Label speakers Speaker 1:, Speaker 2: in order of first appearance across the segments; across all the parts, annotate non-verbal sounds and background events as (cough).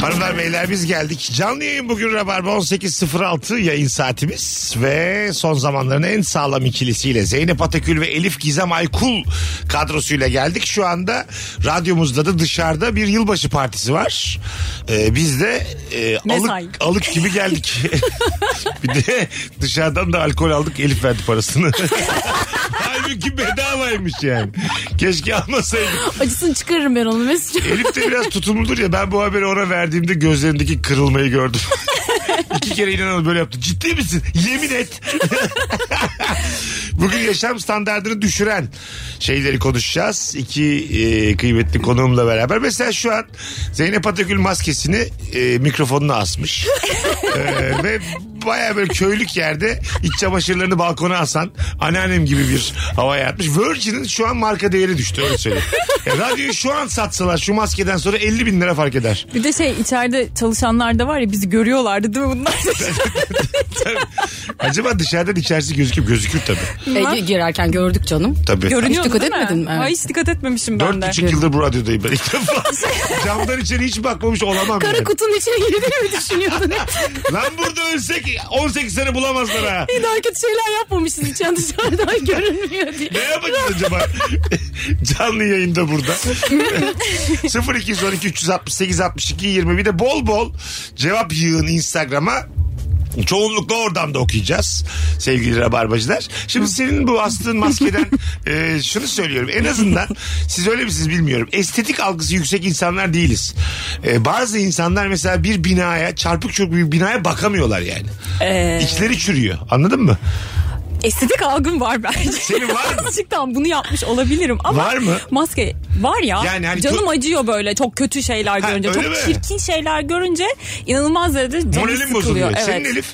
Speaker 1: Hanımlar beyler biz geldik. Canlı yayın bugün Rabarba 18.06 yayın saatimiz ve son zamanların en sağlam ikilisiyle Zeynep Atakül ve Elif Gizem Aykul kadrosuyla geldik. Şu anda radyomuzda da dışarıda bir yılbaşı partisi var. Ee, biz de e,
Speaker 2: Mesai.
Speaker 1: alık, alık gibi geldik. (laughs) bir de dışarıdan da alkol aldık Elif verdi parasını. Halbuki bedavaymış yani. Keşke almasaydık.
Speaker 2: Acısını çıkarırım ben onu
Speaker 1: (laughs)
Speaker 2: Mesut'cum.
Speaker 1: Elif de biraz tutumludur ya ben bu haberi ona verdiğimde gözlerindeki kırılmayı gördüm. (laughs) İki kere inanamadım böyle yaptı. Ciddi misin? Yemin et. (laughs) Bugün yaşam standartını düşüren şeyleri konuşacağız. İki e, kıymetli konuğumla beraber. Mesela şu an Zeynep Atakül maskesini e, mikrofonuna asmış. E, ve baya böyle köylük yerde iç çamaşırlarını balkona asan anneannem gibi bir havaya atmış. Virgin'in şu an marka değeri düştü öyle söyleyeyim. Ya radyoyu şu an satsalar şu maskeden sonra 50 bin lira fark eder.
Speaker 2: (laughs) Bir de şey içeride çalışanlar da var ya bizi görüyorlardı değil mi (laughs) bunlar?
Speaker 1: Acaba dışarıdan içerisi gözüküp gözükür tabii.
Speaker 3: E, girerken gördük canım.
Speaker 1: Tabii.
Speaker 3: Hiç dikkat
Speaker 2: değil mi?
Speaker 3: etmedin mi? Evet.
Speaker 2: Ay hiç dikkat etmemişim ben de.
Speaker 1: Dört buçuk yıldır bu radyodayım ben ilk
Speaker 2: (laughs)
Speaker 1: defa. Camdan içeri hiç bakmamış olamam.
Speaker 3: Kara
Speaker 1: yani.
Speaker 3: kutunun içine girdiğini mi düşünüyordun?
Speaker 1: (laughs) Lan burada ölsek 18 sene bulamazlar
Speaker 2: (laughs)
Speaker 1: ha.
Speaker 3: Bir daha kötü şeyler yapmamışız içen dışarıdan görünmüyor diye.
Speaker 1: Ne yapacağız acaba? Canlı yayında burada. 0212 368 62 20 bir de bol bol cevap yığın Instagram'a. Çoğunlukla oradan da okuyacağız sevgili rabarbacılar. Şimdi senin bu astığın maskeden e, şunu söylüyorum. En azından siz öyle misiniz bilmiyorum. Estetik algısı yüksek insanlar değiliz. E, bazı insanlar mesela bir binaya çarpık çok bir binaya bakamıyorlar yani.
Speaker 2: Ee,
Speaker 1: İçleri çürüyor anladın mı?
Speaker 2: Estetik algım var bence.
Speaker 1: Senin var mı?
Speaker 2: Azıcık tamam bunu yapmış olabilirim ama.
Speaker 1: Var mı?
Speaker 2: Maske var ya.
Speaker 1: Yani hani
Speaker 2: canım
Speaker 1: tu-
Speaker 2: acıyor böyle çok kötü şeyler
Speaker 1: Ha,
Speaker 2: görünce.
Speaker 1: öyle
Speaker 2: Çok
Speaker 1: mi?
Speaker 2: çirkin şeyler görünce inanılmaz derecede canım
Speaker 1: Moralim bozuluyor.
Speaker 2: sıkılıyor. Evet.
Speaker 1: Senin Elif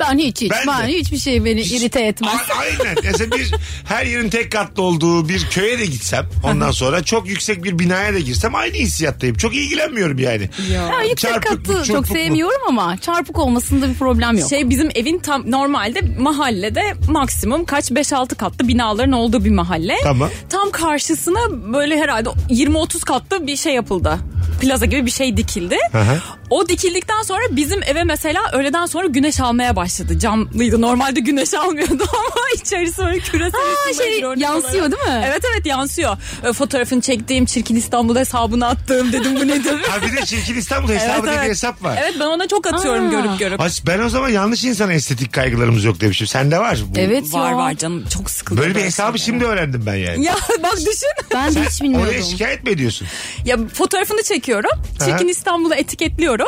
Speaker 3: Ben hiç hiç.
Speaker 1: Ben
Speaker 3: Ben,
Speaker 1: de.
Speaker 3: hiçbir şey beni irite etmez.
Speaker 1: A- aynen. Mesela bir her yerin tek katlı olduğu bir köye de gitsem ondan sonra çok yüksek bir binaya da girsem aynı hissiyattayım. Çok ilgilenmiyorum yani.
Speaker 3: Ha, yüksek
Speaker 1: Çarpık mı,
Speaker 3: katlı çok
Speaker 1: çırpık mı?
Speaker 3: sevmiyorum ama çarpık olmasında bir problem yok.
Speaker 2: Şey bizim evin tam normalde mahallede maksimum kaç 5-6 katlı binaların olduğu bir mahalle.
Speaker 1: Tamam.
Speaker 2: Tam karşısına böyle herhalde 20-30 katlı bir şey yapıldı. Plaza gibi bir şey dikildi.
Speaker 1: hı.
Speaker 2: O dikildikten sonra bizim eve mesela öğleden sonra güneş almaya başladı. Camlıydı. Normalde güneş almıyordu (laughs) ama içerisi böyle küresel
Speaker 3: Ha,
Speaker 2: ısınma
Speaker 3: şey
Speaker 2: örneği
Speaker 3: yansıyor
Speaker 2: olarak.
Speaker 3: değil mi?
Speaker 2: Evet evet yansıyor. E, Fotoğrafını çektiğim çirkin İstanbul hesabını attığım dedim bu
Speaker 3: (laughs)
Speaker 2: nedir?
Speaker 1: Ha bir de Çirkin İstanbul hesabı diye bir hesap var.
Speaker 2: Evet ben ona çok atıyorum
Speaker 3: Aa.
Speaker 2: görüp görüp.
Speaker 1: Ay, Ben o zaman yanlış insana estetik kaygılarımız yok demişim. Sende var. Bu.
Speaker 3: Evet
Speaker 2: Var
Speaker 3: ya.
Speaker 2: var canım çok sıkıldım.
Speaker 1: Böyle bir hesabı şimdi öğrendim ben yani.
Speaker 2: Ya (laughs) bak düşün.
Speaker 3: Ben de hiç
Speaker 1: Oraya
Speaker 3: bilmiyordum.
Speaker 1: şikayet mi ediyorsun?
Speaker 2: Ya fotoğrafını çekiyorum. Çirkin
Speaker 1: Aha.
Speaker 2: İstanbul'u etiketliyorum.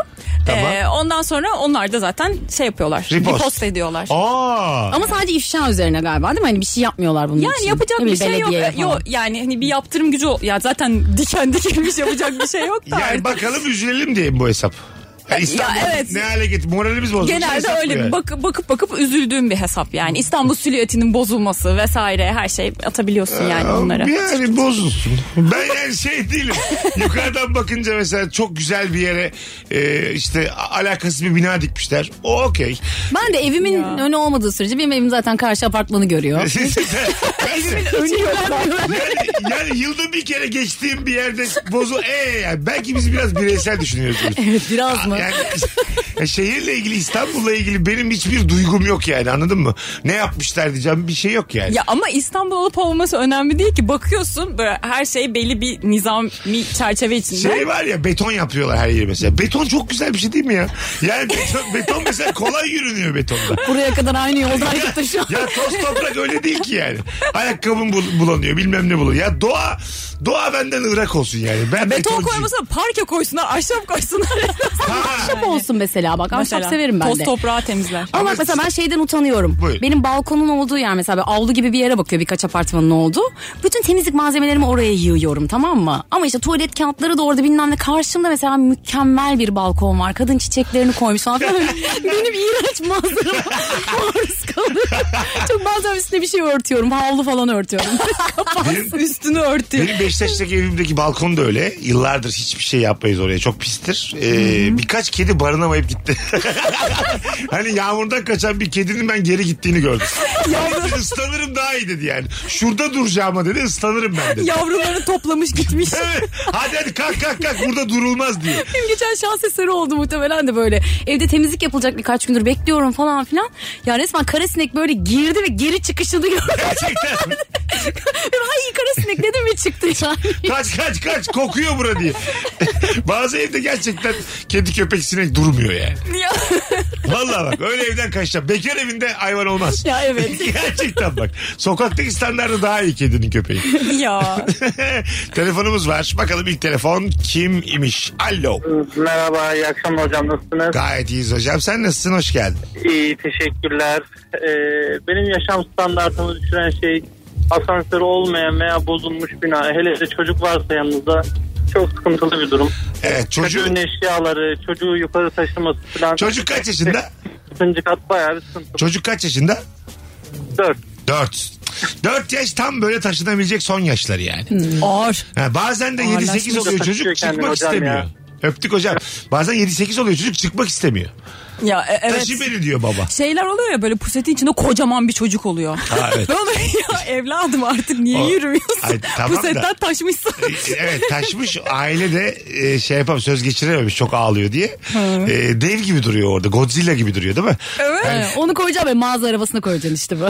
Speaker 1: Tamam.
Speaker 2: Ee, ondan sonra onlar da zaten şey yapıyorlar.
Speaker 1: Repost.
Speaker 2: ediyorlar.
Speaker 1: Aa.
Speaker 3: Ama sadece ifşa üzerine galiba değil mi? Hani bir şey yapmıyorlar bunun için.
Speaker 2: yani yapacak
Speaker 3: Ne
Speaker 2: bir
Speaker 3: bileyim,
Speaker 2: şey yok.
Speaker 3: belediyeye falan.
Speaker 2: Yok yani hani bir yaptırım gücü ol- ya zaten diken dikenmiş yapacak bir şey yok da.
Speaker 1: Yani
Speaker 2: artık.
Speaker 1: bakalım üzülelim diye mi bu hesap? Ya İstanbul
Speaker 2: evet.
Speaker 1: ne hale getir? Moralimiz bozulmuş.
Speaker 2: Genelde
Speaker 1: hesap bu
Speaker 2: öyle
Speaker 1: yani.
Speaker 2: bak, bakıp bakıp üzüldüğüm bir hesap yani. İstanbul silüetinin bozulması vesaire her şey
Speaker 1: Ee,
Speaker 2: atabiliyorsun yani onlara.
Speaker 1: Yani bozulsun. Ben yani şey değilim. Yukarıdan bakınca mesela çok güzel bir yere e, işte a- alakasız bir bina dikmişler. O okey.
Speaker 3: Ben de evimin önü olmadığı sürece benim evim zaten karşı apartmanı görüyor.
Speaker 1: (laughs)
Speaker 3: Önü yok.
Speaker 1: yani, yani yılda bir kere geçtiğim bir yerde bozu e yani belki biz biraz bireysel düşünüyoruz.
Speaker 3: Evet biraz mı?
Speaker 1: Yani ya şehirle ilgili İstanbul'la ilgili benim hiçbir duygum yok yani anladın mı? Ne yapmışlar diyeceğim bir şey yok yani.
Speaker 2: Ya ama İstanbul olup olmaması önemli değil ki. Bakıyorsun böyle her şey belli bir nizami çerçeve içinde.
Speaker 1: Şey var ya beton yapıyorlar her yeri mesela. Beton çok güzel bir şey değil mi ya? Yani beton, beton mesela kolay yürünüyor betonda.
Speaker 3: Buraya kadar aynı yoldan gitti şu an.
Speaker 1: Ya toz toprak öyle değil ki yani. Ayakkabın bul- bulanıyor bilmem ne bulanıyor. Ya doğa doğa benden ırak olsun yani. Ben
Speaker 2: Beton
Speaker 1: betoncuyum.
Speaker 2: koymasına parke koysunlar,
Speaker 1: (laughs)
Speaker 2: ahşap koysunlar.
Speaker 1: Ha,
Speaker 3: Ahşap olsun mesela bak. Ahşap
Speaker 2: Mesela
Speaker 3: severim ben
Speaker 2: Toz
Speaker 3: de.
Speaker 2: toprağı temizler.
Speaker 3: Ama bak mesela ben şeyden utanıyorum.
Speaker 1: Buyur.
Speaker 3: Benim balkonun olduğu yer mesela böyle avlu gibi bir yere bakıyor birkaç apartmanın olduğu. Bütün temizlik malzemelerimi oraya yığıyorum tamam mı? Ama işte tuvalet kağıtları da orada bilmem ne. Karşımda mesela mükemmel (laughs) bir balkon var. Kadın çiçeklerini koymuş falan. Benim iğrenç manzaram (laughs) maruz kalır. Çok bazen üstüne bir şey örtüyorum. Havlu falan örtüyorum. (laughs)
Speaker 1: Benim-
Speaker 3: Üstünü örtüyorum.
Speaker 1: Benim Beşiktaş'taki evimdeki balkon da öyle. Yıllardır hiçbir şey yapmayız oraya. Çok pistir. Ee, birkaç kedi barınamayıp gitti. (laughs) hani yağmurdan kaçan bir kedinin ben geri gittiğini gördüm. Dedi, Islanırım daha iyi dedi yani. Şurada duracağıma dedi ıslanırım ben dedi.
Speaker 3: Yavruları
Speaker 2: (laughs)
Speaker 3: toplamış gitmiş.
Speaker 1: Evet. (laughs) hadi hadi kalk kalk kalk burada durulmaz diye.
Speaker 3: Benim geçen şans eseri oldu muhtemelen de böyle. Evde temizlik yapılacak birkaç gündür bekliyorum falan filan. Ya resmen karasinek böyle girdi ve geri çıkışını (laughs) gördüm.
Speaker 1: Gerçekten mi?
Speaker 3: Ay karasinek dedim ve çıktı yani.
Speaker 1: kaç kaç kaç kokuyor bura diye. (laughs) Bazı evde gerçekten kedi köpek sinek durmuyor yani.
Speaker 3: Ya,
Speaker 1: Vallahi bak öyle evden kaçacağım. Bekar evinde hayvan olmaz.
Speaker 3: ya evet.
Speaker 1: Gerçekten bak. Sokaktaki standartı daha iyi kedinin köpeği. (laughs)
Speaker 3: ya.
Speaker 1: Telefonumuz var. Bakalım ilk telefon kim imiş? Alo.
Speaker 4: Merhaba, iyi akşamlar hocam. Nasılsınız?
Speaker 1: Gayet iyiyiz hocam. Sen nasılsın? Hoş geldin.
Speaker 4: İyi, teşekkürler. Ee, benim yaşam standartımı düşüren şey asansörü olmayan veya bozulmuş bina. Hele de çocuk varsa yanınızda çok sıkıntılı bir durum.
Speaker 1: Evet çocuğu...
Speaker 4: Çocuğun eşyaları, çocuğu yukarı taşıması falan.
Speaker 1: Çocuk kaç yaşında?
Speaker 4: Üçüncü kat bayağı bir sıkıntı.
Speaker 1: Çocuk kaç yaşında?
Speaker 4: Dört.
Speaker 1: Dört. Dört yaş tam böyle taşınabilecek son yaşları yani.
Speaker 2: Ağır.
Speaker 1: Ha, bazen de 7-8 oluyor çocuk
Speaker 4: Taşıyor kendini
Speaker 1: çıkmak
Speaker 4: hocam
Speaker 1: istemiyor.
Speaker 4: ya.
Speaker 1: Öptük hocam. Bazen 7-8 oluyor çocuk çıkmak istemiyor.
Speaker 2: Ya e- evet.
Speaker 1: Taşı beni diyor baba.
Speaker 2: Şeyler oluyor ya böyle pusetin içinde kocaman bir çocuk oluyor.
Speaker 1: Ha, evet.
Speaker 2: (laughs) Ne oluyor ya evladım artık niye
Speaker 1: O-
Speaker 2: yürümüyorsun?
Speaker 1: Ay, tamam da-
Speaker 2: Pusetten
Speaker 1: (laughs)
Speaker 2: taşmışsın.
Speaker 1: evet taşmış aile de e, şey yapam söz geçirememiş çok ağlıyor diye. E, dev gibi duruyor orada Godzilla gibi duruyor değil mi?
Speaker 3: (laughs) Evet, Onu koyacağım ve mağaza arabasına
Speaker 1: (laughs)
Speaker 3: koyacaksın işte bu.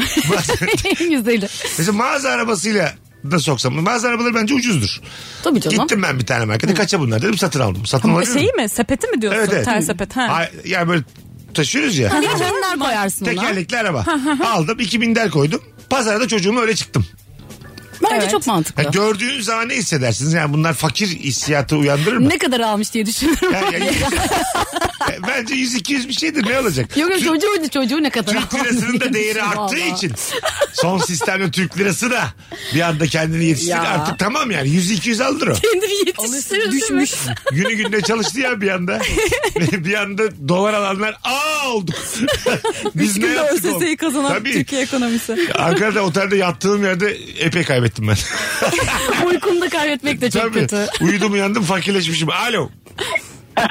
Speaker 3: en güzeli.
Speaker 1: Mesela mağaza arabasıyla da soksam. Mağaza arabaları bence ucuzdur.
Speaker 3: Tabii canım.
Speaker 1: Gittim ben bir tane markete kaça bunlar dedim satın aldım. Satın alabilir
Speaker 2: Şeyi
Speaker 1: miyim?
Speaker 2: mi sepeti mi diyorsun?
Speaker 1: Evet, evet.
Speaker 2: Tel sepet. Ha.
Speaker 1: Ay, yani böyle taşıyoruz ya.
Speaker 3: Ne ürünler koyarsın ona.
Speaker 1: Tekerlekli araba. Aldım 2000 der koydum. Pazarda çocuğumu öyle çıktım.
Speaker 3: Bence
Speaker 2: Evet.
Speaker 3: çok mantıklı.
Speaker 1: Ya gördüğünüz zaman ne hissedersiniz? Yani bunlar fakir hissiyatı uyandırır mı?
Speaker 3: ne kadar almış diye düşünüyorum.
Speaker 1: Ya-
Speaker 3: (laughs)
Speaker 1: ya- (laughs) ya- E, bence 100-200 bir şeydir ne olacak?
Speaker 3: Yok yok
Speaker 1: Tü-
Speaker 3: çocuğu, çocuğu ne kadar
Speaker 1: Türk lirasının da
Speaker 2: (laughs)
Speaker 3: almış
Speaker 1: değeri
Speaker 3: diye
Speaker 1: arttığı
Speaker 3: düşünüyorum
Speaker 1: için son sistemle Türk lirası da bir anda kendini yetiştirdi
Speaker 2: Ya.
Speaker 1: artık tamam yani 100-200 aldır o.
Speaker 3: valla. Düşmüş. (laughs)
Speaker 1: Günü gününe çalıştı ya bir anda. (laughs) bir anda dolar alanlar aa
Speaker 2: (laughs)
Speaker 1: olduk. Biz
Speaker 2: Üç günde
Speaker 1: yaptık
Speaker 2: ÖSS'yi
Speaker 1: oğlum?
Speaker 2: kazanan
Speaker 1: Tabii.
Speaker 2: Türkiye ekonomisi.
Speaker 1: Ankara'da otelde yattığım yerde epey kaybettim ben.
Speaker 3: Uykumu da kaybetmek de çok
Speaker 1: Tabii.
Speaker 3: kötü.
Speaker 1: Uyudum uyandım fakirleşmişim. Alo.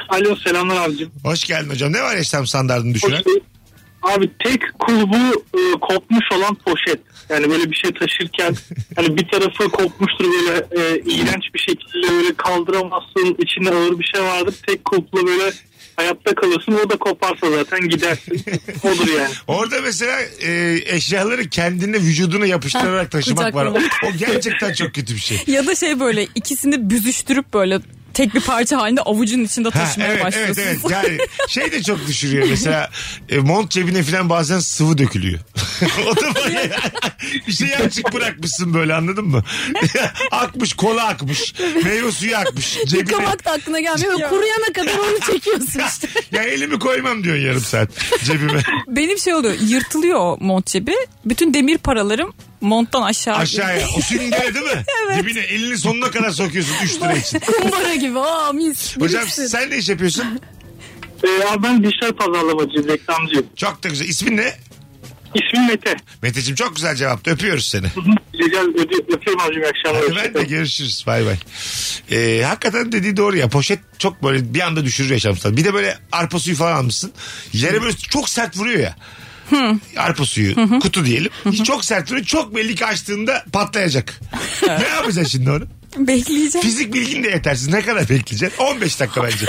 Speaker 4: Alo, selamlar abicim.
Speaker 1: Hoş geldin hocam. Ne var yaşam standartını düşünen?
Speaker 4: Abi tek kulbu e, kopmuş olan poşet. Yani böyle bir şey
Speaker 1: (laughs)
Speaker 4: taşırken hani bir tarafı kopmuştur böyle e, iğrenç bir şekilde böyle kaldıramazsın. içinde ağır bir şey vardır. Tek kulpla böyle hayatta kalırsın. O da koparsa zaten gidersin.
Speaker 1: (laughs)
Speaker 4: Odur yani.
Speaker 1: Orada mesela e, eşyaları kendine vücuduna yapıştırarak taşımak var.
Speaker 3: kucaklama.
Speaker 1: O gerçekten çok kötü bir şey.
Speaker 2: Ya da şey böyle ikisini büzüştürüp böyle tek bir parça halinde avucun içinde
Speaker 1: Ha,
Speaker 2: taşımaya
Speaker 1: evet, evet
Speaker 2: başlıyorsun.
Speaker 1: evet yani şey de çok düşürüyor mesela e, mont cebine falan bazen sıvı dökülüyor. (laughs) o da böyle bir şey açık bırakmışsın böyle anladın mı? (laughs) akmış kola akmış meyve suyu akmış cebine.
Speaker 3: Yıkamak da aklına gelmiyor. Böyle Kuruyana kadar onu çekiyorsun işte.
Speaker 1: (laughs) ya elimi koymam diyor yarım saat
Speaker 3: (laughs)
Speaker 1: cebime.
Speaker 2: (laughs) Benim şey oluyor yırtılıyor o mont cebi. Bütün demir paralarım monttan aşağı.
Speaker 1: Aşağıya o süngere değil mi? Dibine elini sonuna kadar sokuyorsun 3 lira için.
Speaker 3: Kumbara gibi. Aa mis.
Speaker 1: Hocam
Speaker 3: Bilirsin.
Speaker 1: sen ne iş yapıyorsun?
Speaker 4: E, abi ben dişler pazarlamacıyım, reklamcıyım.
Speaker 1: Çok da güzel. İsmin ne?
Speaker 4: İsmim Mete.
Speaker 1: Meteciğim çok güzel cevaptı. Öpüyoruz seni.
Speaker 4: Rica öde- öpüyorum abicim iyi akşamlar.
Speaker 1: Hadi (laughs) ben de görüşürüz. Bay bay. Ee, hakikaten dediği doğru ya. Poşet çok böyle bir anda düşürür yaşamsal. Bir de böyle arpa suyu falan almışsın. Yere böyle çok sert vuruyor ya. Arpa suyu kutu diyelim. Çok sert vuruyor. Çok belli ki açtığında patlayacak. ne yapacaksın şimdi onu?
Speaker 2: Bekleyeceğim. (laughs)
Speaker 1: Fizik bilgin de yetersiz. Ne kadar bekleyeceksin? 15 dakika bence.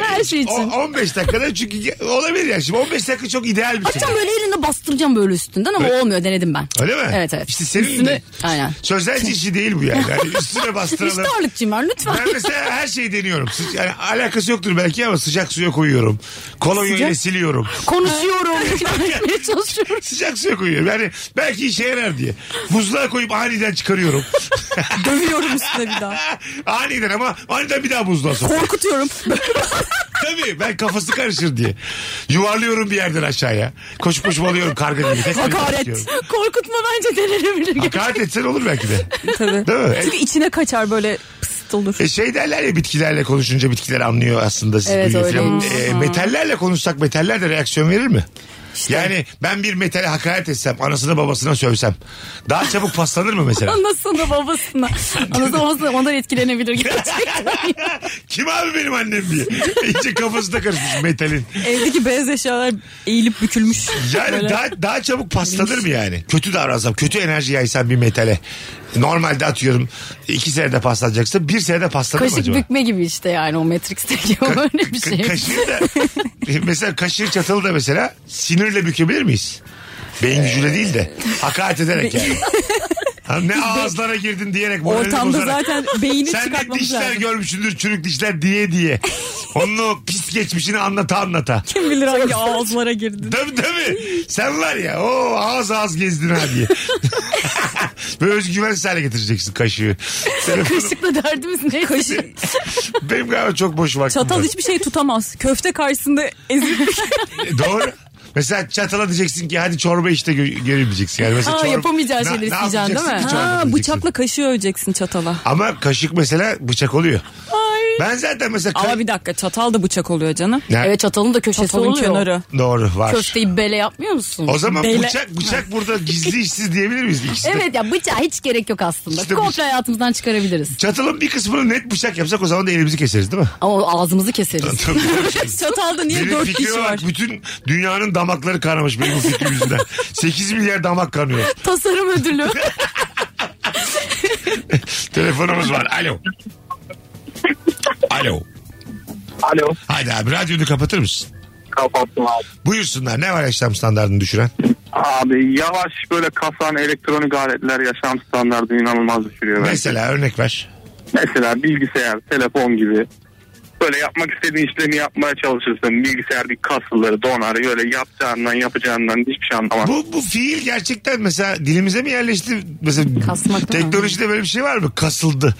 Speaker 3: Her şey
Speaker 1: O,
Speaker 3: için.
Speaker 1: 15 dakikada çünkü ge- olabilir ya şimdi 15 dakika çok ideal bir şey.
Speaker 3: Açacağım böyle elinde bastıracağım böyle üstünden ama olmuyor denedim ben.
Speaker 1: Öyle mi?
Speaker 3: Evet evet.
Speaker 1: İşte senin
Speaker 3: Üstüne-
Speaker 1: de
Speaker 3: Aynen.
Speaker 1: sözelci işi değil bu yani.
Speaker 3: (laughs)
Speaker 1: yani üstüne bastıralım.
Speaker 3: İşte ağırlıkçıyım ben lütfen.
Speaker 1: Ben mesela her şeyi deniyorum. Sı- yani alakası yoktur belki ama sıcak suya koyuyorum. Kolonya ile
Speaker 3: Sıcak? (laughs)
Speaker 1: siliyorum.
Speaker 3: Konuşuyorum. Konuşmaya çalışıyorum.
Speaker 1: Sıcak suya koyuyorum. Yani belki işe yarar diye. Buzluğa koyup aniden çıkarıyorum. (laughs)
Speaker 2: Dövüyorum üstüne bir daha.
Speaker 1: aniden ama aniden bir daha buzluğa
Speaker 3: (laughs)
Speaker 1: sokuyorum. (laughs)
Speaker 2: Korkutuyorum.
Speaker 1: Tabii ben kafası karışır diye. Yuvarlıyorum bir yerden aşağıya. Koşup koşup alıyorum karga gibi. Tek
Speaker 3: Hakaret.
Speaker 1: atıyorum.
Speaker 3: Korkutma bence denenebilir.
Speaker 1: Hakaret etsen olur belki de.
Speaker 2: Tabii.
Speaker 1: Ah, Değil mi?
Speaker 2: Çünkü içine kaçar böyle pıst olur.
Speaker 1: E şey derler ya bitkilerle konuşunca bitkiler anlıyor aslında siz
Speaker 3: Evet,
Speaker 1: duyuyor
Speaker 3: öyle.
Speaker 1: filan. E, metallerle konuşsak metaller de reaksiyon verir mi? Yani ben bir metale hakaret etsem, anasına babasına sövsem daha çabuk paslanır mı mesela? (laughs)
Speaker 3: Anasını babasını. Anası babasını ondan etkilenebilir gerçekten.
Speaker 1: Kim abi benim annem diye. İyice kafası da karışmış metalin.
Speaker 2: Evdeki beyaz eşyalar eğilip bükülmüş.
Speaker 1: E- Yani
Speaker 2: Böyle.
Speaker 1: daha, daha çabuk paslanır mı yani? Kötü davransam, kötü enerji yaysam bir metale. Normalde atıyorum iki senede paslanacaksa bir senede paslanır mı
Speaker 3: Kaşık
Speaker 1: acaba?
Speaker 3: bükme gibi işte yani o Matrix'teki o öyle bir şey.
Speaker 1: Ka- kaşığı da
Speaker 2: (laughs)
Speaker 1: E, mesela kaşığı çatalı da mesela sinirle bükebilir miyiz? Beyin gücüyle değil de hakaret ederek yani. Ha, ne ağızlara girdin diyerek moralini
Speaker 2: Ortamda
Speaker 1: bozarak.
Speaker 2: zaten beyni
Speaker 1: Sen ne
Speaker 2: çıkartmamız
Speaker 1: dişler
Speaker 2: lazım.
Speaker 1: görmüşsündür çürük dişler diye diye. Onun o pis geçmişini anlata anlata.
Speaker 2: Kim bilir hangi ağızlara girdin.
Speaker 1: Tabii tabii. Sen var ya o ağız ağız gezdin ha diye. (laughs) Böyle özgüvensiz hale getireceksin kaşığı.
Speaker 2: (laughs)
Speaker 1: Telefonu-
Speaker 3: Kaşıkla derdimiz ne? Kaşık.
Speaker 1: Benim galiba çok boş vaktim
Speaker 2: Çatal
Speaker 1: var.
Speaker 2: hiçbir şey tutamaz. Köfte karşısında
Speaker 1: (laughs)
Speaker 2: ezip
Speaker 1: E,
Speaker 3: (laughs)
Speaker 1: Doğru. Mesela çatala diyeceksin ki hadi çorba işte gö- göremeyeceksin. Yani mesela
Speaker 3: Aa,
Speaker 2: şey
Speaker 1: çorba-
Speaker 3: yapamayacağın
Speaker 1: Ne-
Speaker 3: şeyleri
Speaker 1: ne
Speaker 3: isteyeceksin, değil
Speaker 1: yapacaksın
Speaker 3: mi?
Speaker 1: ki çorba
Speaker 2: ha,
Speaker 1: diyeceksin.
Speaker 2: bıçakla kaşığı öleceksin çatala.
Speaker 1: Ama kaşık mesela bıçak oluyor.
Speaker 2: Ay.
Speaker 1: Ben zaten mesela... ka-
Speaker 2: Ama bir dakika çatal da bıçak oluyor canım.
Speaker 1: Ne-
Speaker 3: Evet çatalın da köşesi
Speaker 2: Çatalın
Speaker 3: oluyor.
Speaker 2: kenarı.
Speaker 1: Doğru var.
Speaker 3: Köfteyi bele yapmıyor musun?
Speaker 1: O zaman
Speaker 2: Beyle-
Speaker 1: bıçak bıçak burada gizli işsiz diyebilir miyiz ikisi de?
Speaker 3: Evet ya bıçağa hiç gerek yok aslında.
Speaker 1: İşte
Speaker 3: Komple
Speaker 1: bıçak-
Speaker 3: hayatımızdan çıkarabiliriz.
Speaker 1: Çatalın bir kısmını net bıçak yapsak o zaman da elimizi keseriz
Speaker 3: (laughs)
Speaker 1: değil mi?
Speaker 3: Ama o ağzımızı keseriz.
Speaker 1: Tabii.
Speaker 2: Çatalda niye
Speaker 1: Benim
Speaker 2: dört diş
Speaker 1: fikrime
Speaker 2: var?
Speaker 1: bak bütün dünyanın damakları kanamış benim bu fikrim yüzünden. 8 milyar damak kanıyor.
Speaker 3: Tasarım ödülü.
Speaker 1: Telefonumuz var. Alo. Alo.
Speaker 4: Alo.
Speaker 1: Hadi abi radyonu kapatır mısın?
Speaker 4: Kapattım abi.
Speaker 1: Buyursunlar. Ne var yaşam standartını düşüren?
Speaker 4: Abi yavaş böyle kasan elektronik aletler yaşam standartını inanılmaz düşürüyor. bence.
Speaker 1: Mesela örnek ver.
Speaker 4: Mesela bilgisayar, telefon gibi. Böyle yapmak istediğin işlemi yapmaya çalışırsın. Bilgisayar bir kasılır, donar. Böyle yapacağından yapacağından hiçbir şey anlamaz.
Speaker 1: Bu, bu fiil gerçekten mesela dilimize mi yerleşti? Mesela
Speaker 3: Kasmak değil mi?
Speaker 1: teknolojide böyle bir şey var mı? Kasıldı.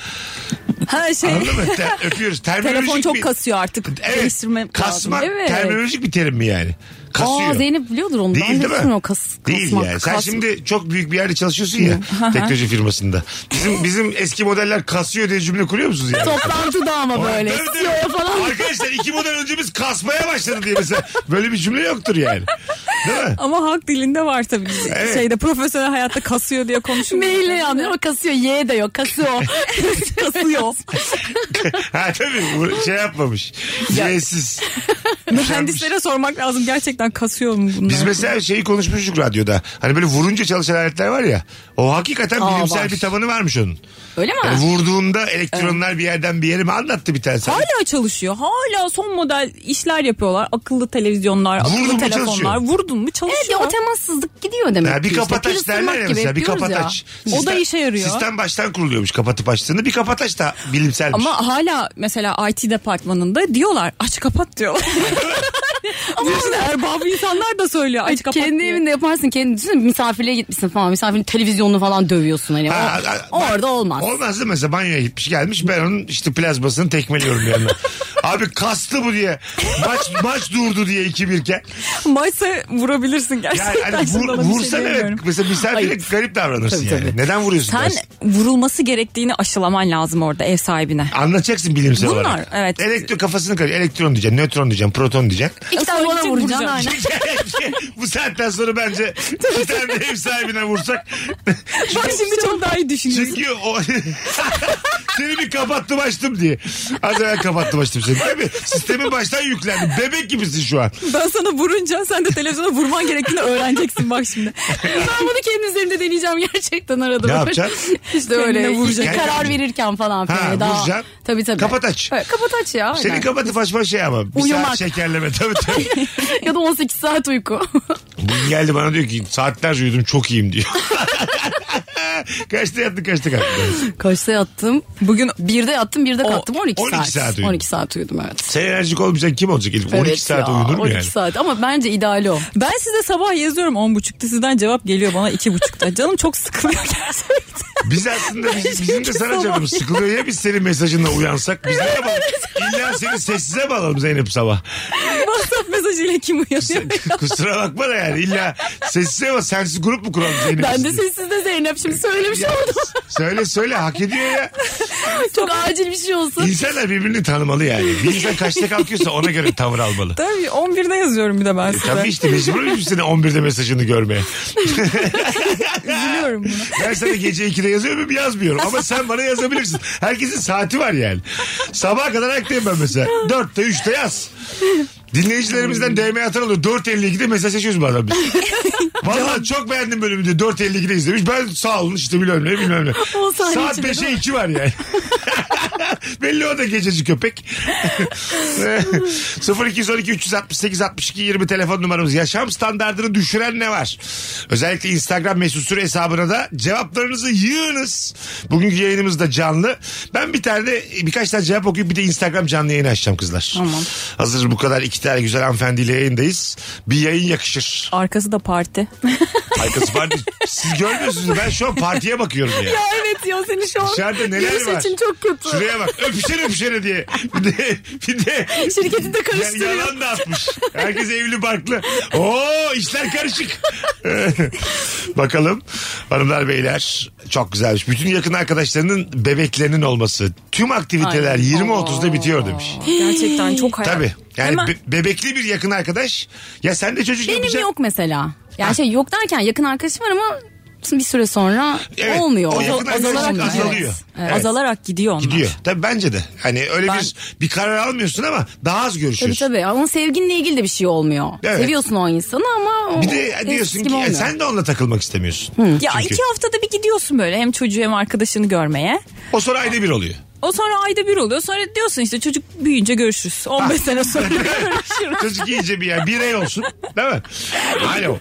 Speaker 2: Ha şey.
Speaker 1: Anladın mı?
Speaker 3: (laughs)
Speaker 1: Te- öpüyoruz. Terminolojik
Speaker 2: Telefon çok
Speaker 1: bir-
Speaker 2: kasıyor artık.
Speaker 1: Evet.
Speaker 2: Değiştirme
Speaker 1: Kasmak
Speaker 2: lazım. Evet.
Speaker 1: terminolojik bir terim mi yani? Kasıyor.
Speaker 3: Aa Zeynep biliyordur onu.
Speaker 1: Değil
Speaker 3: ben de
Speaker 1: değil mi?
Speaker 3: bilmiyorum o kas,
Speaker 1: Değil
Speaker 3: kasmak.
Speaker 1: yani. Sen
Speaker 3: kas-
Speaker 1: şimdi çok büyük bir yerde çalışıyorsun ya teknoloji firmasında. Bizim bizim eski modeller kasıyor diye cümle kuruyor musunuz yani?
Speaker 3: Toplantıda ama böyle.
Speaker 1: Tabii, tabii.
Speaker 3: CEO'ya falan.
Speaker 1: Arkadaşlar iki model önce biz kasmaya başladı diye mesela böyle bir cümle yoktur yani. Değil mi?
Speaker 2: Ama halk dilinde var tabii.
Speaker 1: Evet.
Speaker 2: Şeyde profesyonel hayatta kasıyor diye konuşuyor.
Speaker 3: Maille yanlıyor ama kasıyor. Y de yok. Kasıyor. (laughs) kasıyor.
Speaker 1: Ha tabii bu şey yapmamış. Yeğsiz.
Speaker 2: Mühendislere sormak lazım. Gerçekten kasıyor mu bunlar?
Speaker 1: Biz mesela şeyi konuşmuştuk radyoda. Hani böyle vurunca çalışan aletler var ya. O hakikaten
Speaker 3: Aa,
Speaker 1: bilimsel
Speaker 3: var.
Speaker 1: bir tabanı varmış onun.
Speaker 3: Öyle mi?
Speaker 1: Yani vurduğunda elektronlar bir yerden bir yere mi anlattı bir tanesi.
Speaker 2: Hala çalışıyor. Hala son model işler yapıyorlar. Akıllı televizyonlar,
Speaker 1: Vurdun mu
Speaker 2: akıllı telefonlar.
Speaker 1: çalışıyor.
Speaker 2: Vurdun mu
Speaker 3: Evet ya
Speaker 2: çalışıyor.
Speaker 3: o temassızlık gidiyor demek
Speaker 1: Ya bir
Speaker 3: ki işte.
Speaker 1: kapataç
Speaker 3: Pil
Speaker 1: derler ya
Speaker 3: ısırmak gibi
Speaker 1: mesela bir
Speaker 3: yapıyoruz ya.
Speaker 1: kapataç.
Speaker 2: O da işe yarıyor.
Speaker 1: Sistem baştan kuruluyormuş kapatıp açtığında bir kapataç da bilimselmiş.
Speaker 2: Ama hala mesela IT departmanında diyorlar aç kapat diyorlar. Ama işte erbabı insanlar da söylüyor aç kapat
Speaker 3: Kendi
Speaker 2: diye.
Speaker 3: evinde yaparsın. Kendi düşünsene misafirliğe gitmişsin falan. Misafirin televizyonunu falan dövüyorsun. Hani.
Speaker 1: Ha,
Speaker 3: O-
Speaker 1: ha, ben-
Speaker 3: orada olmaz.
Speaker 1: Olmaz değil mi? Mesela banyoya gitmiş gelmiş ben onun işte plazmasını tekmeliyorum yanına.
Speaker 2: (laughs)
Speaker 1: Abi kastı bu diye. Maç maç durdu diye 2-1
Speaker 2: (laughs)
Speaker 1: iken.
Speaker 2: Maçsa vurabilirsin
Speaker 1: Yani
Speaker 2: gerçekten.
Speaker 1: hani vur,
Speaker 2: Şimdi ona bir şey
Speaker 1: vursan evet.
Speaker 2: diyemiyorum.
Speaker 1: Mesela misafire
Speaker 3: Ayıp.
Speaker 1: garip davranırsın
Speaker 3: Tabii,
Speaker 1: yani.
Speaker 3: tabii.
Speaker 1: Neden vuruyorsun?
Speaker 2: Sen
Speaker 1: dersin?
Speaker 2: vurulması gerektiğini aşılaman lazım orada ev sahibine.
Speaker 1: Anlatacaksın bilimsel
Speaker 2: Bunlar,
Speaker 1: olarak.
Speaker 2: evet.
Speaker 1: Elektron kafasını karıştır. Elektron diyeceksin, nötron diyeceksin, proton diyeceksin. (laughs) şey,
Speaker 2: (laughs)
Speaker 3: İki tane
Speaker 2: Sonra
Speaker 3: bana
Speaker 2: gidecek
Speaker 3: vuracaksın.
Speaker 2: vuracaksın.
Speaker 3: Aynen.
Speaker 1: Bu saatten sonra bence bir tane de ev sahibine
Speaker 2: (laughs)
Speaker 1: vursak.
Speaker 2: Bak şimdi çok daha iyi düşünüyorsun.
Speaker 1: Çünkü o... (laughs) seni bir kapattım açtım diye. Az evvel kapattım açtım seni. Tabii sistemin baştan yüklendi. Bebek gibisin şu an.
Speaker 2: Ben sana vurunca sen de televizyona vurman gerektiğini öğreneceksin bak şimdi.
Speaker 3: (laughs) ben bunu kendi üzerimde deneyeceğim gerçekten arada.
Speaker 1: Ne
Speaker 3: böyle.
Speaker 1: yapacaksın?
Speaker 3: (laughs) İşte
Speaker 2: Kendine
Speaker 3: öyle
Speaker 2: vuracaksın.
Speaker 3: ilk karar verirken falan.
Speaker 1: Ha,
Speaker 3: filan. daha...
Speaker 1: vuracaksın.
Speaker 3: Tabii tabii.
Speaker 1: Kapat aç.
Speaker 3: Evet, kapat aç ya.
Speaker 1: Seni
Speaker 3: aynen.
Speaker 1: kapatıp açma şey ama. Bir saat
Speaker 3: Uyumak.
Speaker 1: şekerleme tabii tabii.
Speaker 3: (laughs) ya da 18 saat uyku.
Speaker 1: Bugün geldi bana diyor ki saatlerce uyudum çok iyiyim diyor. (laughs) kaçta yattın kaçta kalktın?
Speaker 3: Kaçta yattım? Bugün birde yattım birde kalktım 12,
Speaker 1: 12
Speaker 3: saat.
Speaker 1: saat uyudun.
Speaker 3: 12 saat uyudum evet.
Speaker 1: Sen enerjik olmayacaksın kim olacak? İlk 12
Speaker 3: Evet
Speaker 1: saat
Speaker 3: ya,
Speaker 1: uyunur mu
Speaker 3: 12
Speaker 1: yani?
Speaker 3: saat ama bence
Speaker 1: (laughs)
Speaker 3: ideali o.
Speaker 2: Ben size sabah yazıyorum on buçukta sizden cevap geliyor bana iki buçukta. Canım çok sıkılıyor gerçekten.
Speaker 1: Biz aslında biz, bizim de
Speaker 2: Çünkü
Speaker 1: sana
Speaker 2: sabah-
Speaker 1: canımız sıkılıyor ya biz senin mesajınla uyansak biz ne yapalım? İlla seni sessize mi alalım Zeynep sabah?
Speaker 2: WhatsApp mesajıyla kim uyanıyor?
Speaker 3: (laughs)
Speaker 1: Sen- (laughs) Kusura bakma da yani illa sessize ama sensiz grup mu kuralım Zeynep?
Speaker 3: Ben de sessiz de Zeynep şimdi söylemiş oldum.
Speaker 1: Söyle söyle hak ediyor ya.
Speaker 2: Çok acil bir şey olsun.
Speaker 1: İnsanlar birbirini tanımalı yani. Bir insan kaçta kalkıyorsa ona göre tavır almalı.
Speaker 3: (laughs) Tabii 11'de yazıyorum bir de ben size.
Speaker 1: E, Tabii işte mecburuyum seni 11'de mesajını görmeye. (laughs)
Speaker 3: Üzülüyorum buna.
Speaker 1: Ben sana gece 2'de yazıyorum yazmıyorum ama sen bana yazabilirsin. Herkesin saati var yani. Sabaha kadar ayaktayım ben mesela. 4'te 3'te yaz. Dinleyicilerimizden DM atan oluyor. 4.52'de mesajlaşıyoruz bazen biz. Valla çok beğendim bölümü diyor. 4.52'de izlemiş. Ben sağ olun işte bilmem ne bilmem ne.
Speaker 2: (laughs) O saniye
Speaker 1: Saat
Speaker 2: içinde
Speaker 1: 5'e 2 var yani. (laughs) Belli o da gececi köpek. (laughs) 0212 368 62 20 telefon numaramız. Yaşam standartını düşüren ne var? Özellikle Instagram mesut süre hesabına da cevaplarınızı yığınız. Bugünkü yayınımız da canlı. Ben bir tane de birkaç tane cevap okuyup bir de Instagram canlı yayını açacağım kızlar.
Speaker 2: Tamam.
Speaker 1: Hazır bu kadar iki tane güzel hanımefendiyle yayındayız. Bir yayın yakışır.
Speaker 3: Arkası da parti.
Speaker 1: Arkası parti. Siz görmüyorsunuz ben şu an partiye bakıyorum ya.
Speaker 3: evet ya seni şu an
Speaker 1: Dışarıda neler
Speaker 3: giriş
Speaker 1: var?
Speaker 3: için çok kötü.
Speaker 1: Şuraya bak öpüşene öpüşene diye. Bir de, bir de
Speaker 2: Şirketi de
Speaker 1: Ya-
Speaker 2: karıştırıyor.
Speaker 1: yalan da atmış. Herkes evli barklı. Oo işler karışık. (laughs) Bakalım hanımlar beyler çok güzelmiş. Bütün yakın arkadaşlarının bebeklerinin olması. Tüm aktiviteler 20-30'da bitiyor demiş.
Speaker 3: Gerçekten çok hayal.
Speaker 1: Tabii. Yani
Speaker 3: Hemen-
Speaker 1: be- bebekli bir yakın arkadaş. Ya sen de çocuk
Speaker 2: Benim
Speaker 1: yapacak-
Speaker 2: yok mesela. Yani şey yok derken yakın arkadaşım var ama bir süre sonra
Speaker 1: Evet,
Speaker 2: olmuyor.
Speaker 1: o yakın arkadaşın
Speaker 2: gidiyor.
Speaker 1: azalıyor. Evet.
Speaker 3: Azalarak gidiyor onlar.
Speaker 1: Gidiyor. Tabii bence de. Hani öyle
Speaker 3: Ben-
Speaker 1: bir bir karar almıyorsun ama daha az
Speaker 2: Tabii
Speaker 1: görüşüyorsun.
Speaker 2: tabii. Ama sevginle ilgili de bir şey olmuyor.
Speaker 1: Evet.
Speaker 2: Seviyorsun o insanı ama o
Speaker 1: Bir de diyorsun
Speaker 2: eskisi
Speaker 1: ki
Speaker 2: gibi
Speaker 1: ya
Speaker 2: olmuyor.
Speaker 1: sen de onunla takılmak istemiyorsun.
Speaker 3: Ya
Speaker 1: Çünkü.
Speaker 3: iki haftada bir gidiyorsun böyle hem çocuğu hem arkadaşını görmeye.
Speaker 1: O sonra ayda bir oluyor.
Speaker 3: O sonra ayda bir oluyor. Sonra diyorsun işte çocuk
Speaker 1: (laughs)
Speaker 3: büyüyünce görüşürüz. 15 sene sonra görüşürüz.
Speaker 1: Çocuk iyice bir yer. Birey olsun. Değil mi? Alo.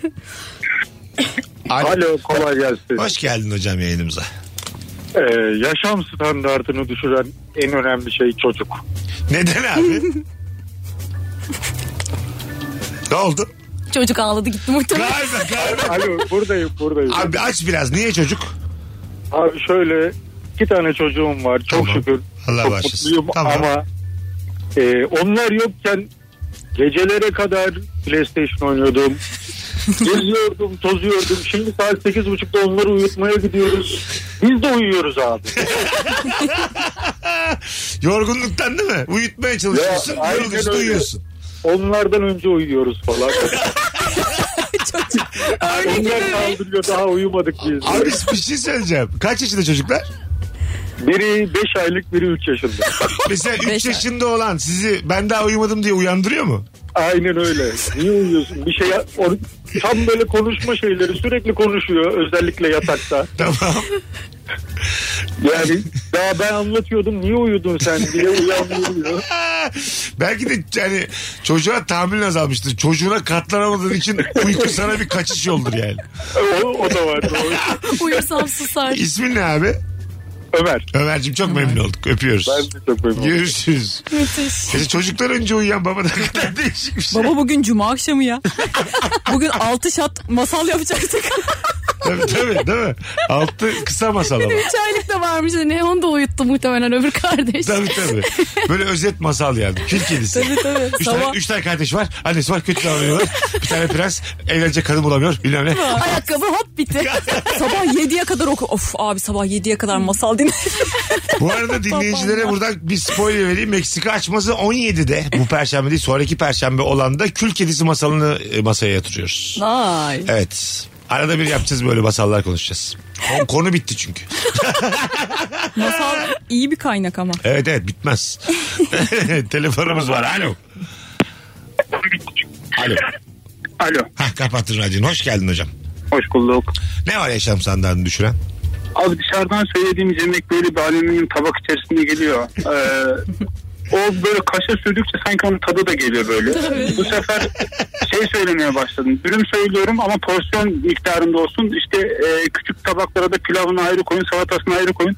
Speaker 1: Alo.
Speaker 5: Alo kolay gelsin.
Speaker 1: Hoş geldin hocam yayınımıza.
Speaker 5: Ee, yaşam standartını düşüren en önemli şey çocuk.
Speaker 1: Neden abi? ne oldu?
Speaker 2: Çocuk ağladı gitti muhtemelen.
Speaker 1: Galiba galiba.
Speaker 5: Alo buradayım buradayım. Abi,
Speaker 1: Abi aç biraz. Niye çocuk?
Speaker 5: şöyle iki tane çocuğum var çok
Speaker 1: Tamam.
Speaker 5: şükür.
Speaker 1: Allah
Speaker 5: çok
Speaker 1: bağışlasın.
Speaker 5: mutluyum
Speaker 1: Tamam.
Speaker 5: ama e, onlar yokken gecelere kadar
Speaker 1: (laughs)
Speaker 5: PlayStation oynuyordum. Geziyordum, tozuyordum. Şimdi saat sekiz buçukta onları uyutmaya gidiyoruz. Biz de uyuyoruz abi.
Speaker 1: Yorgunluktan değil mi? Uyutmaya çalışıyorsun.
Speaker 5: Ya, aynen
Speaker 1: Yorgunsun
Speaker 5: öyle.
Speaker 1: uyuyorsun.
Speaker 5: Onlardan önce uyuyoruz
Speaker 1: (laughs)
Speaker 5: falan. Onlar kaldırıyor daha uyumadık biz.
Speaker 1: Abi bir şey söyleyeceğim. Kaç yaşında çocuklar?
Speaker 5: Biri 5 aylık biri 3 yaşında.
Speaker 1: Mesela 3
Speaker 3: Beş ay.
Speaker 1: yaşında olan sizi ben daha uyumadım diye uyandırıyor mu?
Speaker 5: Aynen öyle. Niye uyuyorsun? Bir şey o- tam böyle konuşma şeyleri sürekli konuşuyor özellikle yatakta.
Speaker 1: Tamam.
Speaker 5: Yani daha ben anlatıyordum niye uyudun sen diye uyanmıyor.
Speaker 1: (laughs) Belki de yani çocuğa tahammülün azalmıştır. Çocuğuna katlanamadığın için uyku sana bir kaçış yoldur yani.
Speaker 5: O, o da var doğru.
Speaker 2: Uyursam susar.
Speaker 1: İsmin ne abi?
Speaker 5: Ömer.
Speaker 1: Ömer'cim çok memnun olduk. Öpüyoruz.
Speaker 5: Ben de çok memnunum.
Speaker 1: Görüşürüz. Müthiş. Çocuklar önce uyuyan babadan kadar değişik bir şey.
Speaker 3: Baba bugün cuma akşamı ya. (laughs) bugün 6 şat masal yapacaktık.
Speaker 1: Tabii tabii değil mi? Altı kısa masal ama.
Speaker 2: (laughs) Üç aylık da varmış. Ne onu da uyuttu muhtemelen öbür kardeş.
Speaker 1: Tabii tabii. Böyle özet masal yani. Kül kedisi.
Speaker 3: Tabii, tabii.
Speaker 1: Üç, tane,
Speaker 3: Sabah-
Speaker 1: üç tane kardeş var. Annesi var kötü davranıyorlar. Bir tane prens evlenecek kadın bulamıyor. Bilmem ne.
Speaker 2: Ayakkabı
Speaker 1: (laughs)
Speaker 2: hop bitti.
Speaker 3: sabah 7'ye kadar oku. Of abi sabah 7'ye kadar masal dinle.
Speaker 1: Bu arada dinleyicilere buradan bir spoiler vereyim. Meksika açması 17'de bu perşembe değil sonraki perşembe olan da kül kedisi masalını e, masaya yatırıyoruz.
Speaker 2: Vay.
Speaker 1: Evet. Arada bir yapacağız böyle masallar konuşacağız. Kon- Konu bitti çünkü.
Speaker 3: masal iyi bir
Speaker 1: (laughs)
Speaker 3: kaynak ama.
Speaker 1: Evet evet bitmez. (laughs) Telefonumuz var. Alo. Alo.
Speaker 5: Alo.
Speaker 1: Hah kapattın radyonu. Hoş geldin hocam.
Speaker 5: Hoş bulduk.
Speaker 1: Ne var yaşam standartını düşüren?
Speaker 5: Abi dışarıdan söylediğimiz yemek böyle bir alüminyum tabak içerisinde geliyor. Ee, o böyle kaşa sürdükçe sanki onun tadı da geliyor böyle. Bu sefer şey söylemeye başladım. Dürüm söylüyorum ama porsiyon miktarında olsun. İşte e, küçük tabaklara da pilavını ayrı koyun, salatasını ayrı koyun.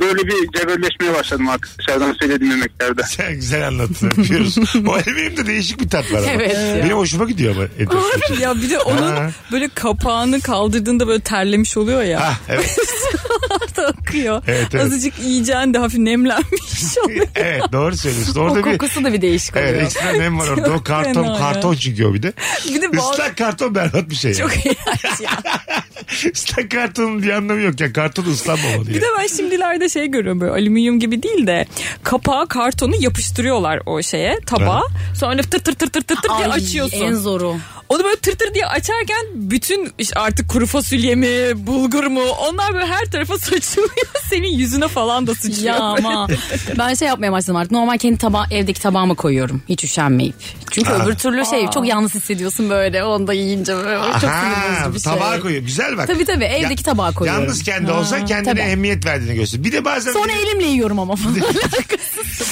Speaker 5: Böyle bir cebelleşmeye başladım artık dışarıdan söylediğim yemeklerde.
Speaker 1: Sen güzel anlattın.
Speaker 2: (laughs)
Speaker 1: Öpüyoruz. o benim de değişik bir tat var ama.
Speaker 2: Evet ya.
Speaker 1: Benim hoşuma gidiyor ama. enteresan bir şey.
Speaker 3: ya bir de onun
Speaker 1: Ha.
Speaker 3: böyle kapağını kaldırdığında böyle terlemiş oluyor ya.
Speaker 1: Ah evet.
Speaker 2: da akıyor.
Speaker 1: Evet, evet.
Speaker 2: Azıcık yiyeceğin de hafif nemlenmiş oluyor.
Speaker 1: (laughs) evet doğru söylüyorsun. Orada bir
Speaker 3: Kokusu da bir değişik oluyor.
Speaker 1: Evet ekstra nem var orada. O
Speaker 2: fena
Speaker 1: karton
Speaker 2: ya.
Speaker 1: karton çıkıyor bir de.
Speaker 2: Bir de bazı...
Speaker 1: Islak karton berbat bir şey. yani.
Speaker 2: Çok iğrenç ya.
Speaker 1: Islak kartonun bir anlamı yok ya. Karton ıslanmamalı.
Speaker 2: Bir de ben şimdilerde şey görüyorum böyle alüminyum gibi değil de kapağı kartonu yapıştırıyorlar o şeye tabağa. Sonra öyle tır tır tır tır tır tır diye
Speaker 3: Ay,
Speaker 2: açıyorsun.
Speaker 3: En zoru.
Speaker 2: Onu böyle tır tır diye açarken bütün işte artık kuru fasulye mi, bulgur mu onlar böyle her tarafa (laughs) saçılıyor. Senin yüzüne falan da sıçrıyor.
Speaker 3: Ya ama ben şey yapmaya başladım artık. Normal kendi taba evdeki tabağıma koyuyorum. Hiç üşenmeyip. Çünkü öbür türlü şey çok yalnız hissediyorsun böyle. Onu da yiyince böyle. Çok sinir bozucu bir şey.
Speaker 1: tabağa koyuyor. Güzel bak.
Speaker 3: Tabii tabii evdeki tabağa koyuyorum.
Speaker 1: Yalnız kendi olsa kendine
Speaker 3: tabii.
Speaker 1: ehemmiyet verdiğini göster. Bir de bazen
Speaker 3: Sonra
Speaker 1: yere-
Speaker 3: elimle
Speaker 1: (laughs)
Speaker 3: yiyorum ama falan.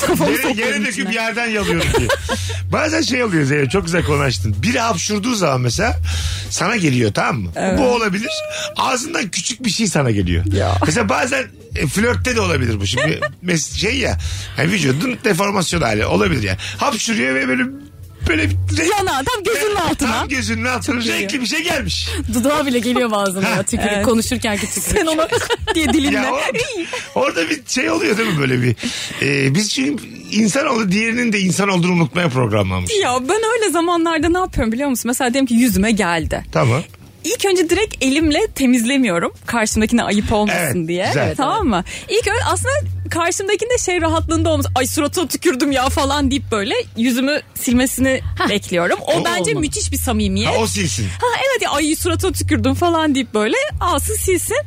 Speaker 3: Kafamı
Speaker 1: yere,
Speaker 3: sokuyorum
Speaker 1: yere
Speaker 3: içine.
Speaker 1: döküp yerden yalıyorum diye. bazen şey oluyor Zeynep çok güzel konu açtın. Biri hapşurduğu zaman mesela sana geliyor tamam mı? Bu olabilir. Ağzından küçük bir şey sana geliyor. Mesela bazen e, flörtte de olabilir bu
Speaker 3: (laughs)
Speaker 1: şimdi. Mes- şey ya yani vücudun deformasyon hali olabilir yani. Hapşuruyor ve böyle böyle bir-
Speaker 3: Yana tam gözünün altına.
Speaker 1: Tam gözünün altına renkli bir şey
Speaker 3: (laughs)
Speaker 1: gelmiş.
Speaker 3: Dudağa bile geliyor bazen ya tükürük
Speaker 2: Evet.
Speaker 3: konuşurken ki tükürük.
Speaker 2: Sen
Speaker 3: (laughs)
Speaker 2: ona diye dilinle.
Speaker 1: Ya o- orada bir şey oluyor değil mi böyle bir? Ee, biz çünkü insan oldu diğerinin de insan olduğunu unutmaya programlanmış.
Speaker 2: Ya ben öyle zamanlarda ne yapıyorum biliyor musun? Mesela diyelim ki yüzüme geldi.
Speaker 1: Tamam.
Speaker 2: İlk önce direkt elimle temizlemiyorum. Karşımdakine ayıp olmasın
Speaker 1: Evet,
Speaker 2: diye.
Speaker 1: güzel.
Speaker 2: Tamam mı? İlk önce aslında karşımdakinde şey rahatlığında olmaz. Ay suratına tükürdüm ya falan deyip böyle yüzümü silmesini bekliyorum. O,
Speaker 1: O
Speaker 2: bence
Speaker 1: olmadı.
Speaker 2: müthiş bir samimiyet.
Speaker 1: Ha, o
Speaker 2: (laughs)
Speaker 1: silsin.
Speaker 2: Ha evet ya ay suratına tükürdüm falan deyip böyle alsın silsin.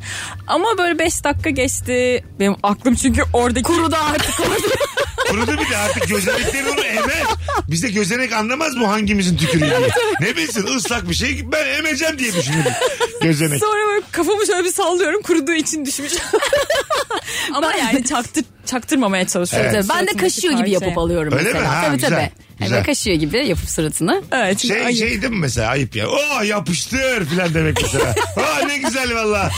Speaker 2: Ama böyle 5 dakika geçti. Benim aklım çünkü oradaki... Kurudu artık (laughs)
Speaker 1: Bunu da bir de artık gözenekleri onu emer. Bizde gözenek anlamaz bu hangimizin tükürüğü diye. Ne bilsin ıslak bir şey ben emeceğim diye düşünüyorum. Gözenek.
Speaker 2: Sonra böyle kafamı şöyle bir sallıyorum kuruduğu için düşmüş. (laughs) Ama yani çaktır, çaktırmamaya çalışıyorum.
Speaker 1: Evet.
Speaker 3: Ben de kaşıyor gibi yapıp
Speaker 2: alıyorum.
Speaker 3: alıyorum
Speaker 1: Öyle mi?
Speaker 3: mesela.
Speaker 1: Ha,
Speaker 3: tabii
Speaker 1: güzel.
Speaker 3: tabii.
Speaker 1: Güzel.
Speaker 3: Evet, kaşıyor gibi yapıp suratını.
Speaker 2: Evet, çünkü
Speaker 1: Şey,
Speaker 2: ayıp.
Speaker 1: şey değil mi mesela ayıp ya. Oo yapıştır filan demek
Speaker 2: (laughs)
Speaker 1: mesela. Aa ne güzel valla.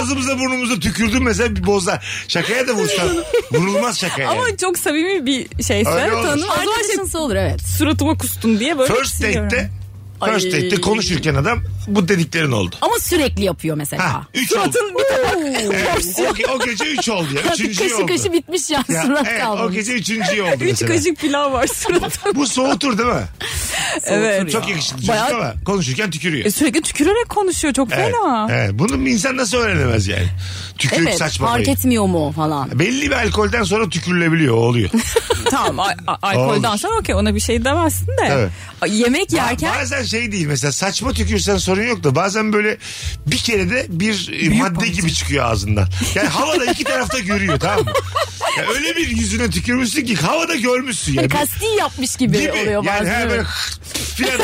Speaker 1: Ağzımıza burnumuza tükürdün mesela bir bozar. Şakaya da vursan. Vurulmaz şakaya. yani.
Speaker 2: Ama çok samimi bir şeyse
Speaker 1: Öyle olur.
Speaker 2: tanım. O zaman şey
Speaker 3: Arkadaşınsa olur evet.
Speaker 2: suratıma kustun diye böyle
Speaker 1: First
Speaker 2: siliyorum.
Speaker 1: date'te First date'te konuşurken adam bu dediklerin oldu.
Speaker 3: Ama sürekli yapıyor mesela.
Speaker 1: Ha, üç oldu.
Speaker 2: Suratın bir tabak.
Speaker 1: Evet, o, ge- o gece üç oldu ya. Üçüncü
Speaker 3: kaşı
Speaker 1: oldu.
Speaker 3: kaşı bitmiş ya,
Speaker 1: Ya,
Speaker 3: surat
Speaker 1: evet, o
Speaker 3: kalmamış.
Speaker 1: gece üçüncü oldu
Speaker 2: Üç
Speaker 1: mesela.
Speaker 2: kaşık pilav var suratım.
Speaker 1: Bu soğutur değil mi?
Speaker 2: evet.
Speaker 1: Çok yakışıklı çocuk
Speaker 2: Bayağı-
Speaker 1: ama konuşurken tükürüyor.
Speaker 2: E, Sürekli tükürerek konuşuyor çok
Speaker 1: Evet,
Speaker 2: fena.
Speaker 1: evet. Bunu bir insan nasıl öğrenemez yani? Tükürük
Speaker 3: Evet
Speaker 1: saçmalamayı.
Speaker 3: fark etmiyor mu
Speaker 1: (laughs)
Speaker 3: falan.
Speaker 1: Belli bir alkolden sonra tükürülebiliyor o oluyor.
Speaker 2: Tamam a- a- alkolden
Speaker 1: Olur.
Speaker 2: sonra okey ona bir şey demezsin de.
Speaker 1: Evet.
Speaker 2: A, Yemek yerken
Speaker 1: Bazen şey değil mesela saçma tükürsen sorun yok da bazen böyle bir kere de bir e, madde gibi çıkıyor ağzından. Yani havada iki tarafta görüyor tamam mı? Ya öyle bir yüzüne tükürmüşsün ki havada görmüşsün yani.
Speaker 3: (laughs) Hani kasti yapmış gibi,
Speaker 1: Gibi.
Speaker 3: oluyor
Speaker 1: yani
Speaker 3: bazen.
Speaker 1: her böyle
Speaker 3: evet.
Speaker 1: (laughs) filan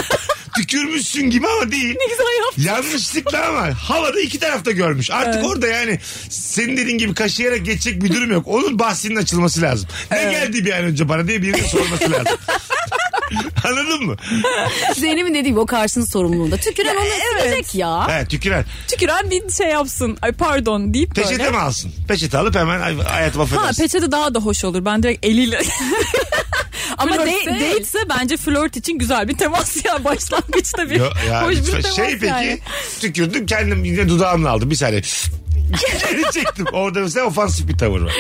Speaker 1: tükürmüşsün gibi ama değil. Ne güzel Yanlışlıkla ama havada iki tarafta görmüş. Artık orada yani senin dediğin gibi kaşıyarak geçecek bir durum yok. Onun bahsinin açılması lazım. Ne geldi bir an önce bana diye birinin sorması lazım. Anladın mı?
Speaker 3: Zeynep'in dediği gibi o karşının sorumluluğunda. Tüküren onu silecek ya.
Speaker 1: He, tüküren.
Speaker 2: tüküren bir şey yapsın. Ay pardon deyip böyle.
Speaker 1: Peçete mi alsın? Peçete alıp hemen ay- hayatıma
Speaker 2: Ha
Speaker 1: affedersin.
Speaker 2: peçete daha da hoş olur. Ben direkt eliyle. (laughs) Ama
Speaker 3: Flört
Speaker 2: de,
Speaker 3: değil.
Speaker 2: datese bence flört için güzel bir temas ya (laughs) başlangıçta bir
Speaker 1: Yo-
Speaker 3: (laughs)
Speaker 1: ya
Speaker 2: hoş bir
Speaker 1: lütfen.
Speaker 2: temas
Speaker 1: şey peki
Speaker 2: yani.
Speaker 1: tükürdüm kendim yine dudağımla aldım bir saniye. Geri
Speaker 3: (laughs)
Speaker 1: çektim. Orada mesela ofansif bir tavır var.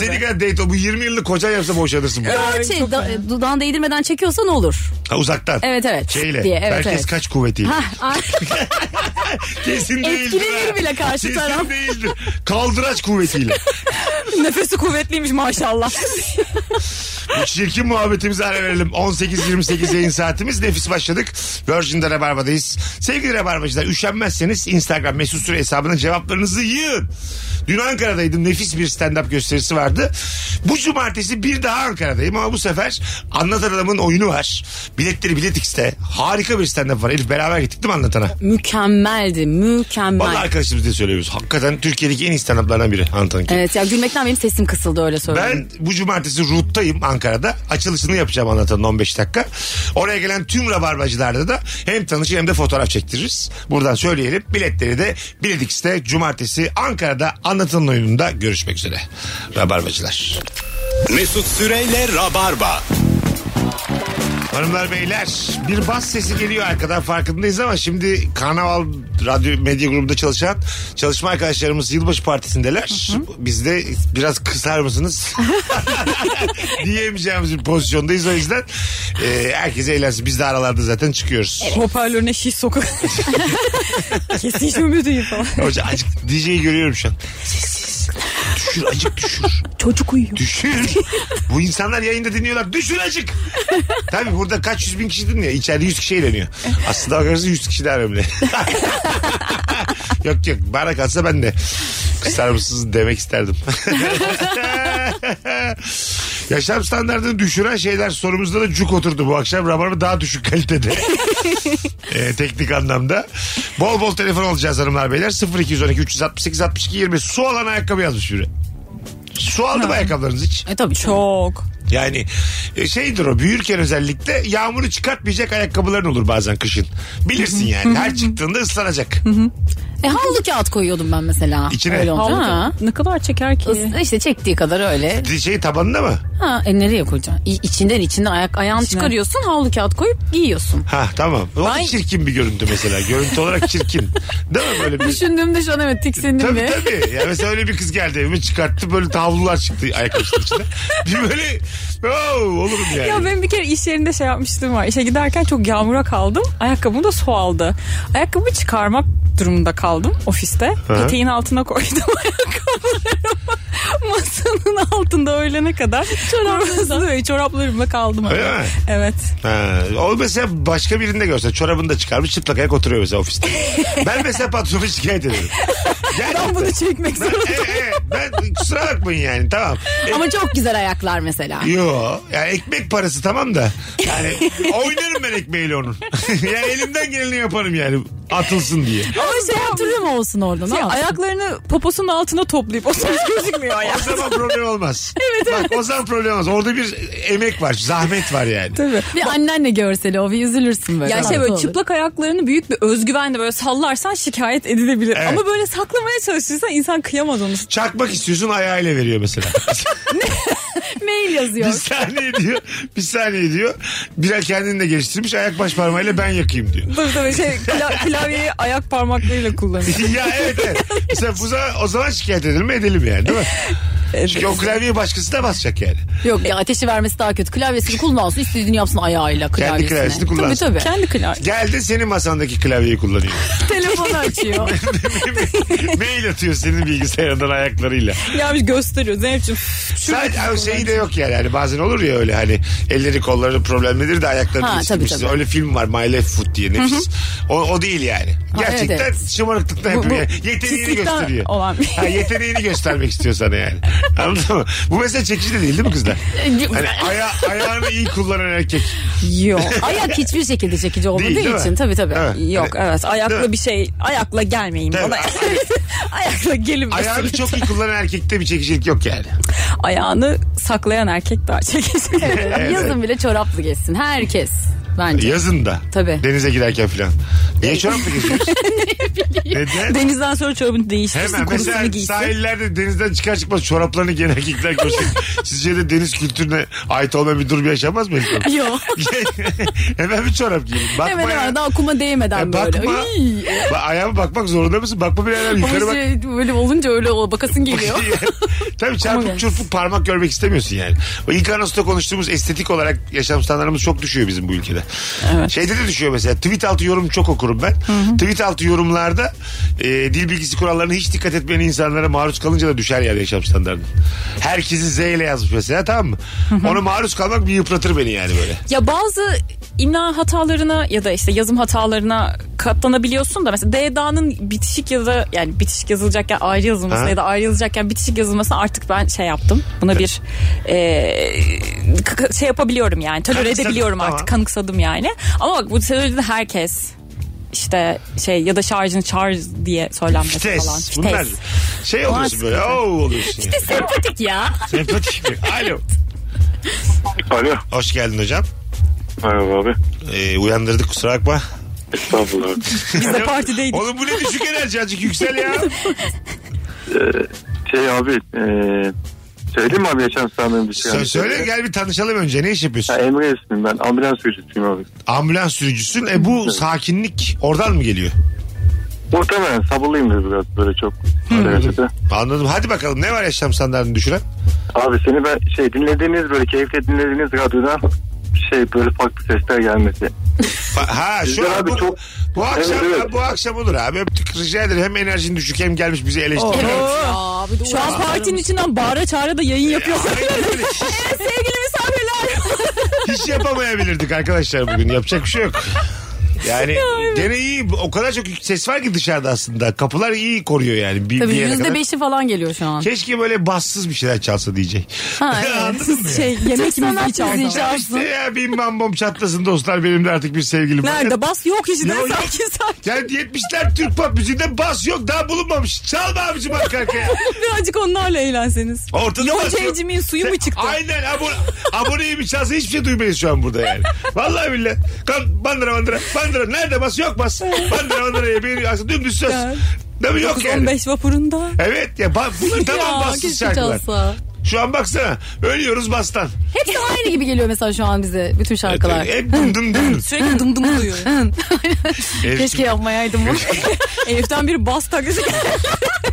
Speaker 1: Seni kadar date o bu 20 yıllık kocan yapsa boşanırsın. bunu.
Speaker 3: Daha
Speaker 2: Ay,
Speaker 3: şey
Speaker 2: çok
Speaker 3: da, dudağını değdirmeden çekiyorsa ne olur?
Speaker 1: Ha, uzaktan.
Speaker 3: Evet, evet.
Speaker 1: Şeyle.
Speaker 3: Diye, evet,
Speaker 1: herkes
Speaker 3: evet.
Speaker 1: kaç kuvvetiyle.
Speaker 3: Ay, (laughs)
Speaker 1: Kesin değildir.
Speaker 3: Etkilenir
Speaker 1: ha.
Speaker 3: bile karşı
Speaker 1: Kesin
Speaker 3: taraf.
Speaker 1: değildir. Kaldıraç kuvvetiyle.
Speaker 2: Nefesi kuvvetliymiş maşallah.
Speaker 1: Bu çirkin muhabbetimizi ara verelim. 18.28 yayın saatimiz. Nefis başladık. Virgin'de Rabarba'dayız. Sevgili Rabarbacılar üşenmezseniz Instagram mesut süre hesabına cevaplarınızı yığın. Dün Ankara'daydım. Nefis bir stand-up gösterisi vardı. Bu cumartesi bir daha Ankara'dayım ama bu sefer Anlatan Adam'ın oyunu var. Biletleri Bilet X'te. Harika bir stand-up var. Elif beraber gittik değil mi Anlatan'a?
Speaker 3: mükemmeldi mükemmel.
Speaker 1: Vallahi arkadaşımız diye söylüyoruz. Hakikaten Türkiye'deki en iyi stand-up'lardan biri Anlatan'ın.
Speaker 3: Evet ya gülmekten benim sesim kısıldı öyle söyleyeyim.
Speaker 1: Ben bu cumartesi Rut'tayım Ankara'da. Açılışını yapacağım anlatanın 15 dakika. Oraya gelen tüm rabarbacılarda da hem tanışır hem de fotoğraf çektiririz. Buradan söyleyelim. Biletleri de Biletix'te cumartesi Ankara'da anlatanın oyununda görüşmek üzere. Rabarbacılar.
Speaker 6: Mesut Süreyle Rabarba.
Speaker 1: Hanımlar beyler bir bas sesi geliyor arkadan farkındayız ama şimdi Karnaval Radyo Medya Grubu'nda çalışan çalışma arkadaşlarımız yılbaşı partisindeler. Biz de biraz kısar mısınız diyemeyeceğimiz bir pozisyondayız o yüzden e, herkes eğlensin. Biz de aralarda zaten çıkıyoruz.
Speaker 2: Hoparlörüne şiş soku.
Speaker 1: (laughs)
Speaker 2: Kesin şu müdüğü falan.
Speaker 1: Hoca acık DJ'yi görüyorum şu an. Sessiz. Düşür acık düşür.
Speaker 2: Çocuk uyuyor.
Speaker 1: Düşür. Bu insanlar yayında dinliyorlar. Düşür acık. Tabii burada kaç yüz bin kişi dinliyor. İçeride yüz kişi eğleniyor. Aslında bakarsan yüz kişi daha önemli. (laughs) yok yok. Bana kalsa ben de kısar mısınız demek isterdim. (laughs) Yaşam standartını düşüren şeyler sorumuzda da cuk oturdu bu akşam. Rabarba daha düşük kalitede. Ee, teknik anlamda. Bol bol telefon alacağız hanımlar beyler. 0212 368 62 20. Su alan ayakkabı yazmış biri. Su aldı mı ayakkabılarınız hiç?
Speaker 3: E tabii çok.
Speaker 2: Çok.
Speaker 1: Yani e, şeydir o büyürken özellikle yağmuru çıkartmayacak ayakkabıların olur bazen kışın. Bilirsin yani
Speaker 2: (laughs)
Speaker 1: her çıktığında ıslanacak.
Speaker 3: E havlu kağıt koyuyordum ben mesela.
Speaker 1: İçine.
Speaker 3: Öyle olunca.
Speaker 2: Havlu
Speaker 3: Ha.
Speaker 2: Ne kadar çeker ki?
Speaker 3: Is- işte çektiği kadar öyle.
Speaker 1: şey tabanına mı?
Speaker 3: Ha, e nereye koyacaksın? İ- içinden içinden ayak ayağını çıkarıyorsun havlu kağıt koyup giyiyorsun.
Speaker 1: Ha tamam. O da
Speaker 3: Ay.
Speaker 1: çirkin bir görüntü mesela. Görüntü olarak çirkin. Değil mi böyle bir?
Speaker 3: Düşündüğümde şu an evet tiksindim
Speaker 1: Tabii
Speaker 3: ve
Speaker 1: tabii. Yani mesela öyle bir kız geldi evime çıkarttı böyle tavlular çıktı ayakkabısının içinde. Bir böyle "Oo, olurum yani.
Speaker 2: Ya ben bir kere iş yerinde şey yapmıştım var. İşe giderken çok yağmura kaldım. Ayakkabımı da su aldı. Ayakkabımı çıkarmak durumunda kaldım ofiste. Peteğin altına koydum (laughs) ayakkabılarımı. Masanın altında öğlene kadar. (laughs) Çoraplarımla, çoraplarımla kaldım.
Speaker 1: Öyle
Speaker 2: öyle.
Speaker 1: mi?
Speaker 2: Evet.
Speaker 1: Ha, o mesela başka birinde görse çorabını da çıkarmış çıplak ayak oturuyor mesela ofiste. ben mesela patronu şikayet ederim. Gerçekten.
Speaker 2: Ben bunu çekmek
Speaker 1: Ben,
Speaker 2: zorunda.
Speaker 1: e, e, ben kusura bakmayın yani tamam. E,
Speaker 3: ama çok güzel ayaklar mesela.
Speaker 1: Yo yani ekmek parası tamam da yani oynarım ben ekmeğiyle onun. (laughs) yani elimden geleni yaparım yani atılsın diye.
Speaker 3: Ama şey hatırlıyor mu olsun orada? ne
Speaker 2: Şey,
Speaker 3: yapsın?
Speaker 2: ayaklarını poposunun altına toplayıp o
Speaker 3: (laughs)
Speaker 2: tarz gözükmüyor ayağı.
Speaker 1: O zaman problem olmaz. Bak o zaman problem olmaz. Orada bir emek var zahmet var yani.
Speaker 2: Tabii.
Speaker 3: Bir annenle görseli o bir üzülürsün böyle.
Speaker 2: Ya şey
Speaker 3: Tatlı
Speaker 2: böyle
Speaker 3: olur.
Speaker 2: çıplak ayaklarını büyük bir özgüvenle böyle sallarsan şikayet edilebilir.
Speaker 1: Evet.
Speaker 2: Ama böyle saklamaya çalışırsan insan kıyamaz onu.
Speaker 1: Çakmak istiyorsun ayağıyla veriyor mesela.
Speaker 3: mail
Speaker 1: bir
Speaker 3: yazıyor.
Speaker 1: saniye diyor. Bir saniye diyor. Biraz kendini de geliştirmiş ayak baş parmağıyla ben yakayım diyor.
Speaker 2: Tabii tabii şey kla- klavyeyi ayak parmaklarıyla
Speaker 1: (laughs)
Speaker 2: kullanıyor.
Speaker 1: ya evet evet. Mesela bu zaman, o zaman şikayet edelim mi edelim yani değil mi? Çünkü o klavyeyi başkası da basacak yani.
Speaker 3: Yok ya ateşi vermesi daha kötü. Klavyesini kullansın istediğini yapsın ayağıyla klavyesini.
Speaker 1: klavyesini kullansın.
Speaker 3: Tabii tabii.
Speaker 2: Kendi klavye.
Speaker 1: Geldi senin masandaki klavyeyi kullanıyor.
Speaker 3: Telefonu açıyor.
Speaker 1: (laughs) Mail atıyor senin bilgisayarından ayaklarıyla.
Speaker 2: Ya bir gösteriyor Zeynep'ciğim.
Speaker 1: Sadece abi şey de yok yani. Hani bazen olur ya öyle hani elleri kolları problemlidir de ayakları
Speaker 3: Ha, tabii,
Speaker 1: iliştirmişsin.
Speaker 3: tabii.
Speaker 1: Öyle film var My Left Foot diye nefis. O, o değil yani. Gerçekten
Speaker 3: evet.
Speaker 1: şımarıklıktan
Speaker 2: Bu-
Speaker 1: yapıyor. (laughs)
Speaker 2: bu
Speaker 1: Yani Yeteneğini
Speaker 2: pislikten
Speaker 1: gösteriyor.
Speaker 2: olan bir-
Speaker 1: Ha, yeteneğini göstermek istiyor sana
Speaker 3: (laughs)
Speaker 1: yani. Anladın mı? Bu mesela çekici de değil değil mi kızlar? Hani aya, ayağını iyi kullanan
Speaker 3: (laughs)
Speaker 1: erkek.
Speaker 3: Yok. Ayak hiçbir şekilde çekici olmadığı
Speaker 1: Değil, değil mi?
Speaker 3: için tabii tabii.
Speaker 1: Evet.
Speaker 2: Yok evet
Speaker 1: Değil mi?
Speaker 2: ayakla bir şey ayakla gelmeyin
Speaker 1: Değil mi?
Speaker 3: (laughs)
Speaker 2: bana. ayakla gelin.
Speaker 3: şey-
Speaker 1: Ayağını çok iyi kullanan erkekte bir çekicilik yok yani.
Speaker 2: Ayağını saklayan erkek daha
Speaker 1: (laughs)
Speaker 2: çekecek.
Speaker 1: Evet.
Speaker 3: Yazın bile çoraplı geçsin herkes bence.
Speaker 1: Yazın da.
Speaker 3: Tabii.
Speaker 1: Denize giderken filan. Niye çorap
Speaker 3: (laughs)
Speaker 1: mı E, geziyorsun? Neden?
Speaker 2: Denizden sonra çorabını değiştirsin
Speaker 1: Hemen
Speaker 2: kurusunu
Speaker 1: mesela
Speaker 2: giysin.
Speaker 1: sahillerde denizden çıkar çıkmaz çoraplarını giyen erkekler görsün. Sizce de deniz kültürüne ait olmayan bir durum yaşamaz
Speaker 3: (laughs)
Speaker 1: mı?
Speaker 3: (laughs) Yok.
Speaker 1: Hemen bir çorap giyin. Bakma
Speaker 3: Hemen
Speaker 1: ya.
Speaker 3: hemen daha kuma değmeden
Speaker 1: Ya
Speaker 3: böyle.
Speaker 1: bakma.
Speaker 3: Ay.
Speaker 1: Ba- ayağıma bakmak zorunda mısın? Bakma bile hemen yukarı
Speaker 3: Ama
Speaker 1: bak.
Speaker 3: işte böyle olunca öyle o
Speaker 1: (laughs)
Speaker 3: bakasın geliyor.
Speaker 1: Tabii çarpık çırpık parmak görmek istemiyorsun yani. O ilk anonsta konuştuğumuz estetik olarak yaşam standartımız çok düşüyor bizim bu ülkede. Şeyde de düşüyor mesela tweet altı yorum çok okurum ben. Tweet altı yorumlarda e, dil bilgisi kurallarına hiç dikkat etmeyen insanlara maruz kalınca da düşer yani yaşam standartım. Herkesi Z ile yazmış mesela tamam mı? Ona maruz kalmak bir yıpratır beni yani böyle.
Speaker 2: Ya bazı imla hatalarına ya da işte yazım hatalarına katlanabiliyorsun da mesela D'danın bitişik yazı yani bitişik yazılacakken ayrı yazılması
Speaker 1: Ha.
Speaker 2: ya da ayrı yazılacakken bitişik yazılmasına artık ben şey yaptım. Buna bir eee, k- k- şey yapabiliyorum yani. Tolere
Speaker 1: Kanıksadın,
Speaker 2: edebiliyorum
Speaker 1: tamam.
Speaker 2: artık. Kanıksadım yani. Ama bak bu teoride herkes işte şey ya da şarjını şarj diye söylenmesi
Speaker 1: Fites.
Speaker 2: falan.
Speaker 1: Bunlar
Speaker 2: Fites.
Speaker 1: şey oluyorsun böyle. Oo oluyorsun. yani.
Speaker 3: Sempatik ya.
Speaker 1: Sempatik mi? Alo.
Speaker 4: Alo.
Speaker 1: Hoş geldin hocam.
Speaker 4: Merhaba abi.
Speaker 1: Ee, uyandırdık kusura bakma.
Speaker 4: Estağfurullah.
Speaker 2: Biz de partideydik.
Speaker 1: Oğlum bu ne
Speaker 3: (laughs)
Speaker 1: düşük enerji azıcık yüksel ya.
Speaker 4: Ee, şey abi e, Söyleyeyim mi abi yaşam standartı bir şey?
Speaker 1: Sen söyle gel bir tanışalım önce. Ne iş yapıyorsun?
Speaker 4: Ha, Emre ismim ben. Ambulans sürücüsüyüm abi.
Speaker 1: Ambulans sürücüsün. E bu sakinlik oradan mı geliyor?
Speaker 4: Muhtemelen sabırlıyımdır biraz böyle çok. şey. derecede.
Speaker 1: Anladım. Hadi bakalım ne var yaşam standartını düşüren?
Speaker 4: Abi seni ben şey dinlediğiniz böyle keyifle dinlediğiniz radyodan şey böyle farklı sesler gelmesi.
Speaker 1: Fa- Ha şu
Speaker 4: Güzel
Speaker 1: an
Speaker 4: abi,
Speaker 1: bu,
Speaker 4: çok-
Speaker 1: bu akşam
Speaker 4: Evet, evet.
Speaker 1: bu akşam olur abi. Öptük rica ederim. Hem enerjin düşük hem gelmiş bizi eleştiriyor.
Speaker 7: Şu an partinin içinden bağıra çağıra da yayın yapıyor.
Speaker 1: Aynen öyle. Hiç-
Speaker 7: Sevgili misafirler.
Speaker 1: (laughs) Hiç yapamayabilirdik arkadaşlar bugün. Yapacak bir şey yok.
Speaker 3: (laughs)
Speaker 1: Yani gene iyi. O kadar çok ses var ki dışarıda aslında. Kapılar iyi koruyor yani. Bir,
Speaker 3: Tabii
Speaker 1: bir yere
Speaker 3: yüzde
Speaker 1: kadar.
Speaker 3: beşi falan geliyor şu an.
Speaker 1: Keşke böyle bassız bir şeyler çalsa diyecek. (laughs)
Speaker 3: Ha,
Speaker 1: Anladın mı?
Speaker 7: Şey yemek müziği
Speaker 3: Sanat müziği
Speaker 7: çaldı.
Speaker 3: çalsın.
Speaker 1: İşte ya bim bam bom çatlasın dostlar benim de artık bir sevgilim var.
Speaker 7: Nerede bas yok işte
Speaker 1: Yok, yok.
Speaker 7: sakin sakin.
Speaker 1: Yani 70'ler Türk pop müziğinde bas yok daha bulunmamış. Çalma abicim arka arkaya.
Speaker 7: Birazcık onlarla eğlenseniz.
Speaker 1: Ortada bas
Speaker 7: Yonca
Speaker 1: yok.
Speaker 7: Evcimik'in suyu mu çıktı?
Speaker 1: Aynen abone, aboneyi mi çalsa hiçbir şey duymayız şu an burada yani. Vallahi billahi. Kan, bandıra bandıra. Bandıra nerede bas yok bas. Bandıra bandıra ya beni aslında dümdüz söz.
Speaker 7: Evet.
Speaker 1: Değil mi yok yani.
Speaker 7: 15 vapurunda.
Speaker 1: Evet ya ba- bunlar tamam bassız
Speaker 3: keşke
Speaker 1: şarkılar.
Speaker 3: çalsa.
Speaker 1: Şu an baksana ölüyoruz bastan.
Speaker 3: Hepsi aynı gibi geliyor mesela şu an bize bütün şarkılar.
Speaker 1: Hep dım dım dım.
Speaker 7: Sürekli dım dım duyuyor.
Speaker 3: Keşke yapmayaydım
Speaker 1: (laughs)
Speaker 3: bunu.
Speaker 7: Elif'ten biri bas taklidi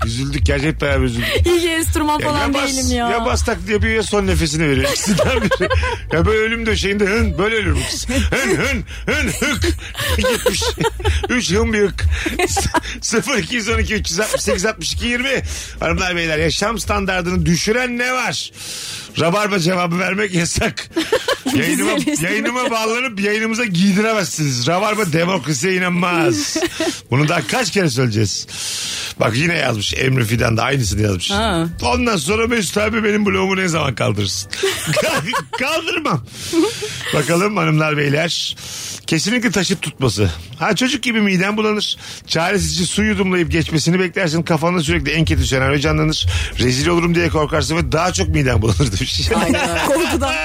Speaker 1: Üzüldük gerçekten hep beraber üzüldük.
Speaker 3: (laughs) İyi ki enstrüman
Speaker 1: Ya
Speaker 3: falan
Speaker 1: bas-
Speaker 3: değilim ya.
Speaker 1: Ya bas taklidi yapıyor ya son nefesini veriyor. (laughs) İkisinden biri. ya böyle ölüm döşeğinde hın böyle ölür bu kız. Hın hın hın hık.
Speaker 3: (laughs)
Speaker 1: Gitmiş. Üç hın bir hık. 0 212 368 62 20. Hanımlar beyler yaşam standartını düşüren ne var? Rabarba cevabı vermek yasak. yayınıma, yayınıma bağlanıp yayınımıza giydiremezsiniz. Rabarba demokrasiye inanmaz. Bunu daha kaç kere söyleyeceğiz? Bak yine yazmış Emre Fidan da aynısını yazmış. Ondan sonra Mesut abi benim blogumu ne zaman kaldırırsın? Kaldırmam. Bakalım hanımlar beyler. Kesinlikle taşıp tutması. Ha çocuk gibi miden bulanır. Çaresizce su yudumlayıp geçmesini beklersin. Kafanda sürekli en kötü senaryo canlanır. Rezil olurum diye korkarsın ve daha çok miden bulanır demiş.
Speaker 7: korkudan.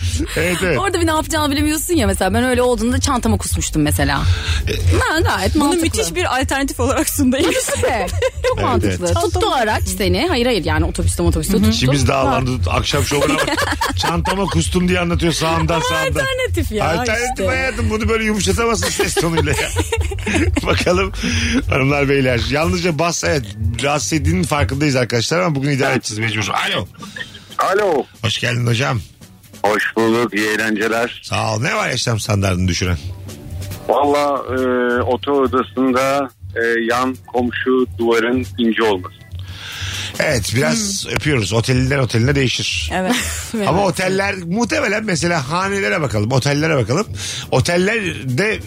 Speaker 1: (laughs) evet evet.
Speaker 3: Orada bir ne yapacağını bilemiyorsun ya mesela. Ben öyle olduğunda çantama kusmuştum mesela. Ha, gayet
Speaker 7: Bunu
Speaker 3: mantıklı.
Speaker 7: müthiş bir alternatif olarak sundu
Speaker 3: (laughs)
Speaker 7: Elif.
Speaker 3: Evet, Çok mantıklı.
Speaker 1: evet.
Speaker 3: Tuttu araç seni. Hayır hayır yani otobüste otobüste tuttu.
Speaker 1: İçimiz dağlandı. Akşam
Speaker 7: (laughs)
Speaker 1: şovuna bak. Çantama kustum diye anlatıyor sağımdan sağımdan.
Speaker 7: Alternatif ya
Speaker 1: Alternatif
Speaker 7: işte.
Speaker 1: hayatım bunu böyle yumuşatamazsın ses tonuyla
Speaker 7: (laughs)
Speaker 1: ya. Bakalım hanımlar beyler. Yalnızca bas evet rahatsız ettiğinin farkındayız arkadaşlar ama bugün idare edeceğiz mecbur. Alo.
Speaker 4: Alo.
Speaker 1: Hoş geldin hocam.
Speaker 4: Hoş bulduk. iyi eğlenceler.
Speaker 1: Sağ ol. Ne var yaşam standartını düşüren?
Speaker 4: Valla e, oto odasında e, yan komşu duvarın ince olması.
Speaker 1: Evet biraz öpüyoruz. Otelinden oteline değişir.
Speaker 7: Hmm. Evet.
Speaker 1: Ama oteller muhtemelen mesela hanelere bakalım, otellere bakalım. Otellerde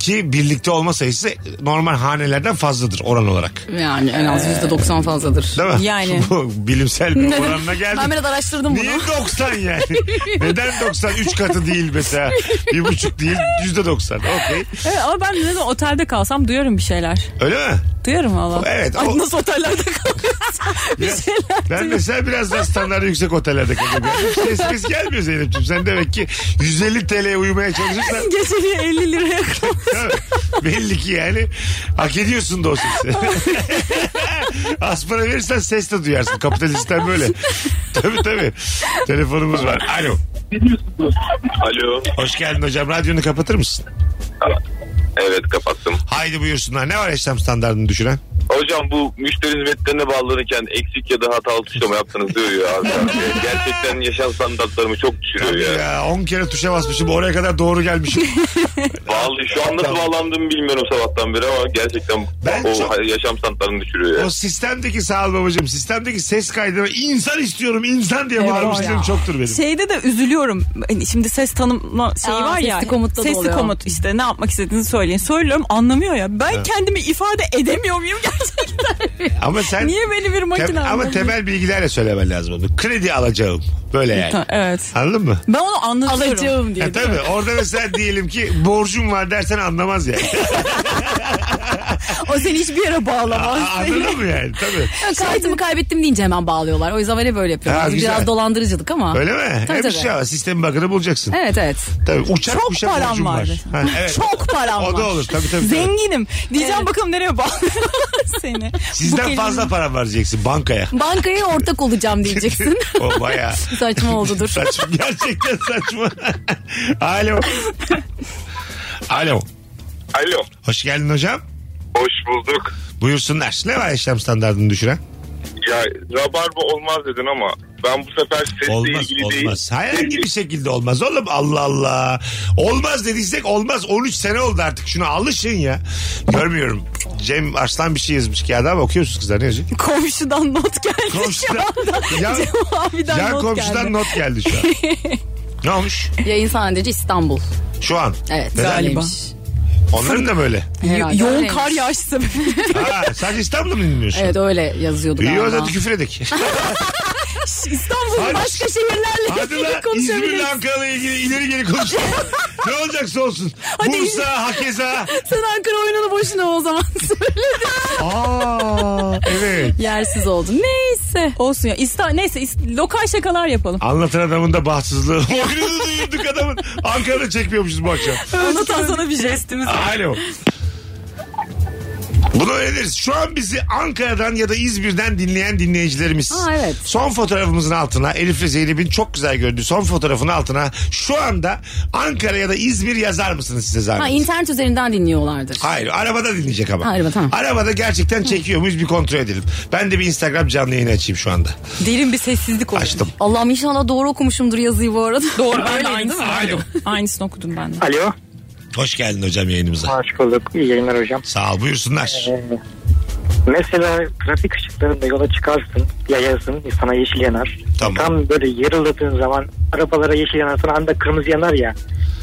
Speaker 1: ki birlikte olma sayısı normal hanelerden fazladır oran olarak.
Speaker 3: Yani en az yüzde doksan fazladır.
Speaker 1: Değil mi?
Speaker 7: Yani.
Speaker 1: (laughs) Bu bilimsel bir oranla geldi.
Speaker 3: Ben biraz araştırdım bunu.
Speaker 1: Niye (laughs) 90
Speaker 7: (laughs)
Speaker 1: yani? Neden 90? 3 katı değil mesela. Bir buçuk değil yüzde 90. Okey.
Speaker 7: evet ama ben ne zaman otelde kalsam duyarım bir şeyler.
Speaker 1: Öyle mi?
Speaker 7: Duyarım valla.
Speaker 1: Evet,
Speaker 7: Ay,
Speaker 1: o-
Speaker 7: nasıl otellerde kalıyorsun? bir
Speaker 1: Biraz-
Speaker 7: şeyler.
Speaker 1: Ben mesela biraz daha standart yüksek otellerde kalıyorum. Ses ses gelmiyor Zeynep'ciğim. Sen demek ki 150 TL'ye uyumaya çalışırsan
Speaker 7: Geceliği 50
Speaker 1: (laughs)
Speaker 7: liraya kal.
Speaker 1: Tabii. Belli ki yani hak ediyorsun da
Speaker 7: (laughs)
Speaker 1: o sesi. Az para verirsen ses de duyarsın. Kapitalistler böyle. tabii tabii. Telefonumuz var. Alo.
Speaker 8: Alo.
Speaker 1: Hoş geldin hocam. Radyonu kapatır mısın?
Speaker 8: Evet kapattım.
Speaker 1: Haydi buyursunlar. Ne var yaşam standartını düşüren?
Speaker 8: Hocam bu müşteri hizmetlerine bağlanırken eksik ya da hatalı tuşlama yaptığınızı görüyor abi. Yani Gerçekten yaşam standartlarımı çok düşürüyor ya.
Speaker 1: Ya 10 kere tuşa basmışım. Oraya kadar doğru gelmişim.
Speaker 8: Vallahi şu an nasıl bağlandığımı bilmiyorum sabahtan beri ama gerçekten
Speaker 1: Ben
Speaker 8: o
Speaker 1: çok-
Speaker 8: yaşam standartlarını düşürüyor ya.
Speaker 1: O sistemdeki sağ ol babacığım. Sistemdeki ses kaydını insan istiyorum insan diye bağırmışlarım çoktur benim.
Speaker 7: Şeyde de üzülüyorum. Hani Şimdi ses tanımla şeyi
Speaker 3: Aa,
Speaker 7: var ya.
Speaker 3: sesli komutta da
Speaker 7: Sesli
Speaker 3: oluyor.
Speaker 7: komut işte ne yapmak istediğinizi söyleyin. Söylüyorum anlamıyor ya. Ben kendimi ifade edemiyor muyum gerçekten?
Speaker 1: Ama sen...
Speaker 7: Niye beni bir makine
Speaker 1: Tem- ama
Speaker 7: anlamıyor?
Speaker 1: temel bilgilerle söylemen lazım onu. Kredi alacağım. Böyle yani.
Speaker 7: Ha, Evet.
Speaker 1: Anladın mı?
Speaker 7: Ben onu anlatıyorum.
Speaker 3: Alacağım diye.
Speaker 1: E
Speaker 3: (laughs)
Speaker 1: tabii orada mesela diyelim ki borcum var dersen anlamaz yani.
Speaker 3: o seni hiçbir yere bağlamaz.
Speaker 1: Aa, Anladın mı yani? Tabii.
Speaker 3: Kaydımı kaybettim deyince hemen bağlıyorlar. O yüzden böyle böyle yapıyoruz.
Speaker 1: Ha,
Speaker 3: Biz
Speaker 1: güzel.
Speaker 3: Biraz dolandırıcılık ama.
Speaker 1: Öyle mi?
Speaker 3: Tabii,
Speaker 1: Hem bir
Speaker 3: tabii.
Speaker 1: şey var. Sistemin bakını bulacaksın.
Speaker 3: Evet evet.
Speaker 1: Tabii. Uçak
Speaker 2: Çok
Speaker 1: uçak
Speaker 2: param
Speaker 1: borcum
Speaker 2: vardı.
Speaker 1: Ha, evet.
Speaker 2: Çok param var.
Speaker 1: O da olur. Tabii tabii. tabii.
Speaker 2: Zenginim. Diyeceğim bakalım
Speaker 7: (laughs)
Speaker 2: nereye bağlıyorlar seni. Bu
Speaker 1: Sizden
Speaker 2: kelime-
Speaker 1: fazla param var diyeceksin bankaya.
Speaker 3: Bankaya ortak olacağım diyeceksin.
Speaker 1: (laughs) o bayağı
Speaker 3: (laughs) Saçma
Speaker 1: (laughs)
Speaker 3: oldudur.
Speaker 1: saçma. Gerçekten saçma. (laughs)
Speaker 3: (laughs)
Speaker 1: Alo. Alo.
Speaker 8: Alo.
Speaker 1: Hoş geldin hocam.
Speaker 8: Hoş bulduk.
Speaker 1: Buyursunlar. Ne var yaşam standartını düşüren?
Speaker 8: Ya rabarba olmaz dedin ama ben bu sefer sesle
Speaker 1: Olmaz
Speaker 8: ilgili değil.
Speaker 1: olmaz. Herhangi bir şekilde olmaz oğlum. Allah Allah. Olmaz dediysek olmaz. 13 sene oldu artık. Şuna alışın ya. Görmüyorum. Cem Arslan bir şey yazmış ki adam okuyor musunuz kızlar ne yazıyor?
Speaker 2: (laughs) Komşudan not geldi
Speaker 7: (laughs)
Speaker 1: Komşudan-
Speaker 2: şu anda.
Speaker 1: Yan-
Speaker 2: Cem abiden
Speaker 1: Yan
Speaker 2: not
Speaker 1: komşudan
Speaker 2: geldi.
Speaker 1: not geldi
Speaker 2: (laughs)
Speaker 1: şu an. ne olmuş?
Speaker 3: Yayın sadece İstanbul.
Speaker 1: Şu an.
Speaker 3: Evet.
Speaker 1: Neden?
Speaker 3: öyleymiş.
Speaker 1: Onların da
Speaker 2: (laughs)
Speaker 1: böyle.
Speaker 3: Herhalde
Speaker 2: Yo- yoğun
Speaker 3: öyleymiş.
Speaker 2: kar yağışı
Speaker 3: (laughs)
Speaker 2: sebebiyle.
Speaker 1: Ha, sadece İstanbul'da mı dinliyorsun?
Speaker 3: Evet öyle yazıyordu
Speaker 1: İyi o
Speaker 3: galiba.
Speaker 1: zaman küfür edik.
Speaker 2: (laughs) İstanbul'un
Speaker 1: Hadi.
Speaker 2: başka şehirlerle
Speaker 1: Hadi
Speaker 2: ilgili
Speaker 3: (laughs)
Speaker 1: lan İzmir'le
Speaker 2: konuşabiliriz.
Speaker 1: Ankara'la ilgili ileri geri konuşalım.
Speaker 2: (laughs)
Speaker 1: ne olacaksa olsun. Bursa, Hakeza.
Speaker 3: Sen Ankara oyununu boşuna
Speaker 1: (laughs)
Speaker 3: o zaman söyledin.
Speaker 1: Aa, evet.
Speaker 3: Yersiz oldun. Neyse.
Speaker 2: Olsun ya. İsta, neyse is- lokal şakalar yapalım.
Speaker 1: Anlatan adamın da bahtsızlığı. (laughs) Oyununu duyurduk adamın. Ankara'da çekmiyormuşuz bu akşam.
Speaker 2: Anlatan sana bir
Speaker 3: şey.
Speaker 2: jestimiz.
Speaker 1: Alo. Bunu öğreniriz. Şu an bizi Ankara'dan ya da İzmir'den dinleyen dinleyicilerimiz.
Speaker 3: Aa, evet.
Speaker 1: Son fotoğrafımızın altına Elif ve Zeynep'in çok güzel gördüğü son fotoğrafın altına şu anda Ankara ya da İzmir yazar mısınız size zahmet?
Speaker 3: Ha internet üzerinden dinliyorlardır.
Speaker 1: Hayır arabada dinleyecek ama.
Speaker 3: Ha, araba, tamam.
Speaker 1: Arabada gerçekten çekiyor muyuz bir kontrol edelim. Ben de bir Instagram canlı yayını açayım şu anda.
Speaker 2: Derin bir sessizlik oluyor.
Speaker 1: Açtım.
Speaker 3: Allah'ım inşallah doğru okumuşumdur yazıyı bu arada.
Speaker 2: Doğru ben de
Speaker 3: Öyleydi,
Speaker 2: aynısını
Speaker 3: değil mi?
Speaker 2: okudum. Aynısını okudum ben de.
Speaker 4: Alo.
Speaker 1: Hoş geldin hocam yayınımıza.
Speaker 4: Hoş bulduk. İyi yayınlar hocam.
Speaker 1: Sağ ol buyursunlar.
Speaker 4: Ee, Mesela trafik ışıklarında yola çıkarsın. Ya yazın sana yeşil yanar.
Speaker 1: Tamam.
Speaker 4: Tam böyle yarıladığın zaman arabalara yeşil yanar. Sonra anda kırmızı yanar ya.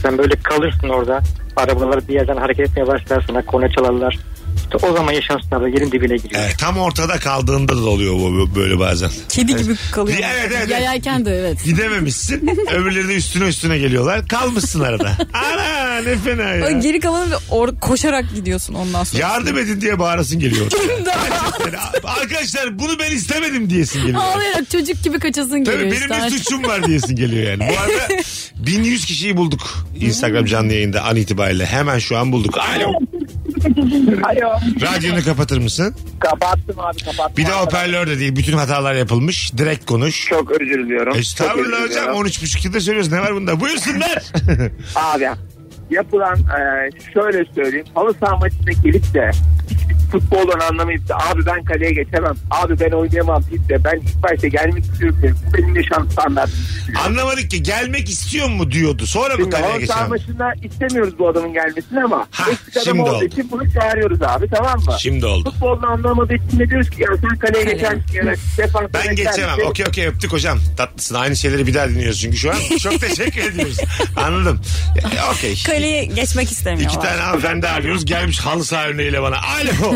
Speaker 4: Sen böyle kalırsın orada. Arabalar bir yerden hareket etmeye başlar sana. Kone çalarlar. İşte o zaman yaşam sınavı yerin dibine giriyor.
Speaker 1: Evet, tam ortada kaldığında da oluyor bu böyle bazen.
Speaker 2: Kedi gibi kalıyor.
Speaker 1: Evet evet. evet.
Speaker 3: Yayayken de evet.
Speaker 1: Gidememişsin. Öbürleri de üstüne üstüne geliyorlar. Kalmışsın arada. Ana ne fena ya.
Speaker 2: Ay, Geri kalanı da or- koşarak gidiyorsun ondan sonra.
Speaker 1: Yardım edin diye bağırasın geliyor. Yani arkadaşlar bunu ben istemedim diyesin geliyor.
Speaker 3: Ağlayarak çocuk gibi kaçasın
Speaker 1: Tabii
Speaker 3: geliyor
Speaker 1: benim
Speaker 3: işte.
Speaker 1: bir suçum var diyesin geliyor yani. Bu arada 1100 kişiyi bulduk Instagram canlı yayında an itibariyle. Hemen şu an bulduk. Alo.
Speaker 4: Alo.
Speaker 1: Radyonu kapatır mısın?
Speaker 4: Kapattım abi kapattım.
Speaker 1: Bir de hoparlör de değil. Bütün hatalar yapılmış. Direkt konuş.
Speaker 4: Çok özür diliyorum.
Speaker 1: Estağfurullah hocam 13.5 yılda söylüyoruz. Ne var bunda? Buyursunlar.
Speaker 4: Abi yapılan e, şöyle söyleyeyim. Halı saha maçına gelip de futboldan anlamayıp da abi ben kaleye geçemem. Abi ben oynayamam deyip de ben ilk başta gelmek istiyorum. diye, Bu benim yaşam standartım.
Speaker 1: Anlamadık ki gelmek istiyor mu diyordu. Sonra mı
Speaker 4: Şimdi
Speaker 1: kaleye
Speaker 4: halı saha
Speaker 1: geçelim?
Speaker 4: maçında istemiyoruz bu adamın gelmesini ama
Speaker 1: Ha,
Speaker 4: eksik adam
Speaker 1: şimdi
Speaker 4: olduğu
Speaker 1: oldu.
Speaker 4: için bunu çağırıyoruz abi tamam mı?
Speaker 1: Şimdi oldu.
Speaker 4: Futboldan anlamadığı için de diyoruz ki ya sen kaleye geçen defansa
Speaker 1: Ben
Speaker 4: geçer
Speaker 1: geçemem.
Speaker 4: misin?
Speaker 1: Okey okey öptük hocam. Tatlısın. Aynı şeyleri bir daha dinliyoruz çünkü şu an. Çok teşekkür ediyoruz. Anladım. Ya, Okey.
Speaker 2: Kaleye geçmek
Speaker 1: İki
Speaker 2: istemiyorlar.
Speaker 1: tane hanımefendi arıyoruz. Gelmiş halı saha örneğiyle bana. Alo.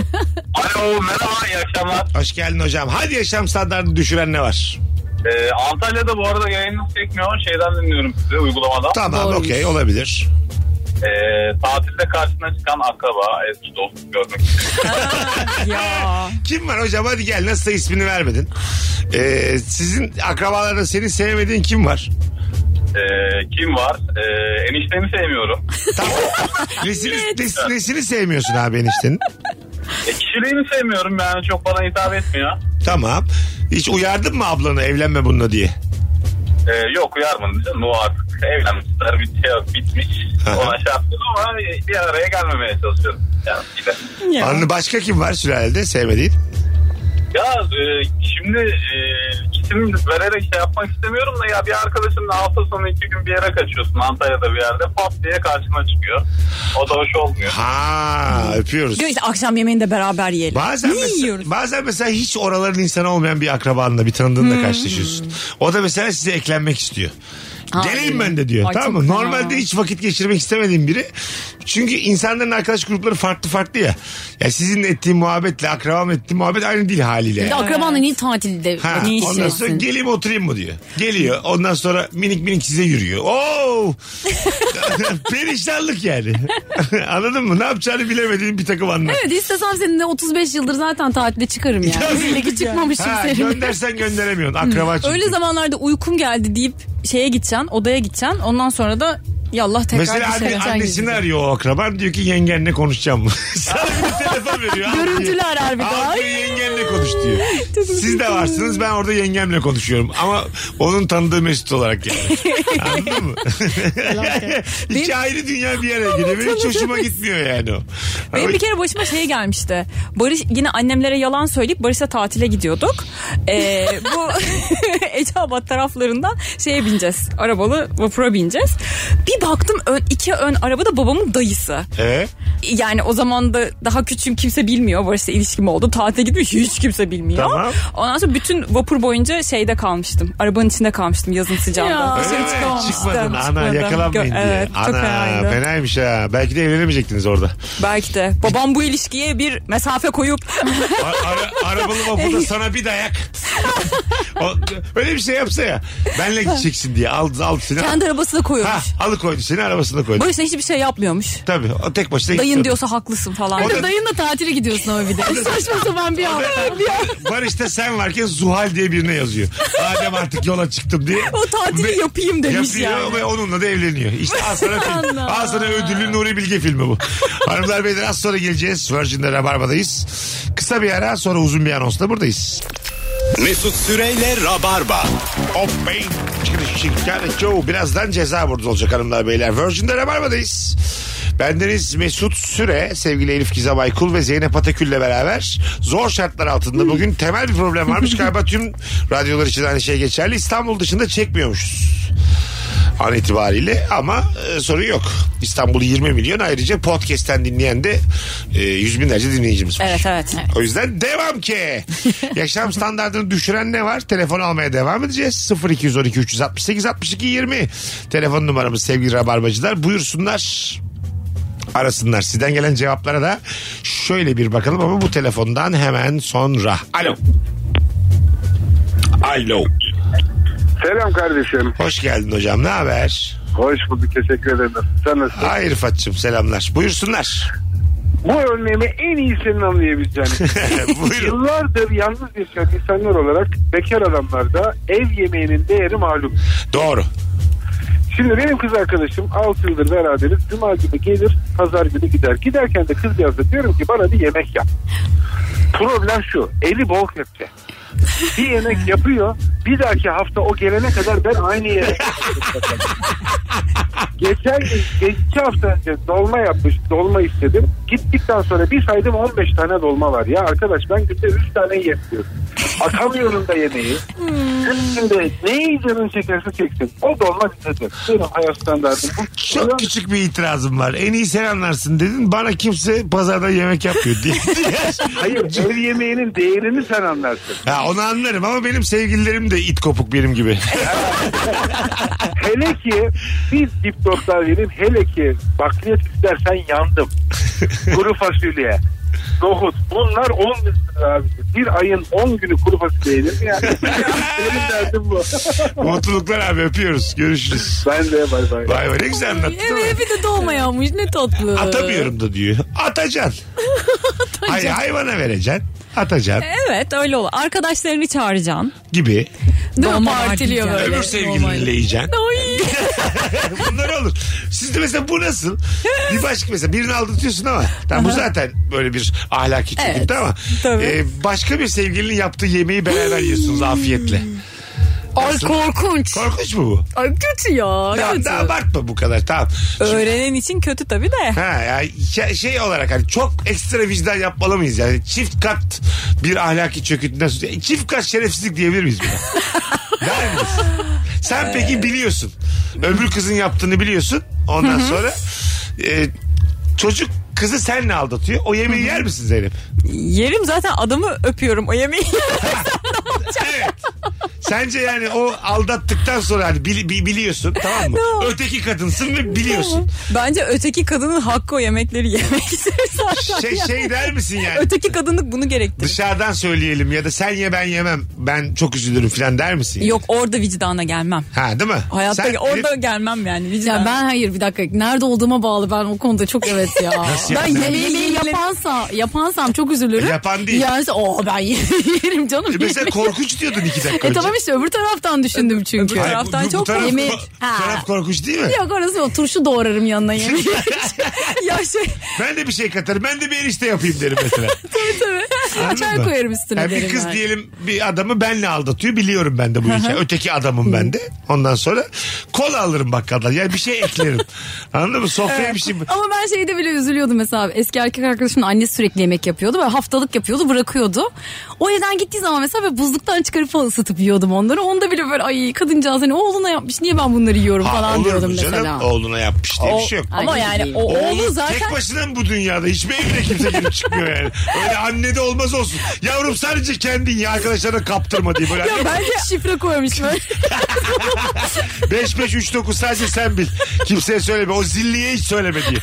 Speaker 8: Alo merhaba iyi akşamlar.
Speaker 1: Hoş geldin hocam. Hadi yaşam standartını düşüren ne var?
Speaker 8: Ee, Antalya'da bu arada yayınınız çekmiyor. Şeyden dinliyorum sizi uygulamadan.
Speaker 1: Tamam okey olabilir.
Speaker 8: Ee, tatilde karşısına çıkan akraba, eski dost görmek istedim.
Speaker 7: (laughs)
Speaker 2: Ya.
Speaker 1: Kim var hocam hadi gel nasılsa ismini vermedin. Ee, sizin akrabalarda seni sevmediğin kim var?
Speaker 8: Ee, kim var? Ee, eniştemi sevmiyorum.
Speaker 1: Tamam. nesini, nes- nesini sevmiyorsun abi eniştenin?
Speaker 8: E, kişiliğini sevmiyorum yani çok bana hitap etmiyor.
Speaker 1: Tamam. Hiç uyardın mı ablanı evlenme bununla diye?
Speaker 8: Ee, yok uyarmadı canım o artık evlenmişler bir şey yok, bitmiş.
Speaker 1: Aha.
Speaker 8: Ona şey yaptım ama bir araya gelmemeye çalışıyorum. Yani bir de.
Speaker 1: Anlı başka kim var sülalede sevmediğin?
Speaker 8: Ya e, şimdi e, isim vererek şey yapmak istemiyorum da ya bir arkadaşımla hafta sonu iki gün bir yere kaçıyorsun Antalya'da bir yerde pop diye karşına çıkıyor. O da hoş olmuyor.
Speaker 1: Ha öpüyoruz.
Speaker 2: Diyor işte akşam yemeğini de beraber yiyelim.
Speaker 1: Bazen
Speaker 2: ne yiyoruz?
Speaker 1: mesela, bazen mesela hiç oraların insanı olmayan bir akrabanla bir tanıdığınla karşılaşıyorsun. O da mesela size eklenmek istiyor.
Speaker 3: Hayır.
Speaker 1: Geleyim ben de diyor.
Speaker 2: Ay,
Speaker 1: tamam
Speaker 2: çok
Speaker 1: mı?
Speaker 2: fena.
Speaker 1: Normalde hiç vakit geçirmek istemediğim biri. Çünkü insanların arkadaş grupları farklı farklı ya. Ya sizin ettiğim muhabbetle akrabam ettiğim muhabbet aynı değil haliyle.
Speaker 3: Bir de
Speaker 1: yani.
Speaker 3: akrabanla niye tatilde
Speaker 1: Ha,
Speaker 3: niye
Speaker 1: ondan sonra
Speaker 3: işlesin?
Speaker 1: geleyim oturayım mı diyor. Geliyor. Ondan sonra minik minik size yürüyor. Oo! Perişanlık yani. (laughs) Anladın mı? Ne yapacağını bilemediğin bir takım anlar.
Speaker 3: Evet istesem seninle 35 yıldır zaten tatilde çıkarım
Speaker 1: Ya,
Speaker 3: yani. Bile ki çıkmamışım
Speaker 1: Ha,
Speaker 3: seninle.
Speaker 1: göndersen gönderemiyorsun. Akraba çünkü.
Speaker 7: Öyle zamanlarda uykum geldi deyip şeye gideceksin, odaya gideceksin. Ondan sonra da yallah tekrar
Speaker 1: Mesela
Speaker 7: dışarı
Speaker 1: anne,
Speaker 7: çıkacaksın
Speaker 1: annesini
Speaker 7: gibi.
Speaker 1: arıyor o akraban. Diyor ki yengenle konuşacağım (laughs) mı? Sana bir telefon veriyor. Al diyor.
Speaker 3: Görüntülü arar bir de.
Speaker 1: Al diyor, yengenle konuş
Speaker 7: (laughs)
Speaker 1: diyor. Siz de varsınız ben orada yengemle konuşuyorum. Ama onun tanıdığı Mesut
Speaker 7: (laughs)
Speaker 1: olarak yani. Anladın mı? (laughs) İki ayrı dünya bir yere geliyor. Benim hiç hoşuma gitmiyor yani o.
Speaker 7: Benim
Speaker 1: Ama-
Speaker 7: bir kere başıma şey gelmişti. Barış yine annemlere yalan söyleyip Barış'la tatile gidiyorduk. Ee, bu (laughs) Eceabat taraflarından şeye bineceğiz. Arabalı vapura bineceğiz. Bir baktım ön, iki ön arabada babamın dayısı.
Speaker 1: Ee?
Speaker 7: Yani o zaman da daha küçüğüm kimse bilmiyor. Barış'la ilişkim oldu. Tatile gitmiş hiç kimse bilmiyor.
Speaker 1: Tamam.
Speaker 7: Ondan sonra bütün vapur boyunca şeyde kalmıştım. Arabanın içinde kalmıştım yazın sıcağında.
Speaker 3: Ya.
Speaker 1: Öyle
Speaker 7: Dışarı
Speaker 1: mi?
Speaker 7: çıkamamıştım.
Speaker 1: Çıkmadın Ee, ana
Speaker 7: Çıkmadım.
Speaker 1: yakalanmayın
Speaker 7: Gö-
Speaker 1: diye.
Speaker 7: Evet
Speaker 1: ana,
Speaker 7: çok fenaydı.
Speaker 1: Fenaymış ha. Belki de evlenemeyecektiniz orada.
Speaker 7: Belki de babam bu ilişkiye bir mesafe koyup
Speaker 1: A- ara- arabalı vapurda sana bir dayak. O- Öyle bir şey yapsa ya. Benle gideceksin diye aldı aldı seni.
Speaker 7: (laughs) kendi arabasına
Speaker 1: Ha,
Speaker 7: koyuyormuş.
Speaker 1: alıkoydu seni arabasına koydu.
Speaker 7: Barış da hiçbir şey yapmıyormuş.
Speaker 1: Tabii o tek başına
Speaker 7: Dayın
Speaker 1: gitti.
Speaker 7: diyorsa haklısın falan.
Speaker 1: O da-
Speaker 3: (laughs) Dayınla tatile gidiyorsun ama bir de. Saçma sapan bir hafta.
Speaker 1: Barış'ta sen varken Zuhal diye birine yazıyor. Adem artık yola çıktım diye.
Speaker 7: O tatili
Speaker 1: Ve-
Speaker 7: yapayım demiş
Speaker 1: Yapıyor
Speaker 7: yani.
Speaker 1: ve onunla da evleniyor. İşte az sonra,
Speaker 7: (laughs)
Speaker 1: film, az sonra ödüllü Nuri Bilge filmi bu. Hanımlar beyler az sonra geleceğiz. Virgin'de Rabarba'dayız. Kısa bir ara sonra uzun bir anonsla buradayız.
Speaker 6: Mesut Süreyle Rabarba.
Speaker 1: Hoppayın. Çıkışıklar şey. çoğu. Birazdan ceza burada olacak hanımlar beyler. Virgin'de Rabarba'dayız. Bendeniz Mesut Süre, sevgili Elif Gizem Aykul ve Zeynep Atakül'le beraber zor şartlar altında bugün temel bir problem varmış. Galiba tüm radyolar için aynı şey geçerli. İstanbul dışında çekmiyormuşuz an itibariyle ama e, sorun yok. İstanbul'u 20 milyon ayrıca podcast'ten dinleyen de e, yüz binlerce dinleyicimiz var.
Speaker 7: Evet, evet.
Speaker 1: O yüzden devam ki. Yaşam standartını düşüren ne var? Telefon almaya devam edeceğiz. 0212 368 62 20. Telefon numaramız sevgili rabarbacılar. Buyursunlar arasınlar. Sizden gelen cevaplara da şöyle bir bakalım ama bu telefondan hemen sonra. Alo. Alo.
Speaker 5: Selam kardeşim.
Speaker 1: Hoş geldin hocam. Ne haber?
Speaker 5: Hoş bulduk. Teşekkür ederim. Sen nasılsın?
Speaker 1: Hayır Fatçım selamlar. Buyursunlar. (laughs)
Speaker 5: Bu örneğimi en iyi senin anlayabileceğin.
Speaker 1: Buyurun.
Speaker 5: Yıllardır yalnız yaşayan insanlar olarak bekar adamlarda ev yemeğinin değeri malum.
Speaker 1: Doğru.
Speaker 5: Şimdi benim kız arkadaşım 6 yıldır beraberiz. Cuma günü gelir, pazar günü gider. Giderken de kız yazdı. Diyorum ki bana bir yemek yap. Problem şu. Eli bol kepçe. Bir yemek yapıyor. Bir dahaki hafta o gelene kadar ben aynı yemek yapıyorum. (laughs) Geçen gün- iki hafta önce dolma yapmış, dolma istedim. Gittikten sonra bir saydım 15 tane dolma var. Ya arkadaş ben günde 3 tane yiyemiyorum. Atamıyorum da yemeği. Şimdi neyi canın çekerse çeksin. O dolma bizedir. Benim hayat standartım. Bu
Speaker 1: Çok küçük bir itirazım var. En iyi sen anlarsın dedin. Bana kimse pazarda yemek yapıyor diye. (laughs)
Speaker 5: Hayır ev yemeğinin değerini sen anlarsın.
Speaker 1: ha, onu anlarım ama benim sevgililerim de it kopuk benim gibi. (laughs)
Speaker 5: Hele ki biz dipnotlar verin hele ki bakliyat istersen
Speaker 1: (laughs)
Speaker 5: yandım. kuru fasulye. Nohut. Bunlar 10 bin lira abi. Bir ayın 10 günü kuru fasulye yedim
Speaker 1: (laughs)
Speaker 5: yani. Benim derdim bu.
Speaker 1: Mutluluklar abi öpüyoruz. Görüşürüz.
Speaker 5: ben de bay bay.
Speaker 1: Vay vay ne güzel anlattın. değil mi?
Speaker 3: Evet bir de dolma yağmış ne tatlı.
Speaker 1: Atamıyorum da diyor. Atacaksın. Hayır hayvana vereceksin. Atacaksın
Speaker 7: Evet öyle olur. Arkadaşlarını çağıracaksın.
Speaker 1: gibi.
Speaker 3: Değil mi?
Speaker 7: Dolma
Speaker 3: Partiliyor
Speaker 7: var
Speaker 3: böyle.
Speaker 1: Öbür sevgilinle yiyeceksin. Bunlar olur. Sizde mesela bu nasıl? Bir başka mesela birini aldatıyorsun ama tamam, bu zaten böyle bir ahlaki çöküntü ama
Speaker 7: tabii.
Speaker 1: e, başka bir sevgilinin yaptığı yemeği beraber yiyorsunuz afiyetle.
Speaker 3: Ay korkunç.
Speaker 1: Korkunç mu bu?
Speaker 3: Ay kötü ya.
Speaker 1: Tamam da abartma bu kadar tamam. Şimdi-
Speaker 7: Öğrenen için kötü tabii de.
Speaker 1: Ha ya şey- şey olarak hani çok ekstra vicdan yapmalı mıyız yani çift kat bir ahlaki çöküntüden sonra yani çift kat şerefsizlik diyebilir miyiz buna? Der miyiz? Sen peki biliyorsun. Öbür kızın yaptığını biliyorsun. Ondan sonra e, çocuk kızı senle aldatıyor. O yemeği yer misin Zeynep?
Speaker 7: Yerim zaten adamı öpüyorum o yemeği.
Speaker 1: evet. Sence yani o aldattıktan sonra hani bili- bi- biliyorsun tamam mı? Öteki kadınsın ve biliyorsun.
Speaker 2: Bence öteki kadının hakkı o yemekleri yemektir zaten.
Speaker 1: (laughs) Şey, şey der misin yani?
Speaker 2: Öteki kadınlık bunu gerektirir.
Speaker 1: Dışarıdan söyleyelim ya da sen ye ben yemem. Ben çok üzülürüm falan der misin?
Speaker 2: Yok orada vicdana gelmem.
Speaker 1: Ha değil mi?
Speaker 2: Hayatta
Speaker 1: Sen-
Speaker 2: orada gelmem yani vicdan.
Speaker 3: Ya ben hayır bir dakika nerede olduğuma bağlı ben o konuda çok evet ya.
Speaker 1: (laughs)
Speaker 3: ben
Speaker 1: yani?
Speaker 3: yemeği yapansa yapansam çok üzülürüm.
Speaker 1: Yapan değil.
Speaker 3: Yerse o ben (laughs) yerim canım.
Speaker 1: E
Speaker 3: (laughs)
Speaker 1: Mesela korkunç diyordun iki dakika
Speaker 3: e
Speaker 1: önce.
Speaker 3: tamam işte öbür taraftan düşündüm çünkü.
Speaker 2: öbür taraf- taraftan çok
Speaker 1: taraf,
Speaker 3: yemek-
Speaker 1: bu
Speaker 3: Ha.
Speaker 1: taraf korkunç değil mi?
Speaker 3: Yok orası o turşu doğrarım
Speaker 1: (laughs)
Speaker 3: yanına yemeği.
Speaker 2: ya
Speaker 3: (laughs)
Speaker 2: şey
Speaker 1: Ben de bir şey katarım. Ben de bir erişte yapayım derim mesela. Anladın
Speaker 3: Çay
Speaker 1: mı?
Speaker 3: koyarım üstüne
Speaker 1: Yani bir
Speaker 3: derim
Speaker 1: kız
Speaker 3: yani.
Speaker 1: diyelim bir adamı benle aldatıyor. Biliyorum ben de bu hikaye. Öteki adamım ben de. Ondan sonra kola alırım bakkaldan. Yani bir şey
Speaker 3: (laughs)
Speaker 1: eklerim. Anladın mı? Sofraya bir şey...
Speaker 3: Ama ben şeyde bile üzülüyordum mesela eski erkek arkadaşımın annesi sürekli yemek yapıyordu böyle haftalık yapıyordu bırakıyordu. O evden gittiği zaman mesela böyle buzluktan çıkarıp falan ısıtıp yiyordum onları. Onda bile böyle ay kadıncağız hani oğluna yapmış niye ben bunları yiyorum
Speaker 1: Ha,
Speaker 3: falan
Speaker 1: olur
Speaker 3: diyordum
Speaker 1: mu canım?
Speaker 3: mesela.
Speaker 1: Oğluna yapmış diye bir şey yok.
Speaker 2: ama
Speaker 3: Ay,
Speaker 2: yani
Speaker 3: değil.
Speaker 2: o oğlu
Speaker 1: Oğlum
Speaker 2: zaten
Speaker 1: Tek başına mı bu dünyada? Hiçbir evde kimse girip çıkmıyor yani. Öyle annede olmaz olsun. Yavrum sadece kendin ya arkadaşlarına kaptırma diye. Böyle anne-
Speaker 3: (laughs) Bence şifre koymuş böyle.
Speaker 1: 5539 sadece sen bil. Kimseye söyleme. O zilliye hiç söyleme diye.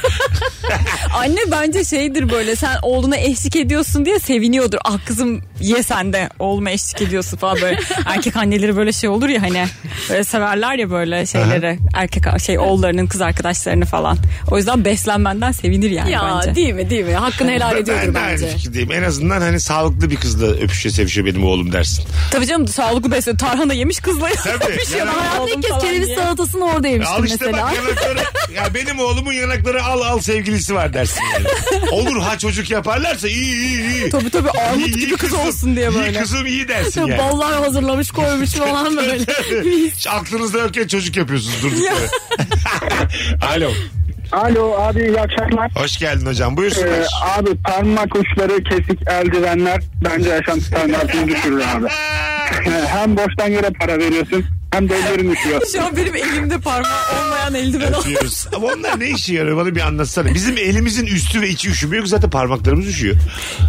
Speaker 2: (laughs) anne bence şeydir böyle sen oğluna eşlik ediyorsun diye seviniyordur. Ah kızım ye sen de oğluma eşlik ediyorsun falan
Speaker 3: (laughs)
Speaker 2: böyle. erkek anneleri böyle şey olur ya hani böyle severler ya böyle şeyleri erkek şey oğullarının kız arkadaşlarını falan. O yüzden beslenmenden sevinir yani
Speaker 3: ya
Speaker 2: bence.
Speaker 3: değil mi değil mi? Hakkını helal
Speaker 1: Ben,
Speaker 3: ediyordur
Speaker 1: ben de aynı şey.
Speaker 3: bence.
Speaker 1: fikirdeyim. En azından hani sağlıklı bir kızla öpüşe sevişiyor benim oğlum dersin.
Speaker 2: Tabii canım sağlıklı besle. Tarhana yemiş kızla
Speaker 1: Tabii,
Speaker 2: yapışıyor.
Speaker 1: yani-
Speaker 2: Ben
Speaker 3: Hayatımda
Speaker 2: oldum
Speaker 3: ilk kez
Speaker 2: falan
Speaker 3: kereviz
Speaker 2: diye.
Speaker 3: salatasını orada yemiştim
Speaker 1: Al işte
Speaker 3: mesela.
Speaker 1: bak yanakları. ya benim oğlumun yanakları al al sevgilisi var dersin. Yani. Olur ha çocuk yaparlarsa iyi iyi iyi.
Speaker 2: Tabii tabii
Speaker 1: İyi,
Speaker 2: armut
Speaker 1: iyi
Speaker 2: gibi kız
Speaker 1: kızım,
Speaker 2: olsun diye
Speaker 1: İyi
Speaker 2: böyle.
Speaker 1: kızım iyi dersin
Speaker 3: Şöyle
Speaker 1: yani.
Speaker 3: Ballar
Speaker 1: (laughs)
Speaker 3: hazırlamış koymuş falan böyle.
Speaker 1: Hiç aklınızda yokken çocuk yapıyorsunuz durduk yere. Alo.
Speaker 5: Alo abi iyi akşamlar.
Speaker 1: Hoş geldin hocam. Buyursunlar.
Speaker 5: Ee, abi parmak uçları kesik eldivenler bence yaşam standartını düşürür abi. Ee, hem boştan yere para veriyorsun hem de ellerin uçuyor.
Speaker 2: Şu an benim elimde parmağı olmayan eldiven oldu.
Speaker 1: Öpüyoruz. Ama onlar ne işe yarıyor bana bir anlatsana. Bizim elimizin üstü ve içi üşümüyor ki zaten parmaklarımız üşüyor.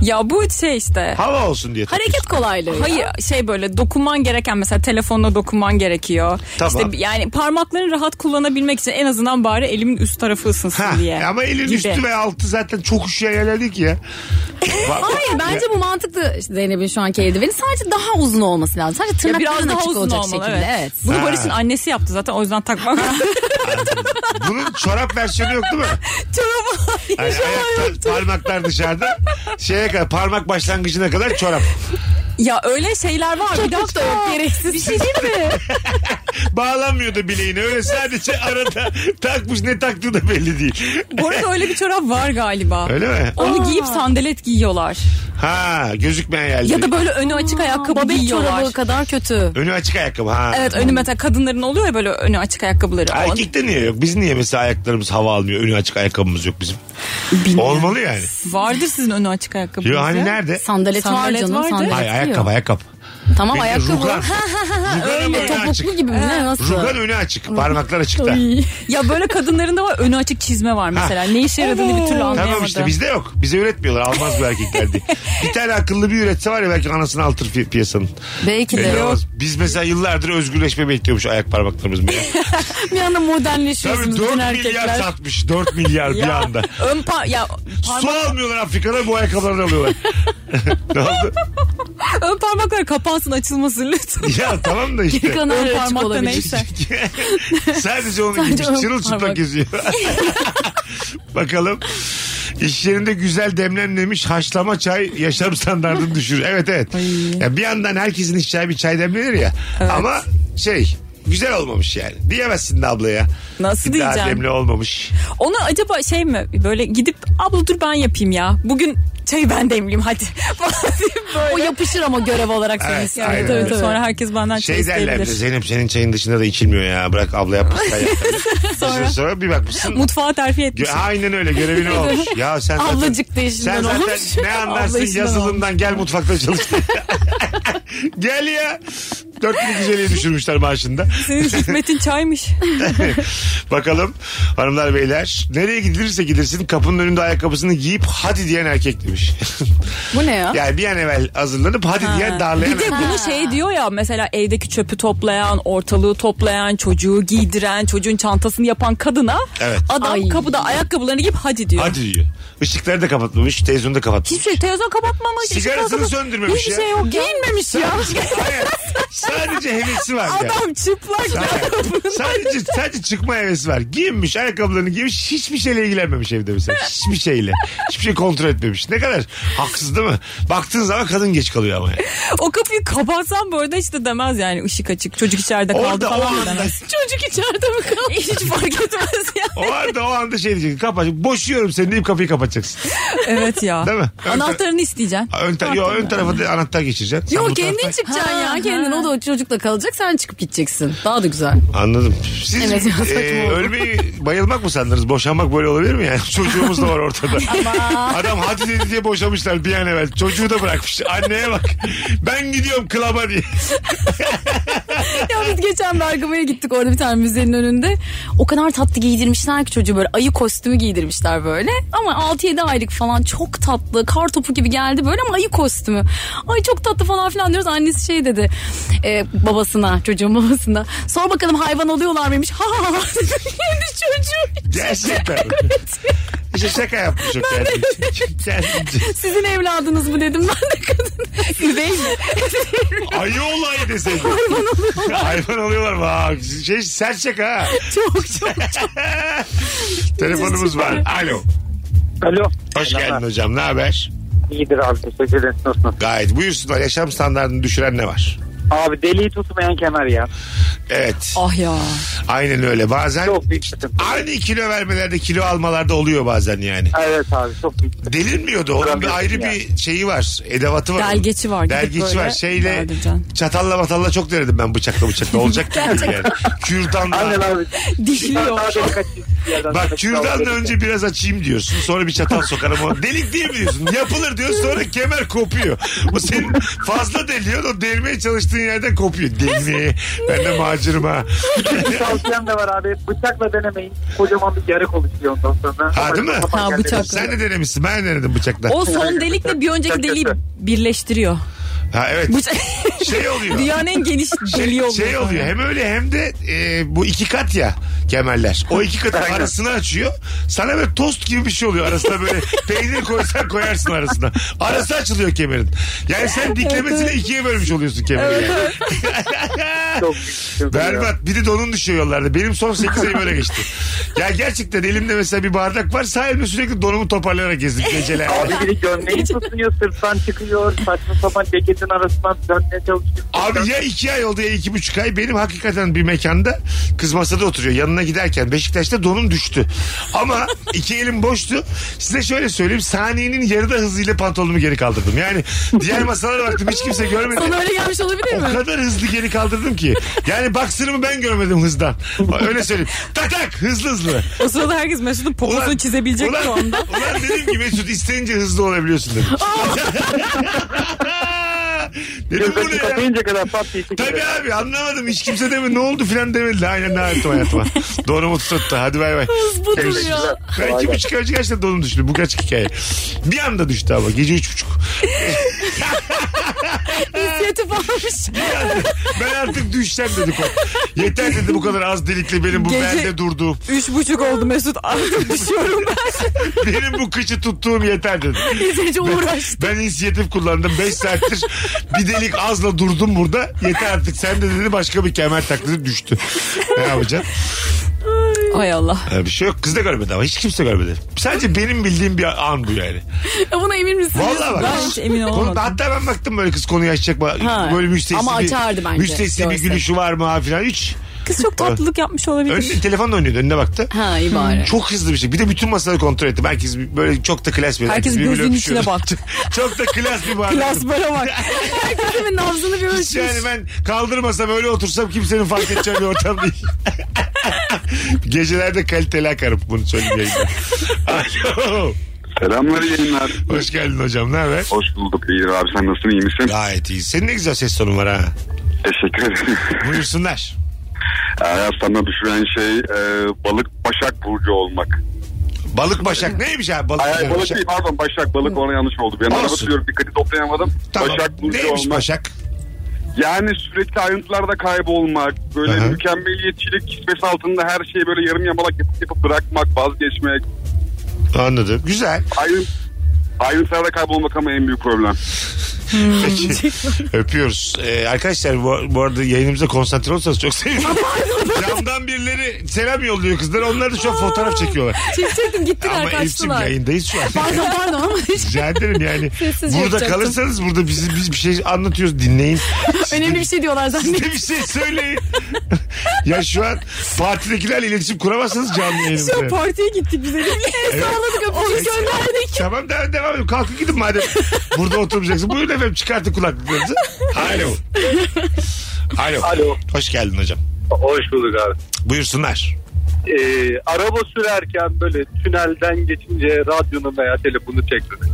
Speaker 2: Ya bu şey işte.
Speaker 1: Hava olsun diye.
Speaker 3: Hareket kolaylığı.
Speaker 2: Hayır şey böyle dokunman gereken mesela telefonla dokunman gerekiyor.
Speaker 1: Tamam.
Speaker 2: İşte yani parmaklarını rahat kullanabilmek için en azından bari elimin üst tarafı ısınsın
Speaker 1: Ha,
Speaker 2: diye.
Speaker 1: ama elin
Speaker 2: Gibi.
Speaker 1: üstü ve altı zaten çok üşüyen yerler değil ki ya.
Speaker 3: Hayır bence bu mantıklı işte Zeynep'in şu anki eldiveni. Sadece daha uzun olması lazım. Sadece
Speaker 2: Ya biraz
Speaker 3: tırnakların
Speaker 2: daha
Speaker 3: açık
Speaker 2: uzun
Speaker 3: olacak
Speaker 2: olmalı
Speaker 3: şekilde.
Speaker 2: evet.
Speaker 3: Evet.
Speaker 2: Bunu
Speaker 1: Ha.
Speaker 2: Barış'ın annesi yaptı zaten o yüzden takmam. (laughs)
Speaker 1: Bunun çorap versiyonu yok değil mi?
Speaker 2: Çorabı
Speaker 1: Hani ayakta, parmaklar dışarıda. Şeye kadar parmak başlangıcına kadar çorap.
Speaker 2: Ya öyle şeyler var. bir
Speaker 3: Çok da yok gereksiz. Bir şey değil mi?
Speaker 1: Bağlanmıyordu bileğine. Öyle sadece (laughs) arada takmış ne taktığı da belli değil.
Speaker 2: Bu arada öyle bir çorap var galiba.
Speaker 1: (laughs) Öyle mi?
Speaker 2: Onu giyip sandalet giyiyorlar.
Speaker 1: Ha gözükmeyen yerleri.
Speaker 2: Ya da böyle önü açık ayakkabı
Speaker 3: Babet
Speaker 2: giyiyorlar.
Speaker 3: çorabı kadar kötü.
Speaker 1: Önü açık ayakkabı ha.
Speaker 2: Evet önü mesela kadınların oluyor ya böyle önü açık ayakkabıları.
Speaker 1: Erkekte niye yok? Biz niye mesela ayaklarımız hava almıyor? Önü açık ayakkabımız yok bizim. Olmalı yani.
Speaker 2: Vardır sizin önü açık ayakkabınız.
Speaker 1: Yo hani
Speaker 2: ya.
Speaker 1: nerede?
Speaker 3: Sandalet,
Speaker 2: Sandalet
Speaker 3: var canım.
Speaker 2: vardı.
Speaker 3: Sandalet
Speaker 1: Hayır
Speaker 3: yok.
Speaker 1: ayakkabı ayakkabı.
Speaker 3: Tamam
Speaker 1: Benim
Speaker 3: ayakkabı.
Speaker 1: rugan. Rugan ama önü açık.
Speaker 3: Topuklu gibi mi? Ne nasıl?
Speaker 1: Rugan önü açık. Parmaklar açıkta.
Speaker 2: Ya böyle kadınların da var önü açık çizme var mesela. Ne işe yaradığını bir türlü anlayamadım.
Speaker 1: Tamam işte bizde yok. Bize üretmiyorlar. Almaz bu erkekler
Speaker 3: (laughs)
Speaker 1: diye. bir tane akıllı bir üretse var ya belki anasını altır fi- piyasanın.
Speaker 3: Belki de.
Speaker 1: Belli
Speaker 3: Yok.
Speaker 1: olmaz. Biz mesela yıllardır özgürleşme bekliyormuş ayak parmaklarımız.
Speaker 3: (laughs)
Speaker 1: bile.
Speaker 3: Bir anda
Speaker 1: Tabii
Speaker 3: modernleşiyorsunuz
Speaker 1: 4
Speaker 3: bütün
Speaker 1: milyar
Speaker 3: erkekler.
Speaker 1: satmış. 4 milyar bir
Speaker 2: Ya,
Speaker 1: anda.
Speaker 2: Ön pa ya
Speaker 1: Su
Speaker 2: parmak-
Speaker 1: almıyorlar Afrika'da bu ayakkabılarını
Speaker 3: (laughs)
Speaker 1: alıyorlar. ne oldu?
Speaker 2: ön parmaklar kapansın açılmasın lütfen.
Speaker 1: Ya tamam da
Speaker 3: Geri
Speaker 1: işte.
Speaker 3: kalan
Speaker 2: Ön
Speaker 3: açık
Speaker 2: parmak da
Speaker 3: olabilir.
Speaker 2: neyse.
Speaker 1: Sadece onu
Speaker 3: Sadece
Speaker 1: giymiş.
Speaker 3: ön
Speaker 1: Çırılçıplak
Speaker 3: parmak.
Speaker 1: geziyor. Bakalım. İş yerinde güzel demlenmemiş haşlama çay yaşam standartını düşürür. Evet evet. Ya bir yandan herkesin içeceği bir çay demlenir ya. Ama şey güzel olmamış yani. Diyemezsin de ablaya.
Speaker 2: Nasıl
Speaker 1: Bir Daha
Speaker 2: diyeceğim?
Speaker 1: demli olmamış.
Speaker 2: Onu acaba şey mi böyle gidip abla dur ben yapayım ya. Bugün çayı ben demleyeyim hadi. (laughs) Falan deyip böyle.
Speaker 3: O yapışır ama görev olarak senin
Speaker 1: Evet,
Speaker 3: üstüne.
Speaker 1: aynen
Speaker 2: Tabii,
Speaker 1: öyle.
Speaker 2: tabii. Sonra herkes benden çay
Speaker 1: Şey derler bize,
Speaker 2: isteyebilir.
Speaker 1: Zeynep senin çayın dışında da içilmiyor ya. Bırak abla yapmış çay yapmış. sonra? sonra bir bakmışsın.
Speaker 2: Mutfağa terfi etmiş.
Speaker 1: Gö- Aynen öyle görevini olmuş. Ya sen zaten-
Speaker 3: Ablacık da işinden
Speaker 1: Sen zaten
Speaker 3: olmuş.
Speaker 1: ne
Speaker 3: Abla
Speaker 1: anlarsın
Speaker 3: işinden
Speaker 1: yazılımdan (laughs) gel mutfakta çalış. gel ya. Dört bin iki yüz düşürmüşler maaşında.
Speaker 2: Senin hikmetin çaymış.
Speaker 1: Bakalım hanımlar beyler. Nereye gidilirse gidilsin kapının önünde ayakkabısını giyip hadi diyen erkek demiş.
Speaker 3: Bu ne ya?
Speaker 1: yani bir an evvel hazırlanıp hadi diyen darlayan
Speaker 2: Bir de bunu şey diyor ya mesela evdeki çöpü toplayan, ortalığı toplayan, çocuğu giydiren, çocuğun çantasını yapan kadına
Speaker 1: Evet.
Speaker 2: adam
Speaker 3: Ay.
Speaker 2: kapıda ayakkabılarını giyip hadi diyor.
Speaker 1: Hadi diyor. Işıkları da kapatmamış, televizyonu da
Speaker 2: (laughs)
Speaker 1: kapatmamış.
Speaker 2: Hiçbir şey televizyon kapatmamış. ışık
Speaker 1: Sigarasını
Speaker 2: kapalı-
Speaker 1: söndürmemiş
Speaker 2: Hiçbir
Speaker 1: ya.
Speaker 2: şey yok. Giyinmemiş ya.
Speaker 1: Hayır. Sadece hevesi var ya.
Speaker 2: (laughs) Adam çıplak.
Speaker 1: sadece sadece çıkma hevesi var. Giyinmiş, ayakkabılarını giymiş, hiçbir şeyle ilgilenmemiş evde mesela. Hiçbir şeyle. Hiçbir şey kontrol etmemiş. Ne kadar haksız değil mi? Baktığın zaman kadın geç kalıyor ama. yani.
Speaker 2: o kapıyı kapatsam bu arada işte demez yani ışık açık çocuk içeride kaldı
Speaker 1: Orada o
Speaker 2: falan da
Speaker 1: anda- (laughs)
Speaker 2: demez. Çocuk içeride mi kaldı? Hiç fark etmez ya.
Speaker 1: O anda o anda şey diyecek. Kapat. Boşuyorum seni deyip kapıyı kapatacaksın.
Speaker 2: evet ya.
Speaker 1: Değil mi? Ön ta-
Speaker 2: Anahtarını isteyeceksin.
Speaker 1: Ön, ta- yo, ön tarafa da anahtar geçireceksin. Sen bu
Speaker 3: Yok kendin
Speaker 1: taraftan-
Speaker 3: çıkacaksın
Speaker 2: Ha,
Speaker 3: ya.
Speaker 2: ha.
Speaker 3: Kendin o da o çocukla kalacak sen çıkıp gideceksin. Daha da güzel.
Speaker 1: Anladım. Siz
Speaker 3: Evet, ya, saçma
Speaker 1: e,
Speaker 3: oldu.
Speaker 1: ölmeyi bayılmak mı sandınız? Boşanmak böyle olabilir mi yani? (laughs) Çocuğumuz da var ortada. Adam hadi dedi diye boşamışlar bir an evvel. Çocuğu da bırakmış. Anneye bak. Ben gidiyorum klaba diye.
Speaker 3: Ya biz geçen Bergama'ya gittik orada bir tane müzenin önünde. O kadar tatlı giydirmişler ki çocuğu böyle ayı kostümü giydirmişler böyle. Ama 6-7 aylık falan çok tatlı kar topu gibi geldi böyle ama ayı kostümü. Ay çok tatlı falan filan diyoruz. Annesi şey dedi e, babasına çocuğun babasına. Sor bakalım hayvan oluyorlar mıymış. Ha ha ha dedi kendi çocuğu.
Speaker 1: Gerçekten. İşte şaka yapmış o kendince. Kendince.
Speaker 3: Sizin evladınız bu dedim ben de kadın. Değil mi?
Speaker 1: Ayı olayı deseydi. Hayvan oluyorlar. Hayvan oluyorlar bak. Şey, sert şaka ha.
Speaker 3: Çok çok.
Speaker 1: Telefonumuz var. Alo.
Speaker 4: Alo.
Speaker 1: Hoş geldin hocam. Ne haber?
Speaker 4: İyidir abi teşekkür ederim. Nasılsın?
Speaker 1: Gayet. Buyursunlar. Yaşam standartını düşüren ne var?
Speaker 4: Abi deliği tutmayan kemer ya.
Speaker 1: Evet.
Speaker 2: Ah ya.
Speaker 1: Aynen öyle. Bazen
Speaker 4: Çok büyük sıkıntı.
Speaker 1: aynı kilo vermelerde kilo almalarda oluyor bazen yani.
Speaker 4: Evet abi çok büyük
Speaker 1: Delirmiyordu. Onun bir ayrı
Speaker 4: Ya.
Speaker 1: bir şeyi var. Edevatı var.
Speaker 2: Delgeci var. Gidip
Speaker 1: Delgeci
Speaker 2: böyle
Speaker 1: var. Şeyle
Speaker 2: deldireceksin.
Speaker 1: çatalla matalla çok denedim ben bıçakla bıçakla. Olacak gibi değil yani.
Speaker 4: Aynen
Speaker 1: Kürdanla.
Speaker 4: abi.
Speaker 2: Dişliyor.
Speaker 4: Daha delik açayım bir yerden.
Speaker 1: Bak
Speaker 4: Delik daha
Speaker 1: kürdanla
Speaker 4: delik.
Speaker 1: önce biraz açayım diyorsun. Sonra bir çatal sokarım. O delik değil mi diyorsun? Yapılır diyorsun. Sonra kemer kopuyor. O senin fazla deliyor. O delmeye çalıştığın yerden kopuyor. Delmeye. Ben de macerim ha.
Speaker 4: Bir tavsiyem de var abi. Bıçakla denemeyin. Kocaman bir yarık oluşuyor ondan sonra.
Speaker 1: Ha, değil mi?
Speaker 4: Kapan
Speaker 2: Ha,
Speaker 4: kendini.
Speaker 2: bıçak.
Speaker 1: Sen de denemişsin. Ben de denedim bıçakla.
Speaker 2: O son delikle bir önceki deliği birleştiriyor.
Speaker 1: Ha evet.
Speaker 2: Bıçak...
Speaker 1: Şey oluyor.
Speaker 2: (laughs) Dünyanın en geniş deliği
Speaker 1: şey,
Speaker 2: oluyor.
Speaker 1: şey oluyor hem öyle hem de e, bu iki kat ya kemerler. O iki katın
Speaker 4: Aynen.
Speaker 1: arasını açıyor. Sana böyle tost gibi bir şey oluyor arasına
Speaker 4: (laughs)
Speaker 1: böyle peynir koysan koyarsın arasına. Arası açılıyor kemerin. Yani sen diklemesine ikiye bölmüş oluyorsun kemeri. yani.
Speaker 4: (laughs) Çok büyük sıkıntı ya.
Speaker 1: Berbat. Bir de donun düşüyor yollarda. Benim son 8 ayım öyle geçti. Ya gerçekten elimde mesela bir bardak var. Sağ elimde sürekli donumu toparlayarak
Speaker 4: (laughs)
Speaker 1: gezdim geceler.
Speaker 4: Abi biri gömleği tutuyor, sırttan çıkıyor, saçma sapan ceketin arasından dönmeye çalışıyor.
Speaker 1: Abi ya iki ay oldu ya iki buçuk ay. Benim hakikaten bir mekanda kız masada oturuyor. Yanına giderken Beşiktaş'ta donum düştü. Ama
Speaker 2: (laughs)
Speaker 1: iki elim boştu. Size şöyle söyleyeyim. Saniyenin yarıda hızıyla pantolonumu geri kaldırdım. Yani diğer masalara baktım hiç kimse görmedi.
Speaker 3: Sana öyle gelmiş olabilir
Speaker 1: O
Speaker 3: mi?
Speaker 1: kadar hızlı geri kaldırdım ki. Yani baksırımı ben görmedim hızdan. Öyle söyleyeyim. Tak tak hızlı hızlı.
Speaker 2: O sırada herkes Mesut'un poposunu çizebilecek
Speaker 1: ulan,
Speaker 2: mi
Speaker 3: (laughs)
Speaker 2: onda?
Speaker 1: (laughs) Ulan dedim ki Mesut isteyince hızlı olabiliyorsun dedim. (laughs) dedim bu ne
Speaker 4: Gözlerini
Speaker 1: ya?
Speaker 4: kapayınca kadar pat diye çıkıyor.
Speaker 1: Tabii abi anlamadım. Hiç kimse demedi. Ne oldu filan demedi. Aynen ne yaptım hayatıma. Donumu tuttu. Hadi bay bay.
Speaker 3: Budur ya.
Speaker 1: Ben iki buçuk ay önce gerçekten donum düştü. Bu kaç hikaye. Bir anda düştü ama. Gece üç buçuk.
Speaker 3: İnisiyatif almış.
Speaker 1: Bir anda. Ben artık düşsem dedi kop. Yeter dedi bu kadar az delikli benim bu
Speaker 2: Gece-
Speaker 1: belde durduğum.
Speaker 2: Üç buçuk oldu Mesut. Artık düşüyorum ben.
Speaker 1: Benim bu kıçı tuttuğum yeter dedi.
Speaker 3: (laughs) İzleyici uğraş.
Speaker 1: Ben inisiyatif kullandım 5 saattir. Bir delik azla durdum burada. Yeter artık sen de dedi başka bir kemer taktı düştü. Ne yapacaksın?
Speaker 2: Hay Allah.
Speaker 1: Ha, bir şey yok. Kız da görmedi ama hiç kimse görmedi. Sadece benim bildiğim bir an bu yani.
Speaker 3: Ya Buna emin misin?
Speaker 1: Vallahi bak.
Speaker 2: Ben hiç emin olamadım.
Speaker 1: Konu- hatta ben baktım böyle kız konuyu açacak mı?
Speaker 3: Ha.
Speaker 1: Böyle müstesni
Speaker 3: Ama
Speaker 1: bir,
Speaker 3: açardı bence,
Speaker 1: Müstesni bir
Speaker 3: görsel.
Speaker 1: gülüşü var mı ha filan. Hiç.
Speaker 2: Kız çok tatlılık yapmış olabilir.
Speaker 1: Önüne, telefonla oynuyordu önüne baktı.
Speaker 3: Ha iyi bari. (laughs)
Speaker 1: Çok hızlı bir şey. Bir de bütün masaları kontrol ettim. Herkes bir- böyle çok da klas bir.
Speaker 2: Herkes
Speaker 1: birbirine
Speaker 2: gözünün içine
Speaker 1: öpüşüyordu.
Speaker 2: baktı.
Speaker 1: (laughs) çok da klas bir bağırdı.
Speaker 2: Klas şey.
Speaker 1: (laughs)
Speaker 2: böyle bak.
Speaker 3: Herkesin nabzını bir
Speaker 1: Hiç
Speaker 3: ölçmüş.
Speaker 1: yani ben kaldırmasam öyle otursam kimsenin fark edeceği bir ortam değil. (laughs) Gecelerde kaliteli akarım bunu söyleyeyim. yayında. Alo.
Speaker 9: Selamlar yayınlar.
Speaker 1: Hoş geldin hocam ne haber?
Speaker 9: Hoş bulduk. İyidir abi sen nasılsın iyi misin?
Speaker 1: Gayet iyi. Senin ne güzel ses tonun var ha.
Speaker 8: Teşekkür ederim.
Speaker 1: Buyursunlar.
Speaker 8: Aslında düşüren şey e, balık başak burcu olmak.
Speaker 1: Balık başak neymiş abi balık
Speaker 8: Ay, ay, balık
Speaker 1: başak?
Speaker 8: değil pardon başak balık ona yanlış oldu. Ben araba
Speaker 1: Olsun.
Speaker 8: sürüyorum dikkati toplayamadım.
Speaker 1: Tamam.
Speaker 8: Başak burcu
Speaker 1: neymiş
Speaker 8: olmak.
Speaker 1: başak?
Speaker 8: Yani sürekli ayrıntılarda kaybolmak, böyle
Speaker 1: Aha.
Speaker 8: mükemmeliyetçilik kisvesi altında her şeyi böyle yarım yamalak yapıp, yapıp bırakmak, vazgeçmek.
Speaker 1: Anladım.
Speaker 3: (laughs)
Speaker 1: Güzel.
Speaker 8: Ayrın, ayrıntılarda kaybolmak ama en büyük problem.
Speaker 1: Peki. Öpüyoruz. Ee, arkadaşlar bu, bu arada yayınımıza konsantre olsanız çok
Speaker 3: (laughs)
Speaker 1: sevinirim. Camdan birileri selam yolluyor kızlar. Onlar da şu an fotoğraf çekiyorlar.
Speaker 3: Çekecektim gittiler
Speaker 1: Ama hepsi
Speaker 3: kaçtılar.
Speaker 1: yayındayız
Speaker 3: (laughs)
Speaker 1: şu an.
Speaker 3: Pardon pardon ama
Speaker 1: Rica ederim yani.
Speaker 3: Sessiz
Speaker 1: burada
Speaker 3: yapacaktım.
Speaker 1: kalırsanız burada biz, biz bir şey anlatıyoruz
Speaker 3: (laughs)
Speaker 1: dinleyin.
Speaker 3: önemli bir şey diyorlar zaten.
Speaker 1: Siz de bir şey söyleyin. ya şu an partidekilerle iletişim kuramazsanız canlı yayınımızda.
Speaker 2: Partiye gittik biz
Speaker 3: Sağladık öpücük gönderdik.
Speaker 1: Tamam devam, devam edin. Kalkın gidin madem. Burada oturmayacaksın. Buyurun efendim çıkartın kulaklıklarınızı. Alo. Alo.
Speaker 10: Alo.
Speaker 1: Hoş geldin hocam.
Speaker 10: Hoş bulduk abi.
Speaker 1: Buyursunlar.
Speaker 10: Ee, araba sürerken böyle tünelden geçince radyonun veya telefonu çekmek.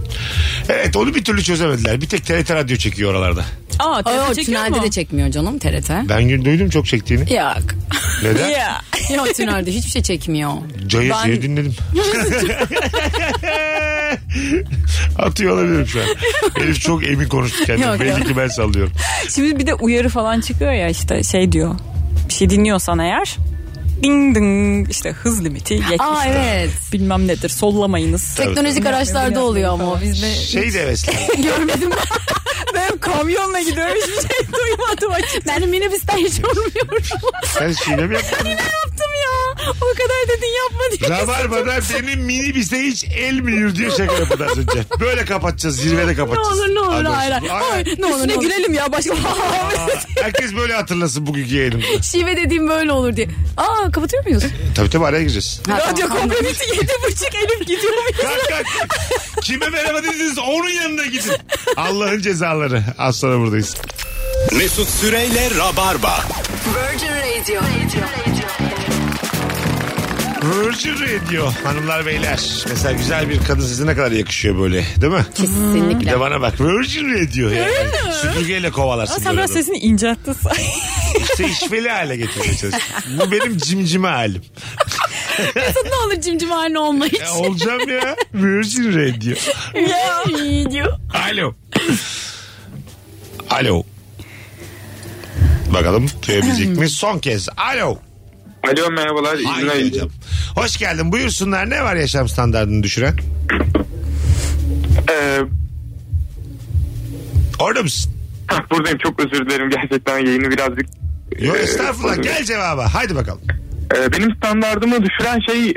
Speaker 1: Evet onu bir türlü çözemediler. Bir tek TRT radyo çekiyor oralarda.
Speaker 2: Aa,
Speaker 3: Aa,
Speaker 2: telefon çekiyor
Speaker 3: tünelde
Speaker 2: mu?
Speaker 3: de çekmiyor canım TRT.
Speaker 1: Ben gün duydum çok çektiğini.
Speaker 3: Yok.
Speaker 1: Neden?
Speaker 2: Ya.
Speaker 3: Yok tünelde hiçbir şey çekmiyor.
Speaker 1: Cayır
Speaker 3: Ben-
Speaker 1: cayır
Speaker 3: (laughs)
Speaker 1: dinledim. Atıyor olabilirim şu an. Elif çok emin konuştu kendini.
Speaker 3: Yok,
Speaker 1: Belli
Speaker 3: yok.
Speaker 1: ki ben sallıyorum.
Speaker 2: Şimdi bir de uyarı falan çıkıyor ya işte şey diyor. Bir şey dinliyorsan eğer ding ding işte hız limiti geçmiş.
Speaker 3: Aa evet.
Speaker 2: Bilmem nedir sollamayınız.
Speaker 3: Teknolojik araçlarda oluyor ama o bizde
Speaker 1: Şey de hevesli.
Speaker 3: (laughs) görmedim.
Speaker 2: Ben kamyonla gidiyorum hiçbir şey duymadım açıkçası.
Speaker 3: ben minibüsten hiç olmuyorum.
Speaker 1: Sen şiire mi yaptın?
Speaker 3: yaptım ya. O kadar dedin yapma diye.
Speaker 1: Rabarba'da benim mini bize hiç el mi yürü diye şaka yapın az önce. Böyle kapatacağız. Zirvede kapatacağız.
Speaker 3: Ne olur, ne olur,
Speaker 1: Anlaşıldı.
Speaker 3: hayır, hayır. Hayır, ne olur,
Speaker 2: Üstüne
Speaker 3: ne olur.
Speaker 2: şey gülelim ya başka.
Speaker 1: Aa, herkes böyle hatırlasın bugünkü yayınımızı.
Speaker 3: Şive dediğim böyle olur diye. Aa kapatıyor muyuz?
Speaker 1: Tabii tabii araya gireceğiz.
Speaker 2: Radyo kompleti yedi buçuk Elif gidiyor.
Speaker 1: Kalk kalk. Kime merhaba dediniz onun yanına gidin. Allah'ın cezaları. Az sonra buradayız.
Speaker 6: Mesut Süreyle Rabarba.
Speaker 1: Virgin Radio hanımlar beyler. Mesela güzel bir kadın size ne kadar yakışıyor böyle değil mi? Bir
Speaker 3: Kesinlikle.
Speaker 1: de bana bak Virgin Radio yani. Süpürgeyle kovalarsın.
Speaker 2: Sen biraz
Speaker 1: böyle
Speaker 2: sesini incelttin.
Speaker 1: İşte işveli hale getirmeye çalışıyorum. Bu benim cimcime halim.
Speaker 3: ne olur cimcim haline olma hiç.
Speaker 1: Ya E, olacağım ya. Virgin Radio.
Speaker 3: İyi diyor.
Speaker 1: Alo. Alo. Bakalım duyabilecek mi? Son kez. Alo.
Speaker 5: Alo merhabalar. iyi
Speaker 1: Hayır
Speaker 5: günler.
Speaker 1: hocam. Hoş geldin. Buyursunlar. Ne var yaşam standartını düşüren?
Speaker 5: Ee, (clears throat)
Speaker 1: Orada mısın?
Speaker 5: heh, buradayım çok özür dilerim gerçekten yayını birazcık.
Speaker 1: Yok
Speaker 5: Ee,
Speaker 1: estağfurullah. Gel cevaba. Haydi bakalım.
Speaker 5: Ee, benim standardımı düşüren şey e,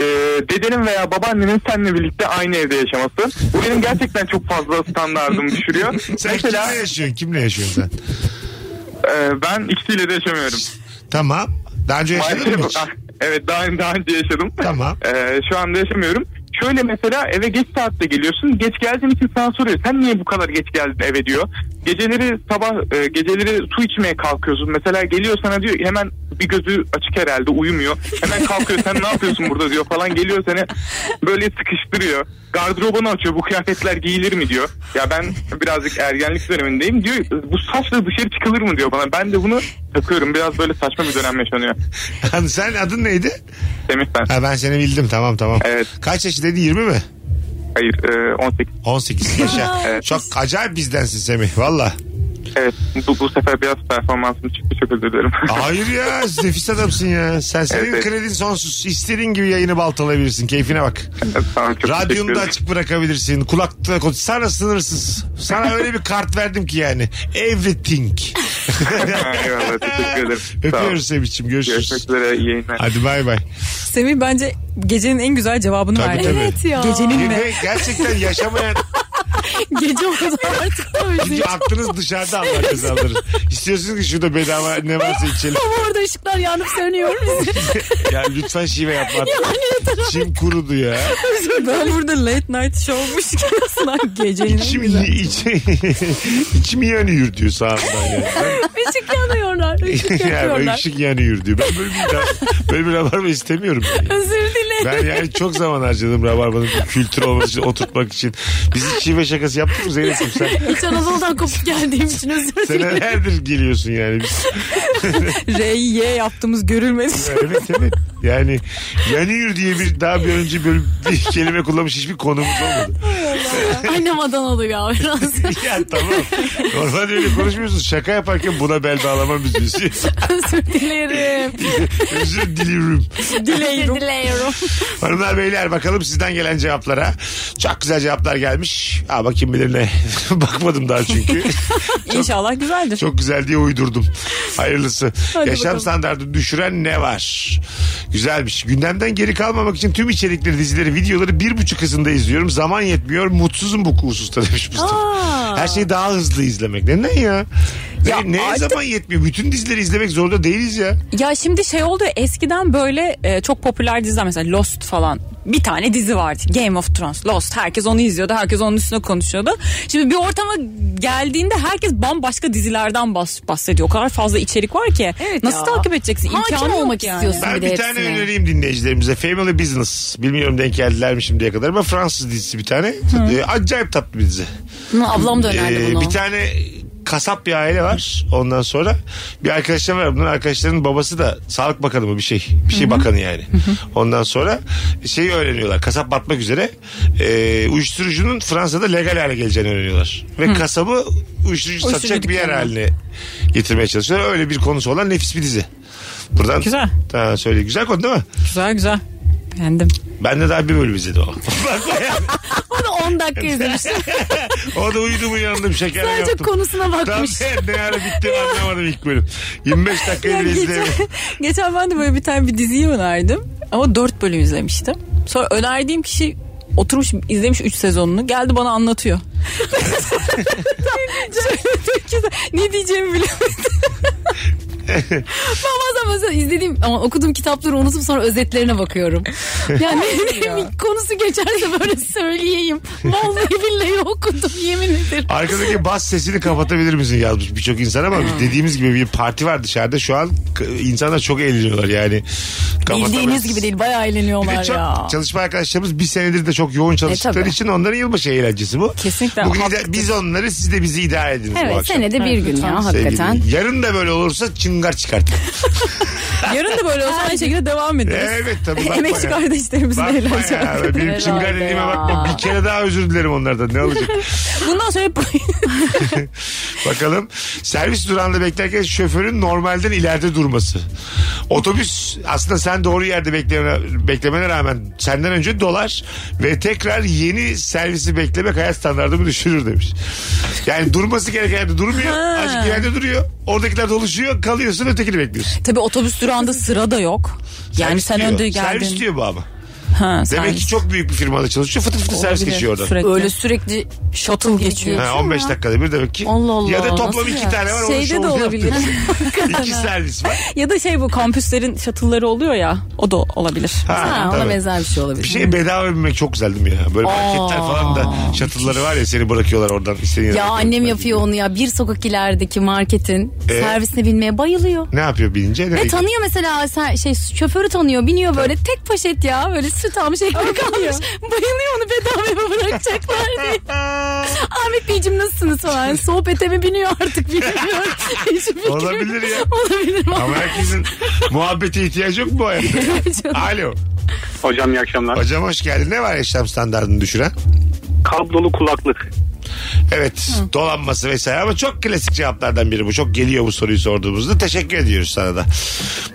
Speaker 5: dedenin veya babaannenin seninle birlikte aynı evde yaşaması. Bu benim gerçekten çok fazla standardımı düşürüyor.
Speaker 1: Sen
Speaker 5: Mesela
Speaker 1: kimle yaşıyorsun? Kimle yaşıyorsun sen?
Speaker 5: e, ben ikisiyle de yaşamıyorum.
Speaker 1: Tamam. Daha önce yaşadın mı
Speaker 5: Maalesef-
Speaker 1: hiç?
Speaker 5: Ah, Evet daha, daha önce yaşadım.
Speaker 1: Tamam.
Speaker 5: Ee, şu anda yaşamıyorum. Şöyle mesela eve geç saatte geliyorsun. Geç geldiğin için sana soruyor. Sen niye bu kadar geç geldin eve diyor. Geceleri sabah e, geceleri su içmeye kalkıyorsun. Mesela geliyor sana diyor hemen bir gözü açık herhalde uyumuyor. Hemen kalkıyor sen ne yapıyorsun burada diyor falan geliyor seni böyle sıkıştırıyor. Gardırobunu açıyor bu kıyafetler giyilir mi diyor. Ya ben birazcık ergenlik dönemindeyim diyor bu saçla dışarı çıkılır mı diyor bana. Ben de bunu takıyorum biraz böyle saçma bir dönem yaşanıyor.
Speaker 1: Yani sen adın neydi?
Speaker 5: Demiş ben.
Speaker 1: Ha, ben seni bildim. Tamam tamam.
Speaker 5: Evet.
Speaker 1: Kaç yaşı dedin? 20 mi?
Speaker 5: Hayır e, 18.
Speaker 1: 18 yaşa.
Speaker 5: Evet.
Speaker 1: Çok acayip bizdensin Semih. Valla.
Speaker 5: Evet e, bu, bu sefer biraz performansım çıktı çok özür dilerim.
Speaker 1: Hayır ya nefis adamsın ya. Sen senin
Speaker 5: Evet, evet.
Speaker 1: kredin sonsuz. İstediğin gibi yayını baltalayabilirsin. Keyfine bak.
Speaker 5: tamam, çok teşekkür
Speaker 1: Radyonu da
Speaker 5: ederim.
Speaker 1: açık bırakabilirsin. Kulaklıkla konuş. Sana sınırsız. Sana öyle bir kart verdim ki yani. Everything.
Speaker 5: (laughs)
Speaker 1: (laughs)
Speaker 5: Eyvallah teşekkür ederim. Sağ olun.
Speaker 1: Öpüyoruz Semih'ciğim.
Speaker 5: Görüşmek
Speaker 1: Görüşürüz.
Speaker 5: üzere iyi yayınlar.
Speaker 1: Hadi bay bay.
Speaker 2: (laughs) Semih bence gecenin en güzel cevabını
Speaker 1: Tabii,
Speaker 2: verdi.
Speaker 1: tabii.
Speaker 3: Evet ya.
Speaker 2: Gecenin mi?
Speaker 1: Ve gerçekten yaşamayan
Speaker 3: Gece o kadar artık da
Speaker 1: Çünkü
Speaker 3: üzücü.
Speaker 1: aklınız dışarıda Allah cezaları. İstiyorsunuz ki şurada bedava ne varsa içelim.
Speaker 3: Ama orada ışıklar yanıp sönüyor.
Speaker 1: Ya lütfen şive yapma. Çim kurudu ya.
Speaker 2: Ben burada late night showmuş (laughs) gibi aslında gecenin en
Speaker 1: İçim,
Speaker 2: güzel.
Speaker 1: içim, (laughs) içim yanıyor diyor sağımdan yani.
Speaker 3: (laughs) Işık yanıyorlar. Işık
Speaker 1: (laughs) yani
Speaker 3: yakıyorlar.
Speaker 1: ışık yanıyor diyor. Ben böyle bir, böyle bir rabarba istemiyorum. yani.
Speaker 3: Özür dilerim.
Speaker 1: Ben yani çok zaman harcadım Rabarba'nın bu kültür olması için, oturtmak için. Biz hiç şive şakası yaptık mı Zeynep'ciğim
Speaker 3: (laughs)
Speaker 1: sen?
Speaker 3: İç Anadolu'dan kopup geldiğim için özür dilerim.
Speaker 1: Senelerdir geliyorsun yani. Biz,
Speaker 2: R'yi Y yaptığımız görülmedi. (laughs)
Speaker 1: evet evet. Yani yanıyor diye bir daha bir önce böyle bir kelime kullanmış hiçbir konumuz olmadı.
Speaker 3: (laughs) Annem Adanalı ya biraz.
Speaker 1: ya tamam. Normalde öyle konuşmuyorsun. Şaka yaparken buna bel bağlamam üzücü.
Speaker 3: özür dilerim.
Speaker 1: (laughs) Özür diliyorum.
Speaker 3: Dilerim. Dilerim.
Speaker 1: Hanımlar beyler bakalım sizden gelen cevaplara. Çok güzel cevaplar gelmiş. Aa bakayım bilir ne. (laughs) Bakmadım daha
Speaker 2: (laughs)
Speaker 1: çünkü.
Speaker 2: İnşallah güzeldir.
Speaker 1: Çok güzel diye uydurdum. Hayırlısı.
Speaker 2: Hadi
Speaker 1: Yaşam
Speaker 2: bakalım.
Speaker 1: standartı düşüren ne var? Güzelmiş. Gündemden geri kalmamak için tüm içerikleri, dizileri, videoları bir buçuk hızında izliyorum. Zaman yetmiyor. Mutsuzum bu hususta demiş Mustafa. Her şeyi daha hızlı izlemek. Neden ya?
Speaker 2: Ya
Speaker 1: ne, neye
Speaker 2: artık-
Speaker 1: zaman yetmiyor? Bütün dizileri izlemek zorunda değiliz ya.
Speaker 2: Ya şimdi şey oldu ya, eskiden böyle e, çok popüler diziler mesela Lost falan bir tane dizi vardı. Game of Thrones, Lost. Herkes onu izliyordu. Herkes onun üstüne konuşuyordu. Şimdi bir ortama geldiğinde herkes bambaşka dizilerden bahs- bahsediyor. O kadar fazla içerik var ki.
Speaker 3: Evet
Speaker 2: Nasıl
Speaker 3: ya.
Speaker 2: takip edeceksin?
Speaker 3: Hakim
Speaker 2: İmkanı yok
Speaker 3: olmak
Speaker 2: yani.
Speaker 3: istiyorsun
Speaker 1: Ben
Speaker 3: bir de
Speaker 1: bir tane
Speaker 3: hepsine.
Speaker 1: önereyim dinleyicilerimize. Family Business. Bilmiyorum denk geldiler mi şimdiye kadar ama Fransız dizisi bir tane. Ee, acayip tatlı bir dizi.
Speaker 3: Hı, ablam da önerdi
Speaker 1: Ee,
Speaker 3: bunu.
Speaker 1: bir tane kasap bir aile var ondan sonra bir arkadaşlar var bunların arkadaşlarının babası da sağlık bakanı mı bir şey bir şey bakanı yani ondan sonra şeyi öğreniyorlar kasap batmak üzere Ee, uyuşturucunun Fransa'da legal hale geleceğini öğreniyorlar ve kasabı uyuşturucu satacak bir yer
Speaker 2: dükkanı.
Speaker 1: haline getirmeye çalışıyorlar öyle bir konusu olan nefis bir dizi buradan
Speaker 2: Güzel.
Speaker 1: ha, söyle güzel konu değil mi
Speaker 2: Güzel güzel. Beğendim.
Speaker 1: ben de daha bir bölüm izledim o
Speaker 3: Onu
Speaker 1: (laughs)
Speaker 3: 10 dakika izlemiştim.
Speaker 1: o da uyudum uyandım şeker
Speaker 3: Sadece
Speaker 1: yaptım
Speaker 3: konusuna
Speaker 1: Tam
Speaker 3: bakmış.
Speaker 1: ne ara bitti ben anlamadım ilk bölüm. 25 dakika
Speaker 2: Ya
Speaker 1: bile
Speaker 2: geçen,
Speaker 1: izleyemedim.
Speaker 2: (laughs) geçen ben de böyle bir tane bir diziyi önerdim. Ama dört bölüm izlemiştim. Sonra önerdiğim kişi oturmuş izlemiş 3 sezonunu geldi bana (laughs) anlatıyor. Söyledim ki de, ne diyeceğimi bilemedim.
Speaker 3: Bazen mesela izlediğim ama okuduğum kitapları unutup sonra
Speaker 1: (laughs)
Speaker 3: özetlerine bakıyorum. Yani bir konusu geçerse böyle söyleyeyim. Vallahi billahi okudum yemin ederim.
Speaker 1: Arkadaki bas sesini kapatabilir misin yazmış birçok insan ama dediğimiz gibi bir parti var dışarıda. Şu an k- insanlar çok eğleniyorlar yani. Kapatamayız.
Speaker 3: Bildiğiniz gibi değil bayağı
Speaker 1: Bir de
Speaker 3: eğleniyorlar
Speaker 1: çok
Speaker 3: ya. E,
Speaker 1: çalışma arkadaşlarımız bir senedir de çok yoğun çalıştıkları
Speaker 3: tabii.
Speaker 1: için onların yılbaşı eğlencesi bu.
Speaker 2: Kesinlikle,
Speaker 1: Bugün
Speaker 2: haklısın.
Speaker 1: ide- biz onları siz de bizi idare ediniz bu
Speaker 3: Evet
Speaker 1: akşam.
Speaker 3: senede bir gün ya
Speaker 1: Sevgili
Speaker 3: hakikaten. (laughs)
Speaker 1: dinleyiciler. Yarın da böyle olursa çıngar çıkart.
Speaker 2: Yarın da böyle olsa
Speaker 3: (laughs)
Speaker 2: aynı şekilde devam ederiz. (laughs)
Speaker 1: evet tabii. bakma ya.
Speaker 2: Emekçi kardeşlerimizin
Speaker 1: Bakma
Speaker 2: eğlence.
Speaker 1: ya. Benim çıngar
Speaker 3: Herhalde
Speaker 1: dediğime
Speaker 3: ya.
Speaker 1: bakma. Bir kere daha özür dilerim onlardan. Ne olacak?
Speaker 2: Bundan sonra hep (laughs)
Speaker 1: (laughs) Bakalım. Servis durağında beklerken şoförün normalden ileride durması. Otobüs aslında sen doğru yerde bekleme, beklemene rağmen senden önce dolar ve tekrar yeni servisi beklemek hayat standartımı düşürür demiş. Yani durması gereken yerde durmuyor. Azıcık ileride duruyor. Oradakiler doluşuyor. Kalıyorsun ötekini bekliyorsun.
Speaker 2: tabii otobüs durağında sıra da yok. Yani
Speaker 1: Servis
Speaker 2: sen
Speaker 1: diyor.
Speaker 2: önde geldin.
Speaker 1: Servis diyor bu ama.
Speaker 2: Ha,
Speaker 1: Demek ki çok büyük bir firmada çalışıyor. Fıtı fıtı servis geçiyor oradan.
Speaker 2: Sürekli.
Speaker 3: Öyle sürekli shuttle geçiyor.
Speaker 1: Ha, 15 dakikada bir demek ki.
Speaker 3: Allah Allah,
Speaker 1: Ya da toplam
Speaker 3: nasıl
Speaker 1: iki
Speaker 3: ya?
Speaker 1: tane var.
Speaker 2: Şeyde
Speaker 1: (laughs)
Speaker 2: de olabilir. (laughs)
Speaker 1: iki servis var.
Speaker 2: Ya da şey bu kampüslerin şatıları oluyor ya o da olabilir.
Speaker 3: Ha, ona
Speaker 1: tabii.
Speaker 3: benzer bir şey olabilir.
Speaker 1: Bir şey bedava binmek çok güzel değil mi ya? Böyle marketler falan da şatılları var ya seni bırakıyorlar oradan istediğin yere.
Speaker 3: Ya annem yapıyor onu ya. Bir sokak ilerideki marketin
Speaker 1: Ee?
Speaker 3: servisine binmeye bayılıyor.
Speaker 1: Ne yapıyor binince?
Speaker 3: Ve
Speaker 1: Nereye
Speaker 3: tanıyor mesela sen- şey şoförü tanıyor biniyor böyle tek poşet ya böyle süt almış ekmek almış bayılıyor onu bedavaya bırakacaklar
Speaker 1: (laughs)
Speaker 3: diye. Ahmet Beyciğim nasılsınız falan sohbete mi biniyor
Speaker 1: (laughs)
Speaker 3: artık bilmiyorum. Hiçbir fikrim yok.
Speaker 1: Olabilir ya.
Speaker 3: Olabilir
Speaker 1: Ama
Speaker 3: (laughs)
Speaker 1: herkesin muhabbete ihtiyacı yok mu bu hayatta? Alo.
Speaker 9: Hocam iyi akşamlar.
Speaker 1: Hocam hoş geldin. Ne var yaşam standartını düşüren?
Speaker 9: Kablolu kulaklık.
Speaker 1: Evet dolanması vesaire ama çok klasik cevaplardan biri bu. Çok geliyor bu soruyu sorduğumuzda. Teşekkür ediyoruz sana da.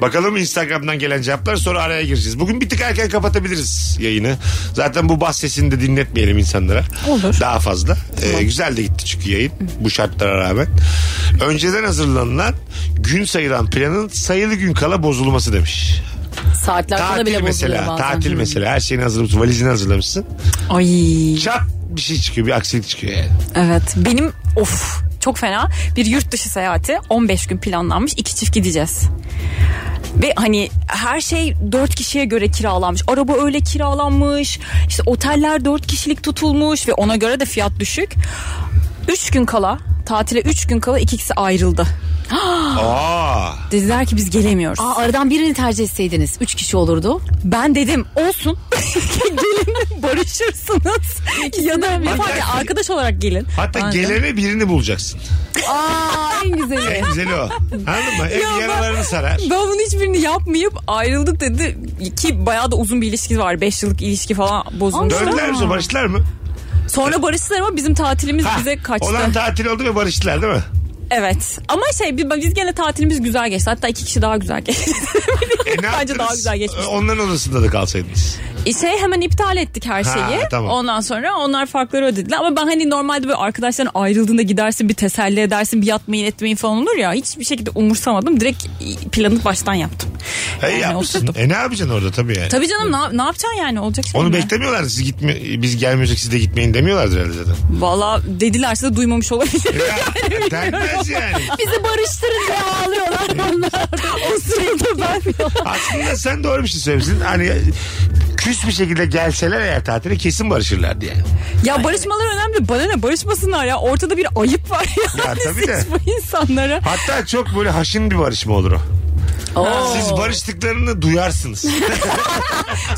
Speaker 1: Bakalım Instagram'dan gelen cevaplar sonra araya gireceğiz. Bugün bir tık erken kapatabiliriz yayını. Zaten bu bahs sesini de dinletmeyelim insanlara. Olur. Daha fazla. Ee, güzel de gitti çünkü yayın bu şartlara rağmen. Önceden hazırlanılan gün sayılan planın sayılı gün kala bozulması demiş.
Speaker 3: Saatler kala
Speaker 1: Tatil
Speaker 3: bile bozuluyor
Speaker 1: mesela.
Speaker 3: bazen.
Speaker 1: Tatil mesela. Her şeyini hazırlamışsın. Valizini hazırlamışsın.
Speaker 2: Ay
Speaker 1: Çat bir şey çıkıyor. Bir aksilik çıkıyor yani.
Speaker 2: evet benim of çok fena bir yurt dışı seyahati 15 gün planlanmış iki çift gideceğiz. Ve hani her şey dört kişiye göre kiralanmış. Araba öyle kiralanmış. İşte oteller dört kişilik tutulmuş ve ona göre de fiyat düşük. Üç gün kala tatile üç gün kala iki ikisi ayrıldı.
Speaker 3: Ah.
Speaker 1: Aa.
Speaker 2: Dediler ki biz gelemiyoruz.
Speaker 3: Aa, aradan birini tercih etseydiniz. Üç kişi olurdu.
Speaker 2: Ben dedim olsun. (laughs) gelin barışırsınız. ya da ne fark eder, arkadaş olarak gelin.
Speaker 1: Hatta
Speaker 2: Ben de-
Speaker 1: gelene birini bulacaksın.
Speaker 3: Aa en güzeli. (laughs)
Speaker 1: En güzeli o. Anladın mı? Hem
Speaker 2: Ya ben-
Speaker 1: yaralarını
Speaker 2: (laughs)
Speaker 1: sarar.
Speaker 2: Ben bunun hiçbirini yapmayıp ayrıldık dedi ki bayağı da uzun bir ilişki var. 5 yıllık ilişki falan bozulmuş.
Speaker 1: Döndüler mi? sonra, Barıştılar mı?
Speaker 2: Sonra barıştılar ama bizim tatilimiz
Speaker 1: Ha,
Speaker 2: bize kaçtı.
Speaker 1: Olan tatil oldu ve barıştılar değil mi?
Speaker 2: Evet. Ama şey biz- biz gene tatilimiz güzel geçti. Hatta iki kişi daha güzel geçti.
Speaker 1: E, ne
Speaker 2: (laughs) Bence
Speaker 1: yaptınız?
Speaker 2: daha güzel geçmiş.
Speaker 1: E, Onların odasında da kalsaydınız.
Speaker 2: E, şey hemen iptal ettik her
Speaker 1: Ha,
Speaker 2: şeyi.
Speaker 1: tamam.
Speaker 2: Ondan sonra onlar farkları ödediler. Ama ben hani normalde böyle arkadaşların ayrıldığında gidersin bir teselli edersin bir yatmayın etmeyin falan olur ya. Hiçbir şekilde umursamadım. Direkt planı baştan yaptım.
Speaker 1: Hey
Speaker 2: Yani
Speaker 1: yapmışsın.
Speaker 2: oturdum.
Speaker 1: E ne yapacaksın orada tabii yani.
Speaker 2: Tabii canım ne, ne yapacaksın yani olacak şey
Speaker 1: Onu
Speaker 2: mi?
Speaker 1: beklemiyorlar. Siz gitme, biz gelmiyorsak siz de gitmeyin demiyorlardır herhalde
Speaker 2: (laughs)
Speaker 1: zaten.
Speaker 2: Valla dedilerse de duymamış olabilir.
Speaker 1: Ya,
Speaker 2: (laughs)
Speaker 1: Denmez yani.
Speaker 3: Bizi barıştırın diye ağlıyorlar onlar. o sırada ben
Speaker 1: Aslında sen doğru bir şey söylemişsin. Hani küs bir şekilde gelseler eğer tatile kesin barışırlardı yani.
Speaker 2: ya barışmalar önemli. Bana ne barışmasınlar ya. Ortada bir ayıp var ya.
Speaker 1: Ya tabii
Speaker 2: Siz
Speaker 1: de.
Speaker 2: bu insanlara.
Speaker 1: Hatta çok böyle haşin bir barışma olur o. Siz barıştıklarını duyarsınız.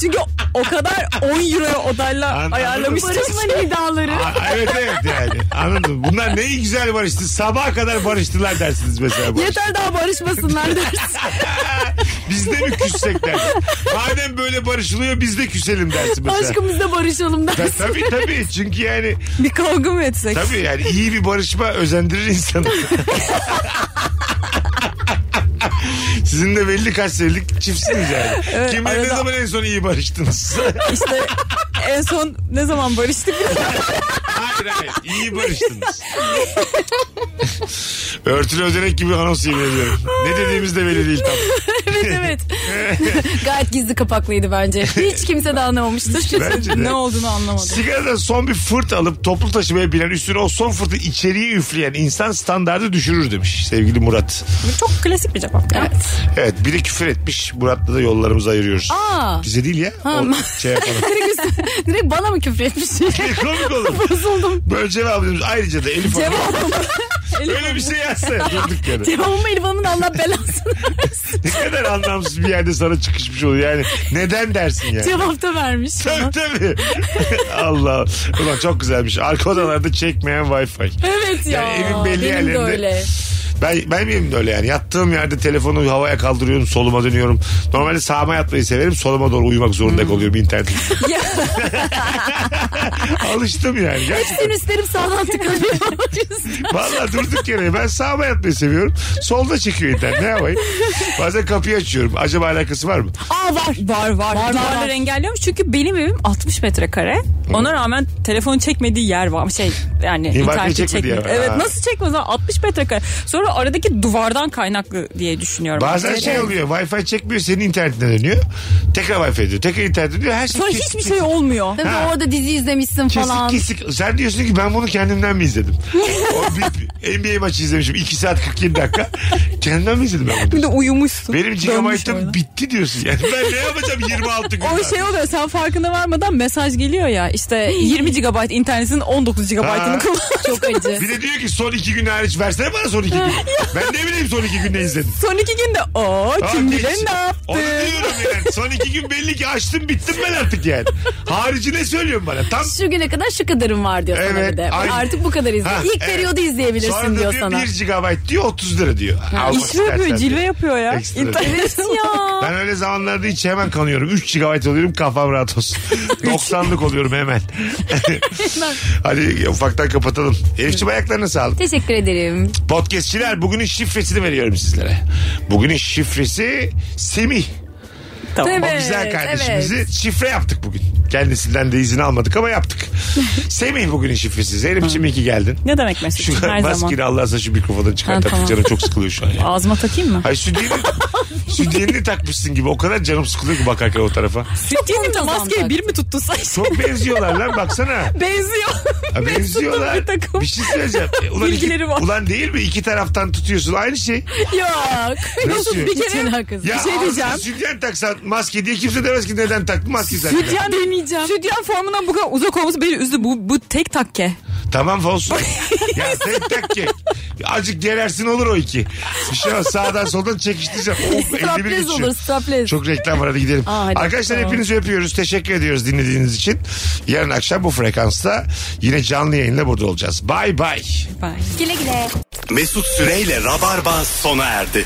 Speaker 2: Çünkü o kadar 10 euroya odayla
Speaker 1: Anladım.
Speaker 2: ayarlamıştım.
Speaker 3: barışmanın idaları.
Speaker 1: Aa, evet evet yani. Anladın mı? Bunlar ne güzel barıştı. Sabaha kadar barıştılar dersiniz mesela. barış.
Speaker 3: Yeter daha barışmasınlar
Speaker 1: (laughs)
Speaker 3: dersin.
Speaker 1: Biz de mi küssek dersin. Madem böyle barışılıyor biz de küselim dersin mesela.
Speaker 3: Aşkımızla barışalım
Speaker 1: Ta-
Speaker 3: dersin.
Speaker 1: Tabii tabii çünkü yani
Speaker 2: Bir kavga mı etsek?
Speaker 1: tabii yani iyi bir barışma özendirir insanı. (laughs) Sizin de belli kaç senelik çiftsiniz yani.
Speaker 2: Evet,
Speaker 1: Kimle ne
Speaker 2: arada-
Speaker 1: zaman en son iyi barıştınız?
Speaker 2: İşte en son ne
Speaker 1: (laughs)
Speaker 2: zaman barıştık?
Speaker 1: hayır hayır iyi barıştınız. Örtülü özenek gibi anons yemin ediyorum. Ne dediğimiz de belli değil tam.
Speaker 3: evet
Speaker 1: (laughs)
Speaker 3: evet. Gayet gizli kapaklıydı bence. Hiç kimse de anlamamıştır.
Speaker 1: Bence de.
Speaker 2: ne olduğunu anlamadım.
Speaker 1: Sigaradan son bir fırt alıp toplu taşımaya binen üstüne o son fırtı içeriye üfleyen insan standardı düşürür demiş sevgili Murat.
Speaker 2: Bu çok klasik bir cevap. ya.
Speaker 1: Evet biri küfür etmiş Murat'la da yollarımızı ayırıyoruz.
Speaker 3: Aa.
Speaker 1: Bize değil ya. O şey yapalım.
Speaker 3: Direkt, üst- (laughs) direkt bana mı küfür etmiş? (laughs)
Speaker 1: Ne komik olur.
Speaker 3: Bozuldum.
Speaker 1: Böyle cevabımız ayrıca da Elif Hanım. (laughs)
Speaker 3: Cevabım.
Speaker 1: Öyle bir şey yazsa durduk yere.
Speaker 3: Cevabım Elif Hanım'ın Allah belasını versin.
Speaker 1: Ne kadar anlamsız bir yerde sana çıkışmış oluyor. Yani neden dersin yani?
Speaker 3: Cevap da vermiş.
Speaker 1: Tabii tabii. (laughs) Allah. Ulan çok güzelmiş. Arka odalarda çekmeyen wifi.
Speaker 3: Evet ya.
Speaker 1: Yani evin belli
Speaker 3: Benim de
Speaker 1: yerlerinde-
Speaker 3: öyle.
Speaker 1: Ben, ben miyim de öyle yani? Yattığım yerde telefonu havaya kaldırıyorum, soluma dönüyorum. Normalde sağıma yatmayı severim, soluma doğru uyumak
Speaker 3: Hmm.
Speaker 1: zorunda kalıyorum internet.
Speaker 3: (laughs)
Speaker 2: Ya.
Speaker 1: Alıştım yani. Gerçekten.
Speaker 3: Sinüslerim
Speaker 1: (laughs)
Speaker 3: sağdan tıkanıyor. (laughs)
Speaker 1: Valla durduk yere. Ben sağıma yatmayı seviyorum. Solda çekiyor internet. Ne yapayım? Bazen kapıyı açıyorum. Acaba alakası var mı?
Speaker 2: Aa var. Var var. Duvarlar
Speaker 3: var.
Speaker 2: engelliyormuş çünkü benim evim 60 metrekare. Ona rağmen telefon çekmediği yer var. Şey yani internet
Speaker 1: çekmediği yer
Speaker 2: çekmedi.
Speaker 1: var.
Speaker 2: Evet
Speaker 1: Ha.
Speaker 2: nasıl çekmez lan? 60 metrekare. Sonra aradaki duvardan kaynaklı diye düşünüyorum.
Speaker 1: Bazen şey oluyor. Wi-Fi çekmiyor. Senin internetine dönüyor. Tekrar Wi-Fi diyor. Tekrar internet dönüyor. Her şey
Speaker 2: Sonra
Speaker 1: kesik
Speaker 2: hiçbir
Speaker 1: kesik.
Speaker 2: şey olmuyor.
Speaker 3: Tabii
Speaker 1: Ha.
Speaker 3: orada dizi izlemişsin
Speaker 1: Kesik
Speaker 3: falan.
Speaker 1: kesik. Sen diyorsun ki ben bunu kendimden mi izledim? o
Speaker 2: (laughs)
Speaker 1: bir, NBA maçı izlemişim. 2 saat 47 dakika. Kendimden mi izledim ben bunu?
Speaker 2: Bir de uyumuşsun.
Speaker 1: Benim
Speaker 2: Dönmüş orada.
Speaker 1: gigabyte'ım bitti diyorsun. Yani ben ne yapacağım 26 gün?
Speaker 2: O şey oluyor sen farkında varmadan mesaj geliyor ya işte 20 GB internetin 19
Speaker 1: Ha.
Speaker 2: GB'ını kullan. (laughs)
Speaker 3: Çok acı.
Speaker 1: Bir de diyor ki son iki gün hariç versene bana son iki gün. ben ne bileyim son iki gün ne izledim.
Speaker 2: Son iki günde o
Speaker 1: Aa,
Speaker 2: kim bilir
Speaker 1: geç.
Speaker 2: ne yaptı.
Speaker 1: Onu diyorum yani. Son iki gün belli ki açtım bittim ben artık yani. Harici ne söylüyorum bana? Tam
Speaker 3: Şu güne kadar şu kadarım var diyor sana
Speaker 1: Evet,
Speaker 3: bir de.
Speaker 1: aynen.
Speaker 3: Artık bu kadar izle.
Speaker 1: Ha,
Speaker 3: İlk
Speaker 1: evet.
Speaker 3: periyodu izleyebilirsin
Speaker 1: Sonra da
Speaker 3: diyor
Speaker 1: diyor
Speaker 3: sana. (laughs)
Speaker 1: 1 GB diyor 30 lira diyor. Almak
Speaker 2: İşi yapıyor
Speaker 1: istersen
Speaker 2: cilve
Speaker 1: diyor.
Speaker 2: yapıyor ya.
Speaker 1: Ekstra.
Speaker 2: İnternet ya.
Speaker 1: Ben öyle zamanlarda hiç hemen kanıyorum. 3 GB oluyorum kafam rahat
Speaker 2: (laughs)
Speaker 1: olsun. (laughs) 90'lık oluyorum hemen. (laughs) Hadi ufaktan kapatalım. Elifçi ayaklarına sağlık.
Speaker 3: Teşekkür ederim.
Speaker 1: Podcastçiler bugünün şifresini veriyorum sizlere. Bugünün şifresi Semih.
Speaker 2: Tamam.
Speaker 1: o güzel kardeşimizi şifre yaptık bugün. Kendisinden de izin almadık ama
Speaker 2: (laughs)
Speaker 1: yaptık. Semih bugünün şifresi. Zeynep'ciğim iyi ki geldin.
Speaker 2: (laughs) Ne demek Mesut'cum
Speaker 1: Şu
Speaker 2: her
Speaker 1: (laughs)
Speaker 2: zaman.
Speaker 1: maskeni Allah'sa şu mikrofonu çıkar.
Speaker 2: Ha,
Speaker 1: Artık
Speaker 2: tamam.
Speaker 1: Canım çok sıkılıyor şu an. ya.
Speaker 2: Ağzıma takayım mı?
Speaker 1: Ay
Speaker 2: (laughs)
Speaker 1: sütyeni, sütyeni takmışsın gibi. O kadar canım sıkılıyor ki bakarken o tarafa.
Speaker 2: Sütyenim de
Speaker 3: muntazam
Speaker 2: maskeyi
Speaker 3: bak.
Speaker 2: bir mi tuttun sen? şimdi?
Speaker 1: Çok benziyorlar lan baksana.
Speaker 2: (laughs) Benziyor.
Speaker 1: Ha,
Speaker 2: Mesut'un
Speaker 1: benziyorlar.
Speaker 2: Bir takım.
Speaker 1: Bir şey söyleyeceğim. E, Ulan, iki,
Speaker 2: Bilgileri var.
Speaker 1: ulan değil mi? İki taraftan tutuyorsun aynı şey.
Speaker 3: Yok.
Speaker 1: Nasıl?
Speaker 3: Bir kere alakası.
Speaker 1: Ya
Speaker 3: Bir şey diyeceğim.
Speaker 1: ağzına Sütyen taksan maske diye kimse demez ki neden taktın maske sen.
Speaker 2: Sütyen,
Speaker 3: Deneyeceğim.
Speaker 2: sütyen formundan bu kadar uzak olması beni üzdü. Bu, bu tek takke.
Speaker 1: Tamam
Speaker 2: (laughs)
Speaker 1: olsun. ya tek tek ye. Azıcık gerersin olur o iki. Bir şey yok. Sağdan soldan çekiştireceğim. Of, 51
Speaker 3: Straplez
Speaker 1: geçiyor.
Speaker 3: olur straplez.
Speaker 1: Çok reklam var hadi gidelim.
Speaker 3: Aa, hadi.
Speaker 1: Arkadaşlar
Speaker 3: Tamam.
Speaker 1: hepinizi öpüyoruz. Teşekkür ediyoruz dinlediğiniz için. Yarın akşam bu frekansta yine canlı yayınla burada olacağız. Bay bay.
Speaker 3: Güle güle.
Speaker 6: Mesut Süreyle Rabarba sona erdi.